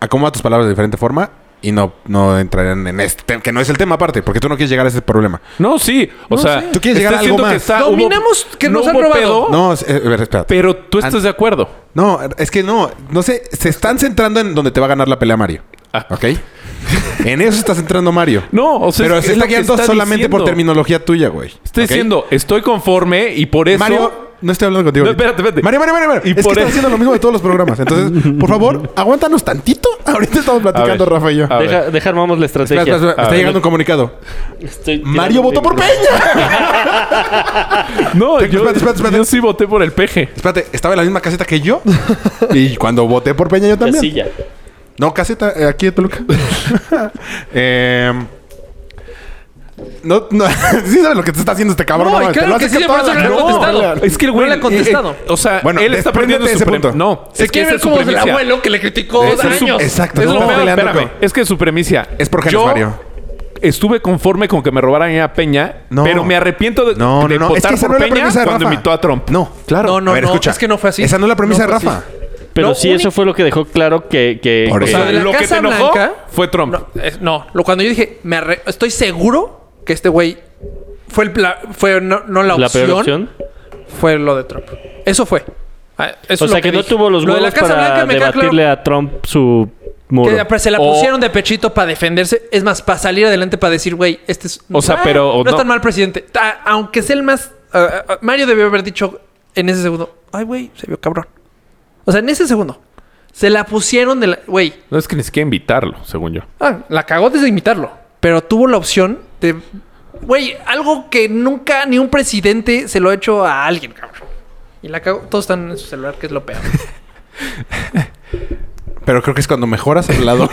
E: acomoda tus palabras de diferente forma y no, no entrarán en este tema, que no es el tema aparte, porque tú no quieres llegar a ese problema.
A: No, sí. O
D: No
A: sea,
D: sé.
E: Tú quieres llegar
A: estás
E: a algo
A: diciendo
E: más.
A: hubo-
D: Dominamos que nos han
A: hubo
D: robado.
A: pedo,
E: No, es- eh, a ver, espera.
A: Pero tú estás de acuerdo.
E: No, es que no, no sé, se están centrando en donde te va a ganar la pelea Mario.
A: Ah.
E: ¿Ok? en eso está centrando Mario.
A: No, o sea,
E: pero
A: es-
E: se
A: es lo
E: está
A: que
E: guiando
A: está
E: solamente por
A: diciendo.
E: terminología tuya, güey.
A: Estoy
E: ¿Ok?
A: diciendo, estoy conforme y por eso.
E: Mario, no estoy hablando contigo.
A: No,
E: ahorita.
A: espérate, espérate.
E: Mario, Mario, Mario, Mario.
A: Y
E: es que
A: por
E: estás
A: eso-
E: haciendo lo mismo de todos los programas. Entonces, por favor, aguántanos tantito. (laughs) Ahorita estamos platicando,
A: ver.
E: Rafa y yo.
A: A ver.
C: Deja, deja armamos la estrategia. Ah,
E: Espera, espera, espera.
A: A
E: Está
A: ver.
E: llegando un comunicado.
D: Este,
C: Estoy tirando
E: Mario votó por
C: de-
E: Peña.
A: No, yo,
E: espérate, espérate, espérate.
A: yo sí voté por el peje.
E: Espérate, estaba en la misma caseta que yo. y cuando voté por Peña, yo también.
C: Casilla.
E: No, caseta, eh, aquí de Toluca. Em, no, no, (laughs) sí sabes lo que te está haciendo este cabrón.
D: No, y
E: mames, te
D: claro
E: lo
D: que
E: hace
D: sí,
E: toda
D: por eso
E: la-
D: no le ha
E: No,
D: contestado.
E: güey.
A: Es que el
D: No
A: güey.
D: le ha contestado.
A: eh, eh, o sea,
E: Bueno,
A: él está
E: despréndete
A: perdiendo
E: de
A: su
E: ese
A: prem-
E: punto.
A: No,
D: Se quiere
A: esa
D: ver
A: es su
D: como el
A: premisa.
D: abuelo que le criticó
A: Esa es su-
D: años.
E: Exacto,
D: Es
E: no
D: lo
E: estás
D: peor.
E: peleando
A: Espérame,
E: con-
A: es que su premisa.
E: Es porque eres
A: Yo
E: Mario.
A: Estuve conforme con que me robaran a Peña,
E: No.
A: pero me arrepiento de,
E: No,
A: de
E: no, no. Es
A: votar
E: que esa
A: por
E: no es la
A: Peña
E: premisa de
A: cuando
E: Rafa.
A: invitó a Trump.
E: No, claro.
D: No, no,
E: A ver,
D: no,
E: escucha.
D: es que no fue así.
E: Esa no es la premisa
D: No
E: de
D: fue
E: Rafa.
C: Pero
D: Lo
C: sí,
D: único-
C: eso fue lo que dejó claro que... que-
E: Por
A: O
C: que-
A: sea,
D: de la
A: lo que te
D: Casa
A: enojó
D: Blanca-
A: fue Trump.
D: No, es- no, lo cuando yo dije, me arre- estoy seguro que este güey fue el pla- fue no, no la,
C: la
D: opción,
C: peor opción.
D: fue lo de Trump. Eso fue. Ah, eso
C: O
D: es
C: sea,
D: lo
C: que, no
D: dije.
C: tuvo los
D: Lo de la
C: huevos
D: Casa
C: para
D: Blanca me queda
C: debatirle
D: claro
C: a Trump su muro.
D: que pues, se la
A: O-
D: pusieron de pechito para defenderse. Es más, para salir adelante para decir, güey, este es...
A: O sea,
D: Ah,
A: pero-
D: No,
A: no.
D: es tan mal presidente. Ah, aunque sea el más... ah, ah, Mario debió haber dicho en ese segundo, ay, güey, se vio cabrón. O sea, en ese segundo. Se la pusieron de la... Güey,
A: No es que ni siquiera invitarlo, según
D: (laughs)
A: yo.
D: Ah, la cagó desde imitarlo. Pero tuvo la opción de. Güey, algo que nunca ni un presidente se lo ha hecho a alguien, cabrón. Y la cagó. Todos están en su celular, que es lo peor. (laughs)
E: Pero creo que es cuando mejoras el lado.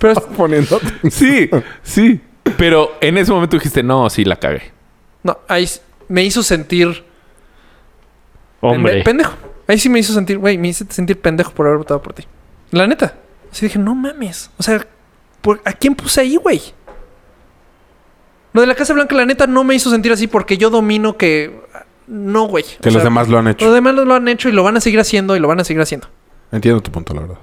D: Pero es-
E: poniendo.
A: Sí, sí. Pero en ese momento dijiste, no, sí, la cagué.
D: no, ahí s- me hizo sentir
C: Hombre.
D: pende- pendejo. Ahí sí me hizo sentir, güey, me hice sentir pendejo por haber votado por ti. La neta. Así dije, no mames. O sea, ¿por- ¿a quién puse ahí, güey? Lo de la Casa Blanca, la neta, no me hizo sentir así porque yo domino que. ah, No, güey. O
E: Que los
D: sea,
E: demás lo han hecho.
D: Los demás lo han hecho y lo van a seguir haciendo y lo van a seguir haciendo.
E: Entiendo tu punto, la verdad.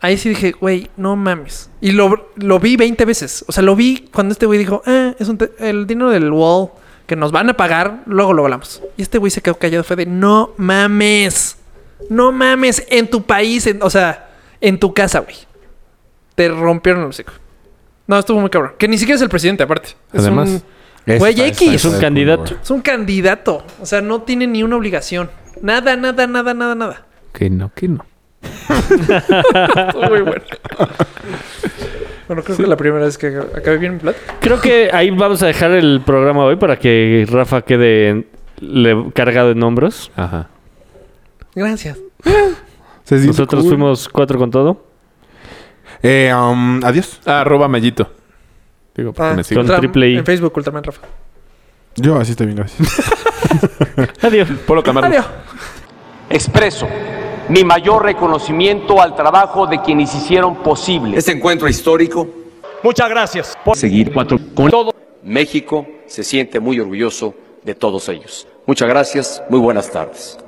D: Ahí sí dije, güey, no mames. Y lo, lo vi 20 veces. O sea, lo vi cuando este güey dijo, ah, es un te- el dinero del wall que nos van a pagar, luego lo hablamos. Y este güey se quedó callado. Fue de, no mames. No mames. En tu país, en- o sea, en tu casa, güey. Te rompieron el hocico. No, estuvo muy cabrón. Que ni siquiera es el presidente, aparte. Es
A: Además.
D: un-
E: Ese
D: Güey,
E: está-
D: X.
E: está-
D: Es
E: está
C: un
E: de
C: candidato.
E: acuerdo, güey.
D: es un candidato. O sea, no tiene ni una obligación. Nada, nada, nada, nada, nada. (laughs)
A: Que no, que no.
D: Estuvo muy bueno. Bueno, creo que es la primera vez que acabé bien mi plata.
C: Creo que ahí vamos a dejar el programa hoy para que Rafa quede en- le- cargado en hombros.
A: Ajá.
D: Gracias.
E: Se siente
C: Nosotros
E: cool.
C: fuimos cuatro con todo.
E: Eh, um, adiós.
A: Arroba Mellito. Digo, porque
D: Ah,
A: me sigo.
C: Con
D: Ultra-
C: triple I.
D: En Facebook, Ultraman Rafa.
E: Yo así estoy bien, gracias.
C: Adiós.
A: Polo Camargo.
D: Adiós.
L: Expreso mi mayor reconocimiento al trabajo de quienes hicieron posible este encuentro histórico.
B: Muchas gracias.
L: Por seguir cuatro con todo México se siente muy orgulloso de todos ellos. Muchas gracias, muy buenas tardes.